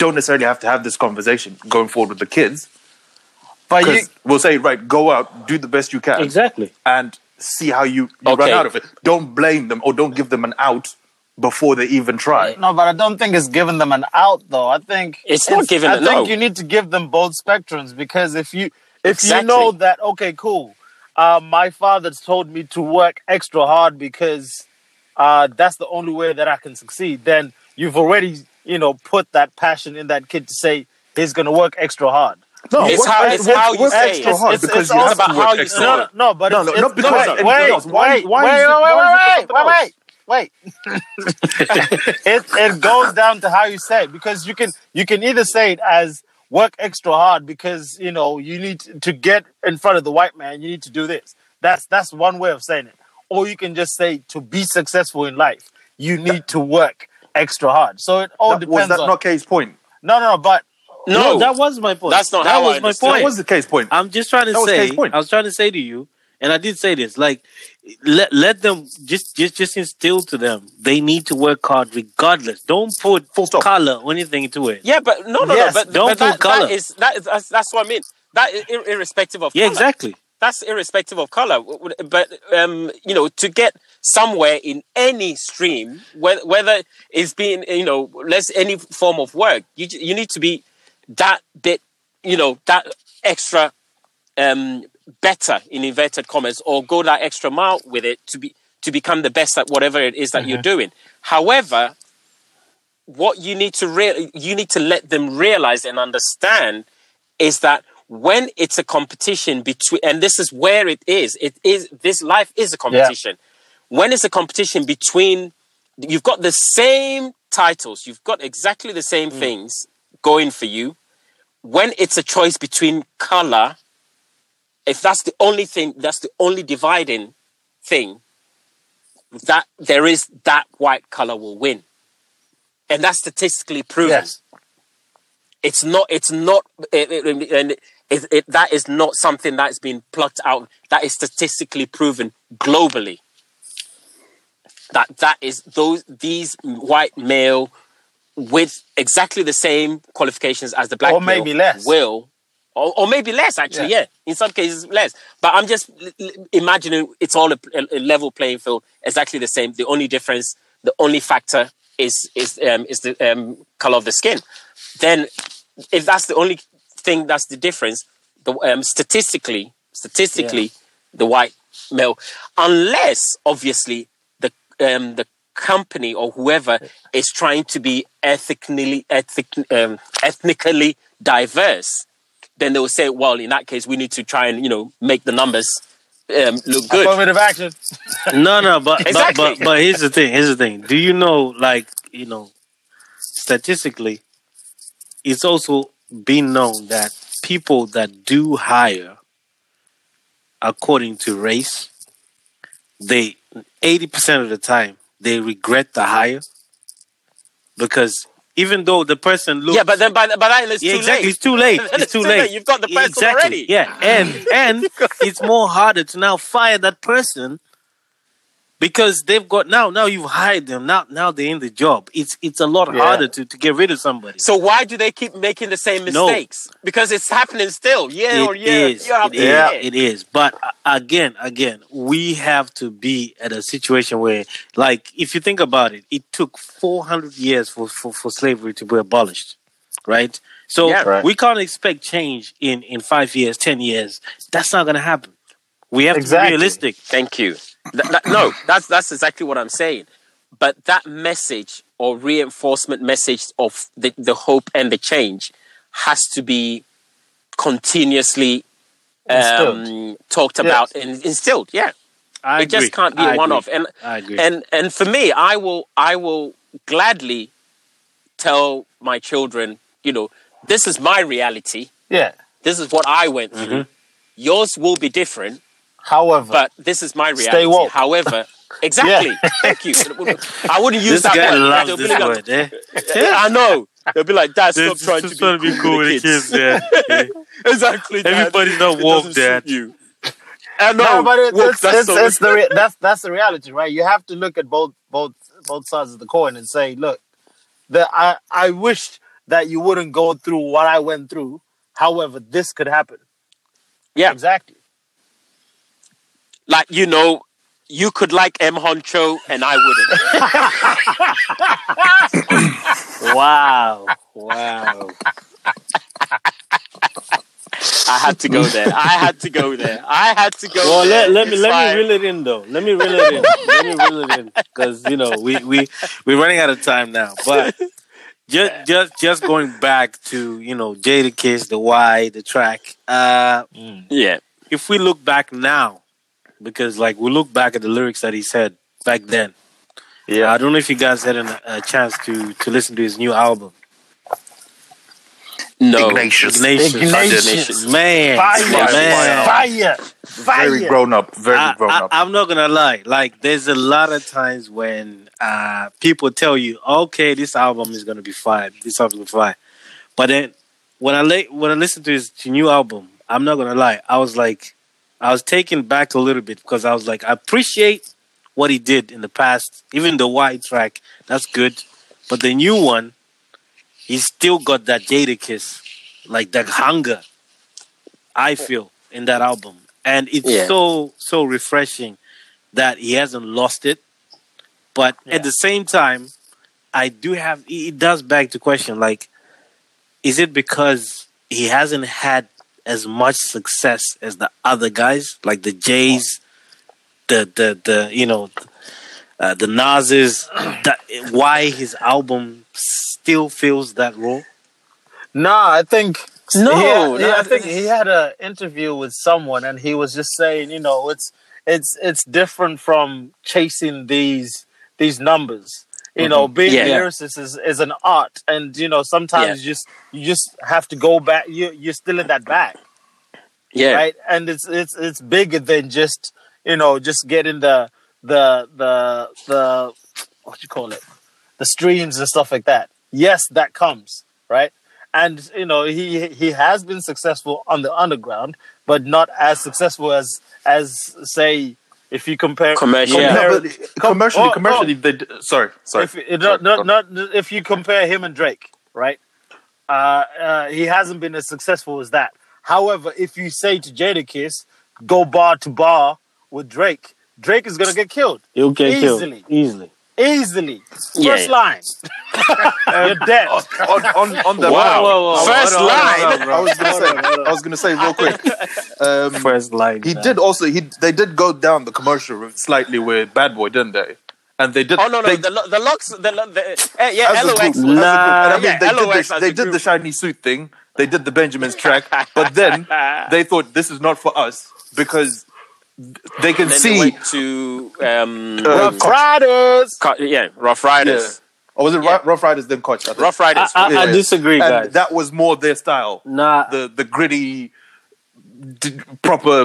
Speaker 5: don't necessarily have to have this conversation going forward with the kids
Speaker 3: but you
Speaker 5: because we'll say right, go out, do the best you can,
Speaker 4: Exactly.
Speaker 5: and see how you, you run
Speaker 1: Okay.
Speaker 5: out of it. Don't blame them or don't give them an out before they even try.
Speaker 3: No, but I don't think it's giving them an out though. I think
Speaker 1: It's not giving
Speaker 3: I
Speaker 1: it,
Speaker 3: think
Speaker 1: no.
Speaker 3: you need to give them both spectrums because if you if you
Speaker 1: Exactly.
Speaker 3: know that okay, cool. Uh, my father's told me to work extra hard because uh, that's the only way that I can succeed. Then you've already you know put that passion in that kid to say he's going to work extra hard.
Speaker 5: No,
Speaker 1: It's
Speaker 5: work,
Speaker 1: how
Speaker 5: ex-
Speaker 1: it's
Speaker 5: work,
Speaker 1: how you
Speaker 5: work
Speaker 1: say
Speaker 5: extra
Speaker 1: it.
Speaker 3: It's
Speaker 5: hard
Speaker 3: it's
Speaker 5: because
Speaker 3: it's
Speaker 5: you have
Speaker 3: also
Speaker 5: to
Speaker 1: about how
Speaker 5: work
Speaker 1: you
Speaker 5: extra
Speaker 1: say
Speaker 3: no,
Speaker 5: hard.
Speaker 3: no, no, but
Speaker 5: No,
Speaker 3: it's
Speaker 5: no,
Speaker 3: it's
Speaker 5: not because
Speaker 3: no,
Speaker 5: of
Speaker 3: wait,
Speaker 5: anything else.
Speaker 3: wait,
Speaker 5: Why,
Speaker 3: wait, wait,
Speaker 5: why is it?
Speaker 3: wait,
Speaker 5: Why is it for
Speaker 3: wait,
Speaker 5: something
Speaker 3: wait,
Speaker 5: else?
Speaker 3: wait, wait. It it goes down to how you say it because you can you can either say it as work extra hard because you know you need to, to get in front of the white man you need to do this. That's that's one way of saying it. Or you can just say to be successful in life you need to work extra hard. So it all
Speaker 5: That, was
Speaker 3: depends
Speaker 5: that
Speaker 3: on
Speaker 5: not Kay's point?
Speaker 3: no no no but
Speaker 4: No,
Speaker 1: No,
Speaker 4: that was my point.
Speaker 1: that's not
Speaker 4: That
Speaker 1: how I
Speaker 4: was my
Speaker 5: That
Speaker 1: understood it.
Speaker 4: point.
Speaker 5: was the Kay's point.
Speaker 4: I'm just trying to
Speaker 5: That was Kay's
Speaker 4: say,
Speaker 5: point.
Speaker 4: I was trying to say to you, And I did say this, like let let them just just just instill to them they need to work hard regardless. Don't put
Speaker 5: Full stop.
Speaker 4: color or anything to it.
Speaker 1: Yeah, but no, no,
Speaker 7: Yes,
Speaker 1: no. But,
Speaker 4: don't
Speaker 1: but that,
Speaker 4: put colour.
Speaker 1: that is that is that's, that's what I mean. That is ir- irrespective of
Speaker 4: Yeah,
Speaker 1: color.
Speaker 4: exactly.
Speaker 1: That's irrespective of color. W- w- But um, you know, to get somewhere in any stream, whe- whether it's being you know, less any form of work, you j- you need to be that bit, you know, that extra um, better in inverted commas or go that extra mile with it to be to become the best at whatever it is that you're doing. However, what you need to real you need to let them realize and understand is that when it's a competition between and this is where it is it is this life is a competition when it's a competition between you've got the same titles you've got exactly the same things going for you when it's a choice between color if that's the only thing that's the only dividing thing that there is that white color will win and that's statistically proven
Speaker 7: Yes.
Speaker 1: it's not it's not it, it- and it, it, that is not something that's been plucked out that is statistically proven globally that that is those these white male with exactly the same qualifications as the black
Speaker 7: Or
Speaker 1: male
Speaker 7: maybe less.
Speaker 1: will or, or maybe less actually yeah. in some cases less but i'm just l- l- imagining it's all a, a level playing field exactly the same the only difference the only factor is is um, is the um, color of the skin then if that's the only thing that's the difference, the um, statistically, statistically, the white male, unless obviously the um, the company or whoever is trying to be ethnically ethic, um, ethnically diverse, then they will say, well, in that case, we need to try and you know make the numbers um, look good.
Speaker 7: Affirmative action.
Speaker 4: No, no, but but,
Speaker 1: Exactly.
Speaker 4: but but here's the thing. Here's the thing. Do you know, like you know, statistically, it's also been known that people that do hire according to race, they eighty percent of the time they regret the hire because even though the person looks
Speaker 1: Yeah, but then by, th- by then it's
Speaker 4: Yeah,
Speaker 1: too
Speaker 4: exactly.
Speaker 1: late.
Speaker 4: It's too late.
Speaker 1: Then
Speaker 4: It's too late.
Speaker 1: You've got the person
Speaker 4: exactly.
Speaker 1: already.
Speaker 4: Yeah, and and it's more harder to now fire that person because they've got now now you've hired them now now they're in the job. It's it's a lot harder to to get rid of somebody.
Speaker 1: So why do they keep making the same
Speaker 4: No.
Speaker 1: mistakes? Because it's happening still, year or
Speaker 4: It
Speaker 1: year,
Speaker 4: is.
Speaker 1: year
Speaker 4: It
Speaker 1: after
Speaker 4: is.
Speaker 1: year.
Speaker 4: It is. But uh, again, again, we have to be at a situation where, like, if you think about it, it took 400 years for, for, for slavery to be abolished, right? So
Speaker 1: Yeah.
Speaker 7: Right.
Speaker 4: we can't expect change in, in five years, 10 years. That's not going to happen. We have to be
Speaker 7: Exactly.
Speaker 4: realistic.
Speaker 1: Thank you. Th- that- no, that's that's exactly what I'm saying. But that message or reinforcement message of the, the hope and the change has to be continuously
Speaker 7: Instilled.
Speaker 1: um, talked about and instilled. Yeah.
Speaker 4: I
Speaker 1: it
Speaker 4: agree.
Speaker 1: just can't be
Speaker 4: I
Speaker 1: a one
Speaker 4: agree.
Speaker 1: off and
Speaker 4: I agree.
Speaker 1: and and for me i will i will gladly tell my children you know this is my reality
Speaker 7: Yeah.
Speaker 1: this is what i went through
Speaker 4: Mm-hmm.
Speaker 1: yours will be different
Speaker 7: However,
Speaker 1: but this is my
Speaker 7: Stay
Speaker 1: reality
Speaker 7: woke.
Speaker 1: however exactly thank you i wouldn't use
Speaker 4: This
Speaker 1: that
Speaker 4: guy
Speaker 1: word
Speaker 4: loves
Speaker 1: they'll be
Speaker 4: this word,
Speaker 1: like,
Speaker 4: eh?
Speaker 1: i know they'll be like dad stop
Speaker 4: This
Speaker 1: trying to
Speaker 4: is
Speaker 1: be
Speaker 4: trying to
Speaker 1: cool
Speaker 4: be cool
Speaker 1: with the
Speaker 4: with the
Speaker 1: kids
Speaker 4: kids, yeah. yeah.
Speaker 1: exactly dad.
Speaker 4: Everybody's not
Speaker 1: it
Speaker 4: woke,
Speaker 1: doesn't
Speaker 4: Dad.
Speaker 1: suit you i
Speaker 7: No,
Speaker 1: know
Speaker 7: but it,
Speaker 1: woke
Speaker 7: it's
Speaker 1: that's
Speaker 7: it's
Speaker 1: so
Speaker 7: it's the re- that's that's the reality, right? You have to look at both both both sides of the coin and say, look, the I I wished that you wouldn't go through what I went through. However, this could happen.
Speaker 1: yeah
Speaker 7: Exactly.
Speaker 1: like you know you could like m honcho and i wouldn't
Speaker 4: Wow. Wow.
Speaker 1: I had to go there. I had to go there. I had to go
Speaker 4: Well,
Speaker 1: there.
Speaker 4: Oh, let, let me
Speaker 1: It's
Speaker 4: let
Speaker 1: fine.
Speaker 4: me reel it in though. Let me reel it in. let me reel it in because you know we we we're running out of time now. But just just just going back to you know Jada Kiss, the why, the track. Uh,
Speaker 1: Yeah.
Speaker 4: if we look back now, because like we look back at the lyrics that he said back then.
Speaker 2: Yeah.
Speaker 4: I don't know if you guys had an, a chance to to listen to his new album,
Speaker 1: No.
Speaker 6: Ignatius.
Speaker 4: Ignatius.
Speaker 7: Ignatius,
Speaker 4: Man,
Speaker 7: fire,
Speaker 4: man.
Speaker 7: fire,
Speaker 6: Very
Speaker 7: fire.
Speaker 6: grown up. Very
Speaker 4: I,
Speaker 6: grown
Speaker 4: I,
Speaker 6: up.
Speaker 4: I'm not gonna lie. Like, there's a lot of times when uh, people tell you, "Okay, this album is gonna be fire. This album is fire." But then, when I la- when I listened to his new album, I'm not gonna lie. I was like, I was taken back a little bit because I was like, I appreciate what he did in the past, even the wide track, that's good. But the new one, he's still got that Jada kiss, like that hunger, I feel, in that album. And it's
Speaker 1: Yeah.
Speaker 4: so, so refreshing that he hasn't lost it. But at the same time, I do have, it it does beg the question like, is it because he hasn't had as much success as the other guys, like the Jays, the the the you know, uh, the Nas's? That, why his album still feels that raw?
Speaker 3: No, I think
Speaker 1: No,
Speaker 3: he had-
Speaker 1: no,
Speaker 3: yeah, I
Speaker 1: I
Speaker 3: think
Speaker 1: think-
Speaker 3: he had an interview with someone, and he was just saying, you know, it's it's it's different from chasing these these numbers. You know, being
Speaker 1: Mm-hmm. Yeah.
Speaker 3: a lyricist is, is an art, and you know sometimes you just you just have to go back. You you're still in that bag,
Speaker 1: Yeah.
Speaker 3: right? And it's it's it's bigger than just you know just getting the the the the what you call it the streams and stuff like that. Yes, that comes right, and you know he he has been successful on the underground, but not as successful as as say if you compare
Speaker 1: Commercial. Yeah.
Speaker 5: No,
Speaker 3: compare-
Speaker 5: but commercially,
Speaker 3: oh, oh.
Speaker 5: commercially, they d- sorry, sorry.
Speaker 3: if you- not,
Speaker 5: Sorry,
Speaker 3: not, not, if you compare him and Drake, right? Uh, uh, he hasn't been as successful as that. However, if you say to Jadakiss, go bar to bar with Drake, Drake is gonna get killed
Speaker 4: You'll get
Speaker 3: Easily.
Speaker 4: killed easily.
Speaker 3: easily. First
Speaker 1: Yeah, yeah.
Speaker 3: line, you're dead.
Speaker 5: on, on, on that
Speaker 1: Wow.
Speaker 5: point,
Speaker 1: First line.
Speaker 5: I was gonna say, I was gonna say real quick. Um,
Speaker 4: First uh, line.
Speaker 5: he did also he they did go down the commercial route slightly with Bad Boy, didn't they? And they did.
Speaker 1: Oh no no
Speaker 5: they,
Speaker 1: the lo- the locks the, lo- the eh, yeah
Speaker 5: as a group,
Speaker 1: LOX
Speaker 5: as a group. And I mean,
Speaker 1: yeah,
Speaker 5: they did,
Speaker 1: LOX
Speaker 5: the,
Speaker 1: as
Speaker 5: they
Speaker 1: a
Speaker 5: did the
Speaker 1: group.
Speaker 5: shiny suit thing. They did the Benjamin's track, but then they thought this is not for us because they can
Speaker 1: then
Speaker 5: see.
Speaker 1: they went to um
Speaker 4: Uh,
Speaker 5: Rough
Speaker 1: Cut-
Speaker 3: Riders.
Speaker 1: yeah Rough
Speaker 5: yeah.
Speaker 1: Riders
Speaker 5: Or was it
Speaker 1: Yeah.
Speaker 5: Ru- Rough Riders then Koch? I think.
Speaker 1: Rough
Speaker 4: I,
Speaker 1: Riders
Speaker 4: I, I
Speaker 5: Anyway,
Speaker 4: disagree,
Speaker 5: and
Speaker 4: guys.
Speaker 5: that was more their style.
Speaker 4: nah,
Speaker 5: the the gritty, d- proper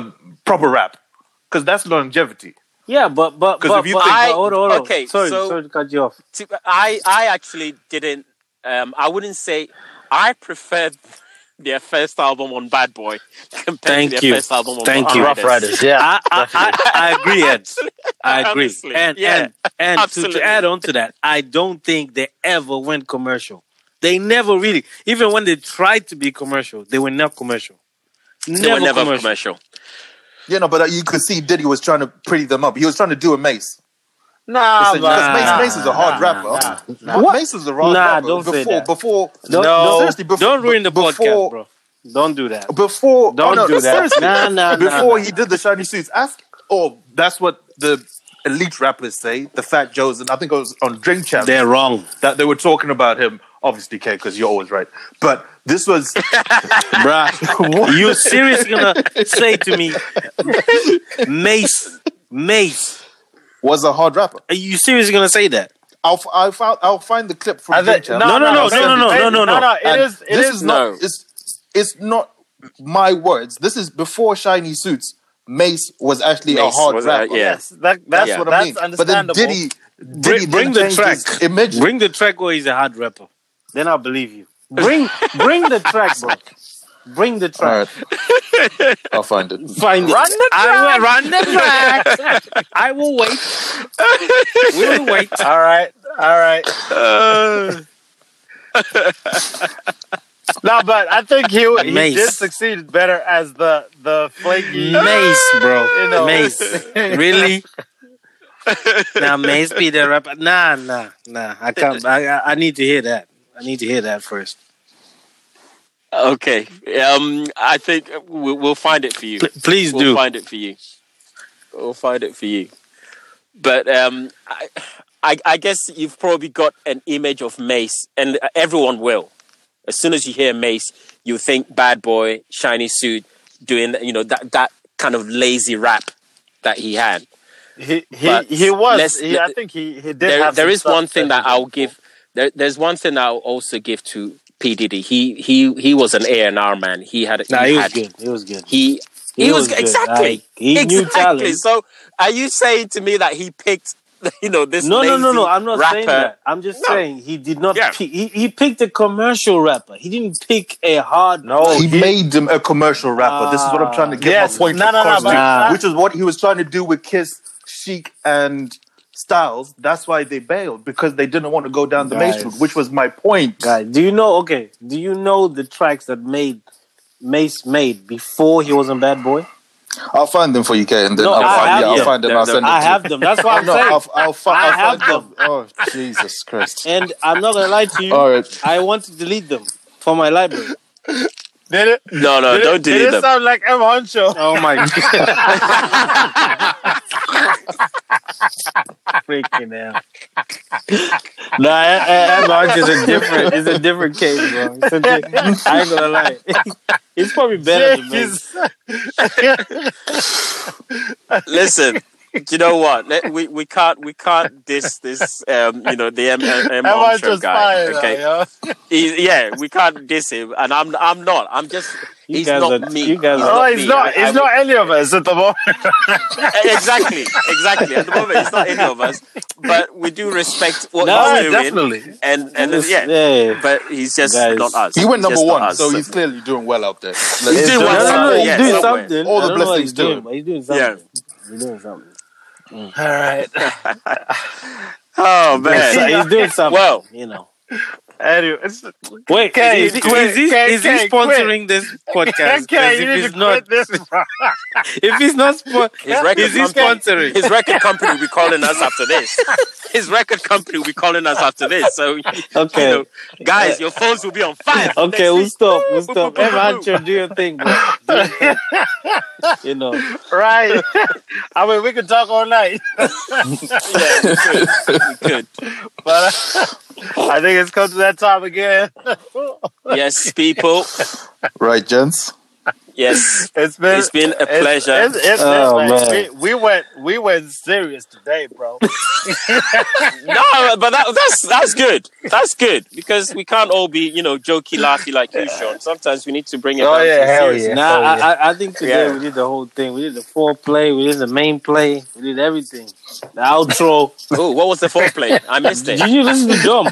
Speaker 5: proper rap, because that's longevity.
Speaker 4: yeah, but but
Speaker 5: 'Cause
Speaker 4: but,
Speaker 5: if you
Speaker 4: but
Speaker 5: think-
Speaker 4: I,
Speaker 1: I-
Speaker 4: hold on, hold on.
Speaker 1: okay,
Speaker 4: sorry,
Speaker 1: so-
Speaker 4: sorry to cut you off.
Speaker 1: to- I I actually didn't. Um, I wouldn't say I preferred their first album on Bad Boy compared
Speaker 4: Thank
Speaker 1: to their
Speaker 4: you.
Speaker 1: first album on
Speaker 4: Thank
Speaker 1: Rough
Speaker 4: you.
Speaker 1: Riders.
Speaker 3: yeah.
Speaker 4: I, I, I, I agree, Ed. I agree.
Speaker 1: Honestly,
Speaker 4: and
Speaker 1: yeah,
Speaker 4: and and to,
Speaker 1: absolutely.
Speaker 4: to add on to that, I don't think they ever went commercial. They never really, even when they tried to be commercial, they were not commercial. Never,
Speaker 1: They were never
Speaker 4: commercial.
Speaker 1: commercial.
Speaker 5: You know, but uh, you could see Diddy was trying to pretty them up. He was trying to do a Mace
Speaker 3: Nah,
Speaker 4: Listen,
Speaker 5: because
Speaker 3: man.
Speaker 5: Mace,
Speaker 4: nah,
Speaker 5: Mace is a hard
Speaker 3: nah,
Speaker 5: rapper.
Speaker 3: nah, nah.
Speaker 5: Ma- Mace is a hard
Speaker 4: Nah,
Speaker 5: rapper.
Speaker 4: don't
Speaker 5: before,
Speaker 4: say that.
Speaker 5: Before,
Speaker 4: Don't,
Speaker 3: No.
Speaker 4: don't-
Speaker 5: seriously, before,
Speaker 4: don't ruin the podcast,
Speaker 5: before,
Speaker 4: bro. Don't do that.
Speaker 5: Before,
Speaker 4: Don't
Speaker 5: oh no,
Speaker 4: do that.
Speaker 5: seriously,
Speaker 4: Nah, nah, nah,
Speaker 5: before
Speaker 4: nah.
Speaker 5: he did the shiny suits. Ask, oh, that's what the elite rappers say. The Fat Joes, and I think it was on Drink Champs.
Speaker 4: They're wrong,
Speaker 5: that they were talking about him. Obviously, K, because you're always right. But this was
Speaker 4: bruh. you seriously gonna say to me, Mace, Mace?
Speaker 5: was a hard rapper.
Speaker 4: Are you seriously gonna say that?
Speaker 5: I'll I'll, find, I'll find the clip from
Speaker 3: I think-
Speaker 5: Drink Champs.
Speaker 4: No, no, no,
Speaker 3: Mace-
Speaker 4: no, no, no,
Speaker 3: Mace-
Speaker 4: no, no, no.
Speaker 3: It
Speaker 5: And
Speaker 3: is. It
Speaker 5: this
Speaker 3: is.
Speaker 5: not
Speaker 1: No.
Speaker 5: it's it's not my words. This is before Shiny Suits. Mace was actually
Speaker 1: Mace
Speaker 5: a hard
Speaker 1: was, uh,
Speaker 5: rapper.
Speaker 1: yeah.
Speaker 3: Yes, that, that's
Speaker 5: That's
Speaker 1: Yeah.
Speaker 5: what I
Speaker 3: that's
Speaker 5: mean. But then
Speaker 3: understandable.
Speaker 5: Diddy, Diddy
Speaker 4: Bring, bring
Speaker 5: then changed
Speaker 4: the track.
Speaker 5: his image.
Speaker 4: Bring the track, or he's a hard rapper. Then I'll believe you. Bring, bring the track, bro. Bring the
Speaker 5: All
Speaker 4: track.
Speaker 5: right, I'll find it.
Speaker 4: Find it.
Speaker 3: Run the
Speaker 4: I will run the track. I will wait. We will wait.
Speaker 3: all right, all right. no, but I think he he
Speaker 4: Mace.
Speaker 3: did succeed better as the the flaky.
Speaker 4: Mace, bro.
Speaker 3: You know.
Speaker 4: Mace. Really? Now Mace be the rapper. Nah, nah, nah. I can't. I, I, I need to hear that. I need to hear that first.
Speaker 1: Okay, um, I think we'll, we'll find it for you.
Speaker 4: Pl- please
Speaker 1: We'll
Speaker 4: do.
Speaker 1: find it for you. We'll find it for you. But um, I, I, I guess you've probably got an image of Mace, and everyone will. As soon as you hear Mace, you think bad boy, shiny suit, doing you know that that kind of lazy rap that he had.
Speaker 3: He he,
Speaker 1: But
Speaker 3: he was.
Speaker 1: let's-
Speaker 3: He, I think he he did
Speaker 1: there
Speaker 3: have.
Speaker 1: there
Speaker 3: some
Speaker 1: is
Speaker 3: stuff
Speaker 1: one thing that
Speaker 3: he
Speaker 1: I'll
Speaker 3: did.
Speaker 1: give. There, there's one thing I'll also give to P Diddy. He he he was an A and R man. He had
Speaker 4: Nah,
Speaker 1: he
Speaker 4: he was
Speaker 1: had
Speaker 4: good. He was good.
Speaker 1: he
Speaker 4: He
Speaker 1: he was
Speaker 4: was good.
Speaker 1: exactly
Speaker 4: Like, he knew
Speaker 1: exactly.
Speaker 4: talent.
Speaker 1: So are you saying to me that he picked you know this.
Speaker 4: No, no, no, no.
Speaker 1: lazy
Speaker 4: I'm not saying
Speaker 1: rapper.
Speaker 4: that. I'm just
Speaker 1: No.
Speaker 4: saying he did not.
Speaker 1: Yeah.
Speaker 4: Pick, he, he picked a commercial rapper. He didn't pick a hard.
Speaker 6: No,
Speaker 5: he,
Speaker 6: he,
Speaker 5: made him a commercial rapper. this is what I'm trying to
Speaker 4: Ah,
Speaker 5: get
Speaker 7: yes.
Speaker 5: my point
Speaker 7: No, no, no,
Speaker 5: across
Speaker 7: but-
Speaker 5: to,
Speaker 7: Nah.
Speaker 5: which is what he was trying to do with Kiss, Chic, and Styles. That's why they bailed because they didn't want to go down the Mace
Speaker 7: Guys.
Speaker 5: route, which was my point.
Speaker 4: Guy, do you know? Okay, do you know the tracks that made Mace made before he was in Bad Boy?
Speaker 5: I'll find them for you, K, and then
Speaker 4: No,
Speaker 5: I'll,
Speaker 4: I
Speaker 5: find,
Speaker 4: have
Speaker 5: yeah, I'll
Speaker 4: them.
Speaker 5: find them. I'll
Speaker 1: They're-
Speaker 5: send them
Speaker 4: I
Speaker 5: to you.
Speaker 4: have them. That's what
Speaker 5: Oh,
Speaker 4: I'm
Speaker 5: no,
Speaker 4: saying.
Speaker 5: I'll, I'll, fi-
Speaker 4: I
Speaker 5: I'll
Speaker 4: have
Speaker 5: find them. Oh, Jesus Christ.
Speaker 4: and I'm not gonna lie to you.
Speaker 5: All right.
Speaker 4: I want to delete them from my library.
Speaker 3: Did it?
Speaker 1: No, no,
Speaker 3: did
Speaker 1: don't
Speaker 3: it, did
Speaker 1: delete
Speaker 3: it
Speaker 1: them.
Speaker 3: sound like M Honcho?
Speaker 4: Oh my god!
Speaker 7: Freaking hell.
Speaker 4: nah, I, I, I'm out. It's a different. It's a different case, bro. It's a di- I ain't gonna lie. it's probably better than Mace.
Speaker 3: Jeez.
Speaker 1: Listen, you know what? Let- we we can't we can't diss this. Um, you know the M M, M
Speaker 3: M
Speaker 1: Honcho
Speaker 3: Honcho's
Speaker 1: guy.
Speaker 3: fire,
Speaker 1: Okay,
Speaker 3: though, yo.
Speaker 1: He- yeah, we can't diss him, and I'm I'm not. I'm just.
Speaker 4: You
Speaker 1: he's
Speaker 4: guys
Speaker 1: not
Speaker 4: are-
Speaker 1: me.
Speaker 4: you guys
Speaker 1: he's
Speaker 4: are-
Speaker 3: Oh,
Speaker 1: not
Speaker 3: he's
Speaker 1: me.
Speaker 3: not.
Speaker 1: I- I
Speaker 3: He's not any of us at the moment.
Speaker 1: would- exactly, exactly. At the moment, it's not any of us, but we do respect what
Speaker 4: No,
Speaker 1: he's doing,
Speaker 4: definitely.
Speaker 1: and and
Speaker 4: It's-
Speaker 1: yeah,
Speaker 4: yeah.
Speaker 1: but he's just
Speaker 4: Guys.
Speaker 1: not us.
Speaker 5: He went
Speaker 1: He's
Speaker 5: number
Speaker 1: just not
Speaker 5: one,
Speaker 1: us.
Speaker 5: so he's clearly doing well out there.
Speaker 1: He's doing
Speaker 4: No, no,
Speaker 1: well.
Speaker 4: no,
Speaker 1: somewhere,
Speaker 4: he's
Speaker 1: yeah,
Speaker 4: doing
Speaker 1: somewhere.
Speaker 4: something.
Speaker 5: all
Speaker 4: I
Speaker 5: the
Speaker 4: don't know what
Speaker 5: blessings
Speaker 4: he's
Speaker 5: to
Speaker 4: doing,
Speaker 5: it.
Speaker 4: but he's doing something.
Speaker 1: Yeah.
Speaker 4: He's doing something.
Speaker 7: All right.
Speaker 1: Oh
Speaker 4: Doing so-
Speaker 1: man.
Speaker 4: he's doing something.
Speaker 1: Well,
Speaker 4: you know.
Speaker 3: Anyway, it's,
Speaker 4: Wait,
Speaker 3: Okay,
Speaker 4: is, he,
Speaker 3: quit,
Speaker 4: is, he,
Speaker 3: okay,
Speaker 4: is he
Speaker 3: okay,
Speaker 4: sponsoring this podcast? 'Cause
Speaker 3: okay, you
Speaker 4: if
Speaker 3: need to
Speaker 4: he's not,
Speaker 3: quit this. bro.
Speaker 4: if he's not, spo-
Speaker 1: his record
Speaker 4: is he
Speaker 1: company,
Speaker 4: sponsoring?
Speaker 1: his record company will be calling us after this. His record company will be calling us after this. So you
Speaker 4: Okay,
Speaker 1: know, guys, your phones will be on fire. for
Speaker 4: okay,
Speaker 1: next
Speaker 4: we'll
Speaker 1: week.
Speaker 4: stop. We'll
Speaker 1: Boop,
Speaker 4: stop.
Speaker 1: boop, boop,
Speaker 4: Hey, man,
Speaker 1: boop, boop.
Speaker 4: Joe, do your thing, bro. Do your thing. You know.
Speaker 3: right. I mean, we could talk all night,
Speaker 1: Yeah, we could. We could.
Speaker 3: but uh, I think it's come to that time again.
Speaker 1: Yes, people.
Speaker 5: Right, gents?
Speaker 1: Yes.
Speaker 3: It's been.
Speaker 1: It's been a
Speaker 3: it's-
Speaker 1: pleasure.
Speaker 3: It's, it's,
Speaker 7: Oh,
Speaker 3: it's-
Speaker 7: man.
Speaker 3: We, we went we went serious today, bro.
Speaker 1: No, but that, that's that's good. That's good because we can't all be, you know, jokey, laughy like you, Sean. Sometimes we need to bring it
Speaker 7: Oh,
Speaker 1: down to
Speaker 7: yeah. Hell
Speaker 1: serious.
Speaker 7: yeah.
Speaker 4: Nah,
Speaker 7: hell
Speaker 4: I,
Speaker 7: yeah.
Speaker 4: I, I think today
Speaker 1: Yeah.
Speaker 4: we did the whole thing. We did the foreplay. We did the main play. We did everything. The outro.
Speaker 1: Oh, what was the foreplay? I missed
Speaker 4: Did
Speaker 1: it.
Speaker 4: you listen to Dom?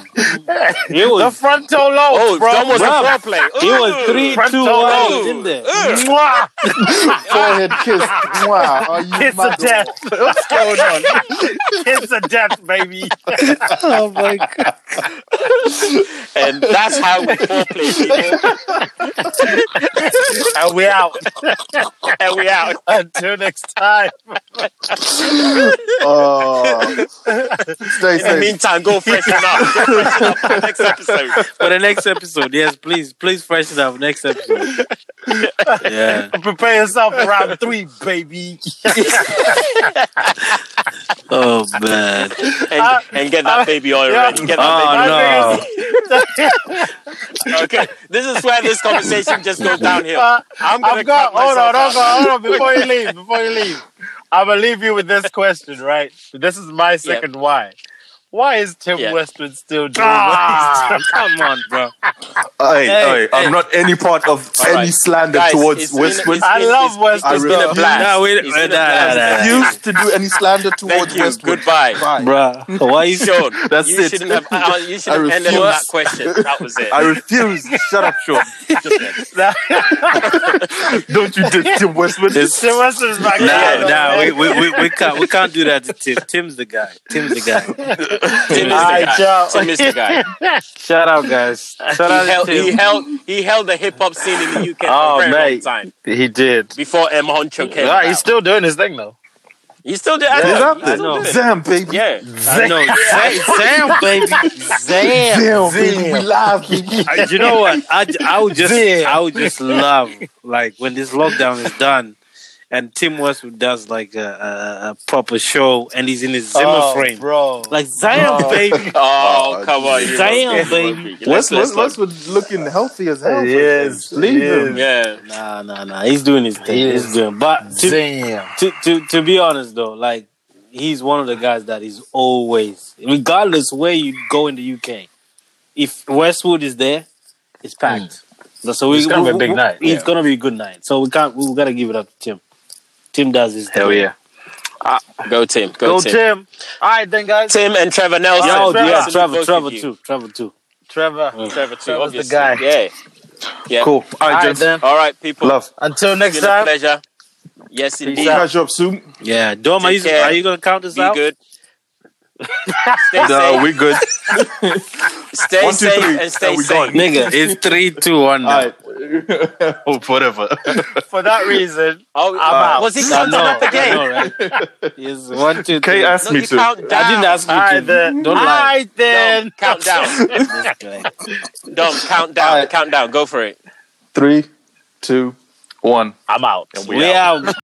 Speaker 4: He
Speaker 3: The
Speaker 4: was,
Speaker 3: frontal lobes,
Speaker 1: Oh,
Speaker 3: bro.
Speaker 1: Dom was a
Speaker 4: Bruv,
Speaker 1: foreplay.
Speaker 4: he was
Speaker 1: Ooh.
Speaker 4: three, two,
Speaker 3: Frontal
Speaker 4: one.
Speaker 3: lobe.
Speaker 4: He was in there.
Speaker 1: Ooh.
Speaker 3: Mwah!
Speaker 5: Forehead kiss. Wow, are you
Speaker 3: Kiss
Speaker 5: mad
Speaker 3: of
Speaker 5: or what?
Speaker 3: death. What's going on? Kiss of death, baby.
Speaker 7: Oh, my God.
Speaker 1: And that's how we foreplay people.
Speaker 3: And we out.
Speaker 1: And we out.
Speaker 3: Until next time.
Speaker 5: Oh, stay
Speaker 1: In the
Speaker 5: safe.
Speaker 1: meantime, go freshen up. Go freshen up for the next episode.
Speaker 4: For the next episode, yes, please, please freshen up next episode. Yeah.
Speaker 3: Prepare yourself for round three, baby.
Speaker 4: Oh man.
Speaker 1: And
Speaker 3: Uh,
Speaker 1: and get that baby oil
Speaker 3: yeah.
Speaker 1: ready. Get that baby
Speaker 4: Oh
Speaker 1: oil. Okay. This is where this conversation just goes downhill.
Speaker 3: Uh,
Speaker 1: I'm gonna
Speaker 3: I've got.
Speaker 1: cut
Speaker 3: Hold on,
Speaker 1: myself
Speaker 3: hold
Speaker 1: out.
Speaker 3: on, hold on. Before you leave, before you leave, I'm gonna leave you with this question, right? This is my second why. Why is Tim
Speaker 1: Yeah.
Speaker 3: Westwood still
Speaker 4: no!
Speaker 3: doing what he's
Speaker 4: Ah,
Speaker 3: doing?
Speaker 4: come on, bro.
Speaker 5: Hey,
Speaker 4: Hey,
Speaker 5: hey, I'm
Speaker 4: hey.
Speaker 5: not any part of
Speaker 1: All
Speaker 5: any
Speaker 1: right.
Speaker 5: slander
Speaker 1: Guys,
Speaker 5: towards
Speaker 1: it's been-
Speaker 5: Westwood.
Speaker 1: it's-
Speaker 3: I
Speaker 5: I
Speaker 3: love
Speaker 1: It's
Speaker 3: Westwood.
Speaker 1: been a
Speaker 5: refuse
Speaker 1: blast.
Speaker 4: No, wait,
Speaker 1: It's
Speaker 4: wait,
Speaker 1: been a
Speaker 4: nah, nah,
Speaker 1: blast.
Speaker 4: nah, nah.
Speaker 5: to do any slander towards
Speaker 1: Thank you.
Speaker 5: Westwood.
Speaker 1: Goodbye.
Speaker 5: Bye.
Speaker 4: Bruh, why you
Speaker 1: Sean,
Speaker 5: That's
Speaker 1: you
Speaker 5: it.
Speaker 1: shouldn't have uh, you should
Speaker 5: I
Speaker 1: have ended on that
Speaker 5: refuse.
Speaker 1: question. That was it.
Speaker 5: I refuse. Shut up, Sean.
Speaker 1: Just end.
Speaker 5: Don't you diss Tim Westwood.
Speaker 4: This,
Speaker 3: Tim Westwood's my guy.
Speaker 4: no,
Speaker 1: Yeah.
Speaker 3: though,
Speaker 4: no,
Speaker 3: man.
Speaker 4: we, we, we, we can't we can't do that to Tim. Tim's the guy. Tim's the guy.
Speaker 1: Tim is
Speaker 3: All
Speaker 1: the
Speaker 3: right,
Speaker 1: guy.
Speaker 3: Joe.
Speaker 1: Tim is the guy.
Speaker 4: Shout out, guys. Shout
Speaker 1: He
Speaker 4: out
Speaker 1: held
Speaker 4: to
Speaker 1: he
Speaker 4: Tim.
Speaker 1: held he held the hip hop scene in the UK for a
Speaker 3: Oh,
Speaker 1: very long
Speaker 3: mate.
Speaker 1: time
Speaker 3: He did.
Speaker 1: before M Honcho came
Speaker 3: Right, he's
Speaker 1: about.
Speaker 3: still doing his thing, though.
Speaker 1: He's still doing. I
Speaker 5: He's
Speaker 1: know.
Speaker 5: out
Speaker 1: He's
Speaker 4: I
Speaker 5: there.
Speaker 1: still
Speaker 4: know.
Speaker 1: doing it.
Speaker 5: Zam, baby.
Speaker 1: Yeah.
Speaker 4: I know. Zam, Zam, baby. Zam.
Speaker 5: Zam, baby. We live, baby.
Speaker 4: I, you know what? I, I would just
Speaker 7: Damn.
Speaker 4: I would just love like when this lockdown is done, and Tim Westwood does like a, a, a proper show, and he's in his Zimmer
Speaker 7: oh,
Speaker 4: frame,
Speaker 7: bro.
Speaker 4: like Zion,
Speaker 7: Bro.
Speaker 4: baby.
Speaker 1: Oh,
Speaker 5: Oh,
Speaker 1: come on,
Speaker 5: Jesus.
Speaker 1: you
Speaker 4: Damn,
Speaker 1: must be
Speaker 4: baby.
Speaker 1: joking. Let's,
Speaker 5: Westwood,
Speaker 1: let's not-
Speaker 5: Westwood looking healthy as hell.
Speaker 7: Yes,
Speaker 5: man. Leave him.
Speaker 1: Yeah.
Speaker 4: Nah, nah, nah. He's doing his thing.
Speaker 7: He
Speaker 4: He's
Speaker 7: is.
Speaker 4: doing. But to,
Speaker 7: Damn.
Speaker 4: to to to be honest though, like he's one of the guys that is always, regardless where you go in the UK, if Westwood is there, it's packed. So we,
Speaker 7: It's gonna be a
Speaker 4: we-
Speaker 7: big
Speaker 4: we-
Speaker 7: night,
Speaker 4: It's
Speaker 1: yeah.
Speaker 4: gonna be a good night. So we can't. We gotta give it up to Tim. Tim does his thing.
Speaker 3: Hell yeah.
Speaker 1: Go Tim. Go,
Speaker 3: Go
Speaker 1: Tim.
Speaker 3: Tim. All right then, guys.
Speaker 1: Tim and Trevor Nelson.
Speaker 3: Yo,
Speaker 1: Absolutely
Speaker 3: yeah,
Speaker 1: both
Speaker 4: Travel,
Speaker 1: of
Speaker 4: travel
Speaker 1: you.
Speaker 4: too. Travel too.
Speaker 3: Trevor.
Speaker 1: Trevor too,
Speaker 7: Trevor's the
Speaker 1: obviously.
Speaker 7: guy.
Speaker 1: Yeah. Yeah.
Speaker 5: Cool. All
Speaker 3: All
Speaker 5: right,
Speaker 3: right
Speaker 5: gents.
Speaker 3: then.
Speaker 1: All right, people.
Speaker 5: Love.
Speaker 7: Until next
Speaker 1: It's been a
Speaker 7: time.
Speaker 1: pleasure. Yes,
Speaker 5: We'll
Speaker 1: indeed.
Speaker 5: catch you up soon.
Speaker 4: Yeah, Dom, are
Speaker 1: Take
Speaker 4: you,
Speaker 1: care.
Speaker 4: are you gonna count us
Speaker 1: Be
Speaker 4: out?
Speaker 1: good. stay
Speaker 5: No,
Speaker 1: safe.
Speaker 5: we're good.
Speaker 1: Stay
Speaker 5: One, two,
Speaker 1: safe
Speaker 5: three,
Speaker 1: and stay
Speaker 5: and we
Speaker 1: safe.
Speaker 5: gone.
Speaker 4: Nigga, it's three, two, one. Now.
Speaker 5: All right. oh, whatever.
Speaker 3: For that reason,
Speaker 1: Oh,
Speaker 5: Uh,
Speaker 3: out.
Speaker 1: was he
Speaker 4: I
Speaker 1: counting
Speaker 4: know,
Speaker 1: up
Speaker 4: I
Speaker 1: again?
Speaker 4: know, right? Yes, one, two,
Speaker 5: Kay
Speaker 4: three. I
Speaker 5: asked
Speaker 1: No,
Speaker 5: me
Speaker 1: you
Speaker 5: to.
Speaker 1: count down.
Speaker 4: didn't ask you
Speaker 3: all right
Speaker 4: to.
Speaker 3: then.
Speaker 4: Don't
Speaker 3: all
Speaker 4: lie.
Speaker 3: right then.
Speaker 1: Dom, count down.
Speaker 4: This guy.
Speaker 1: Dom, count down.
Speaker 5: Alright.
Speaker 1: Count down. Go for it.
Speaker 5: Three, two, one.
Speaker 3: I'm out.
Speaker 4: We out.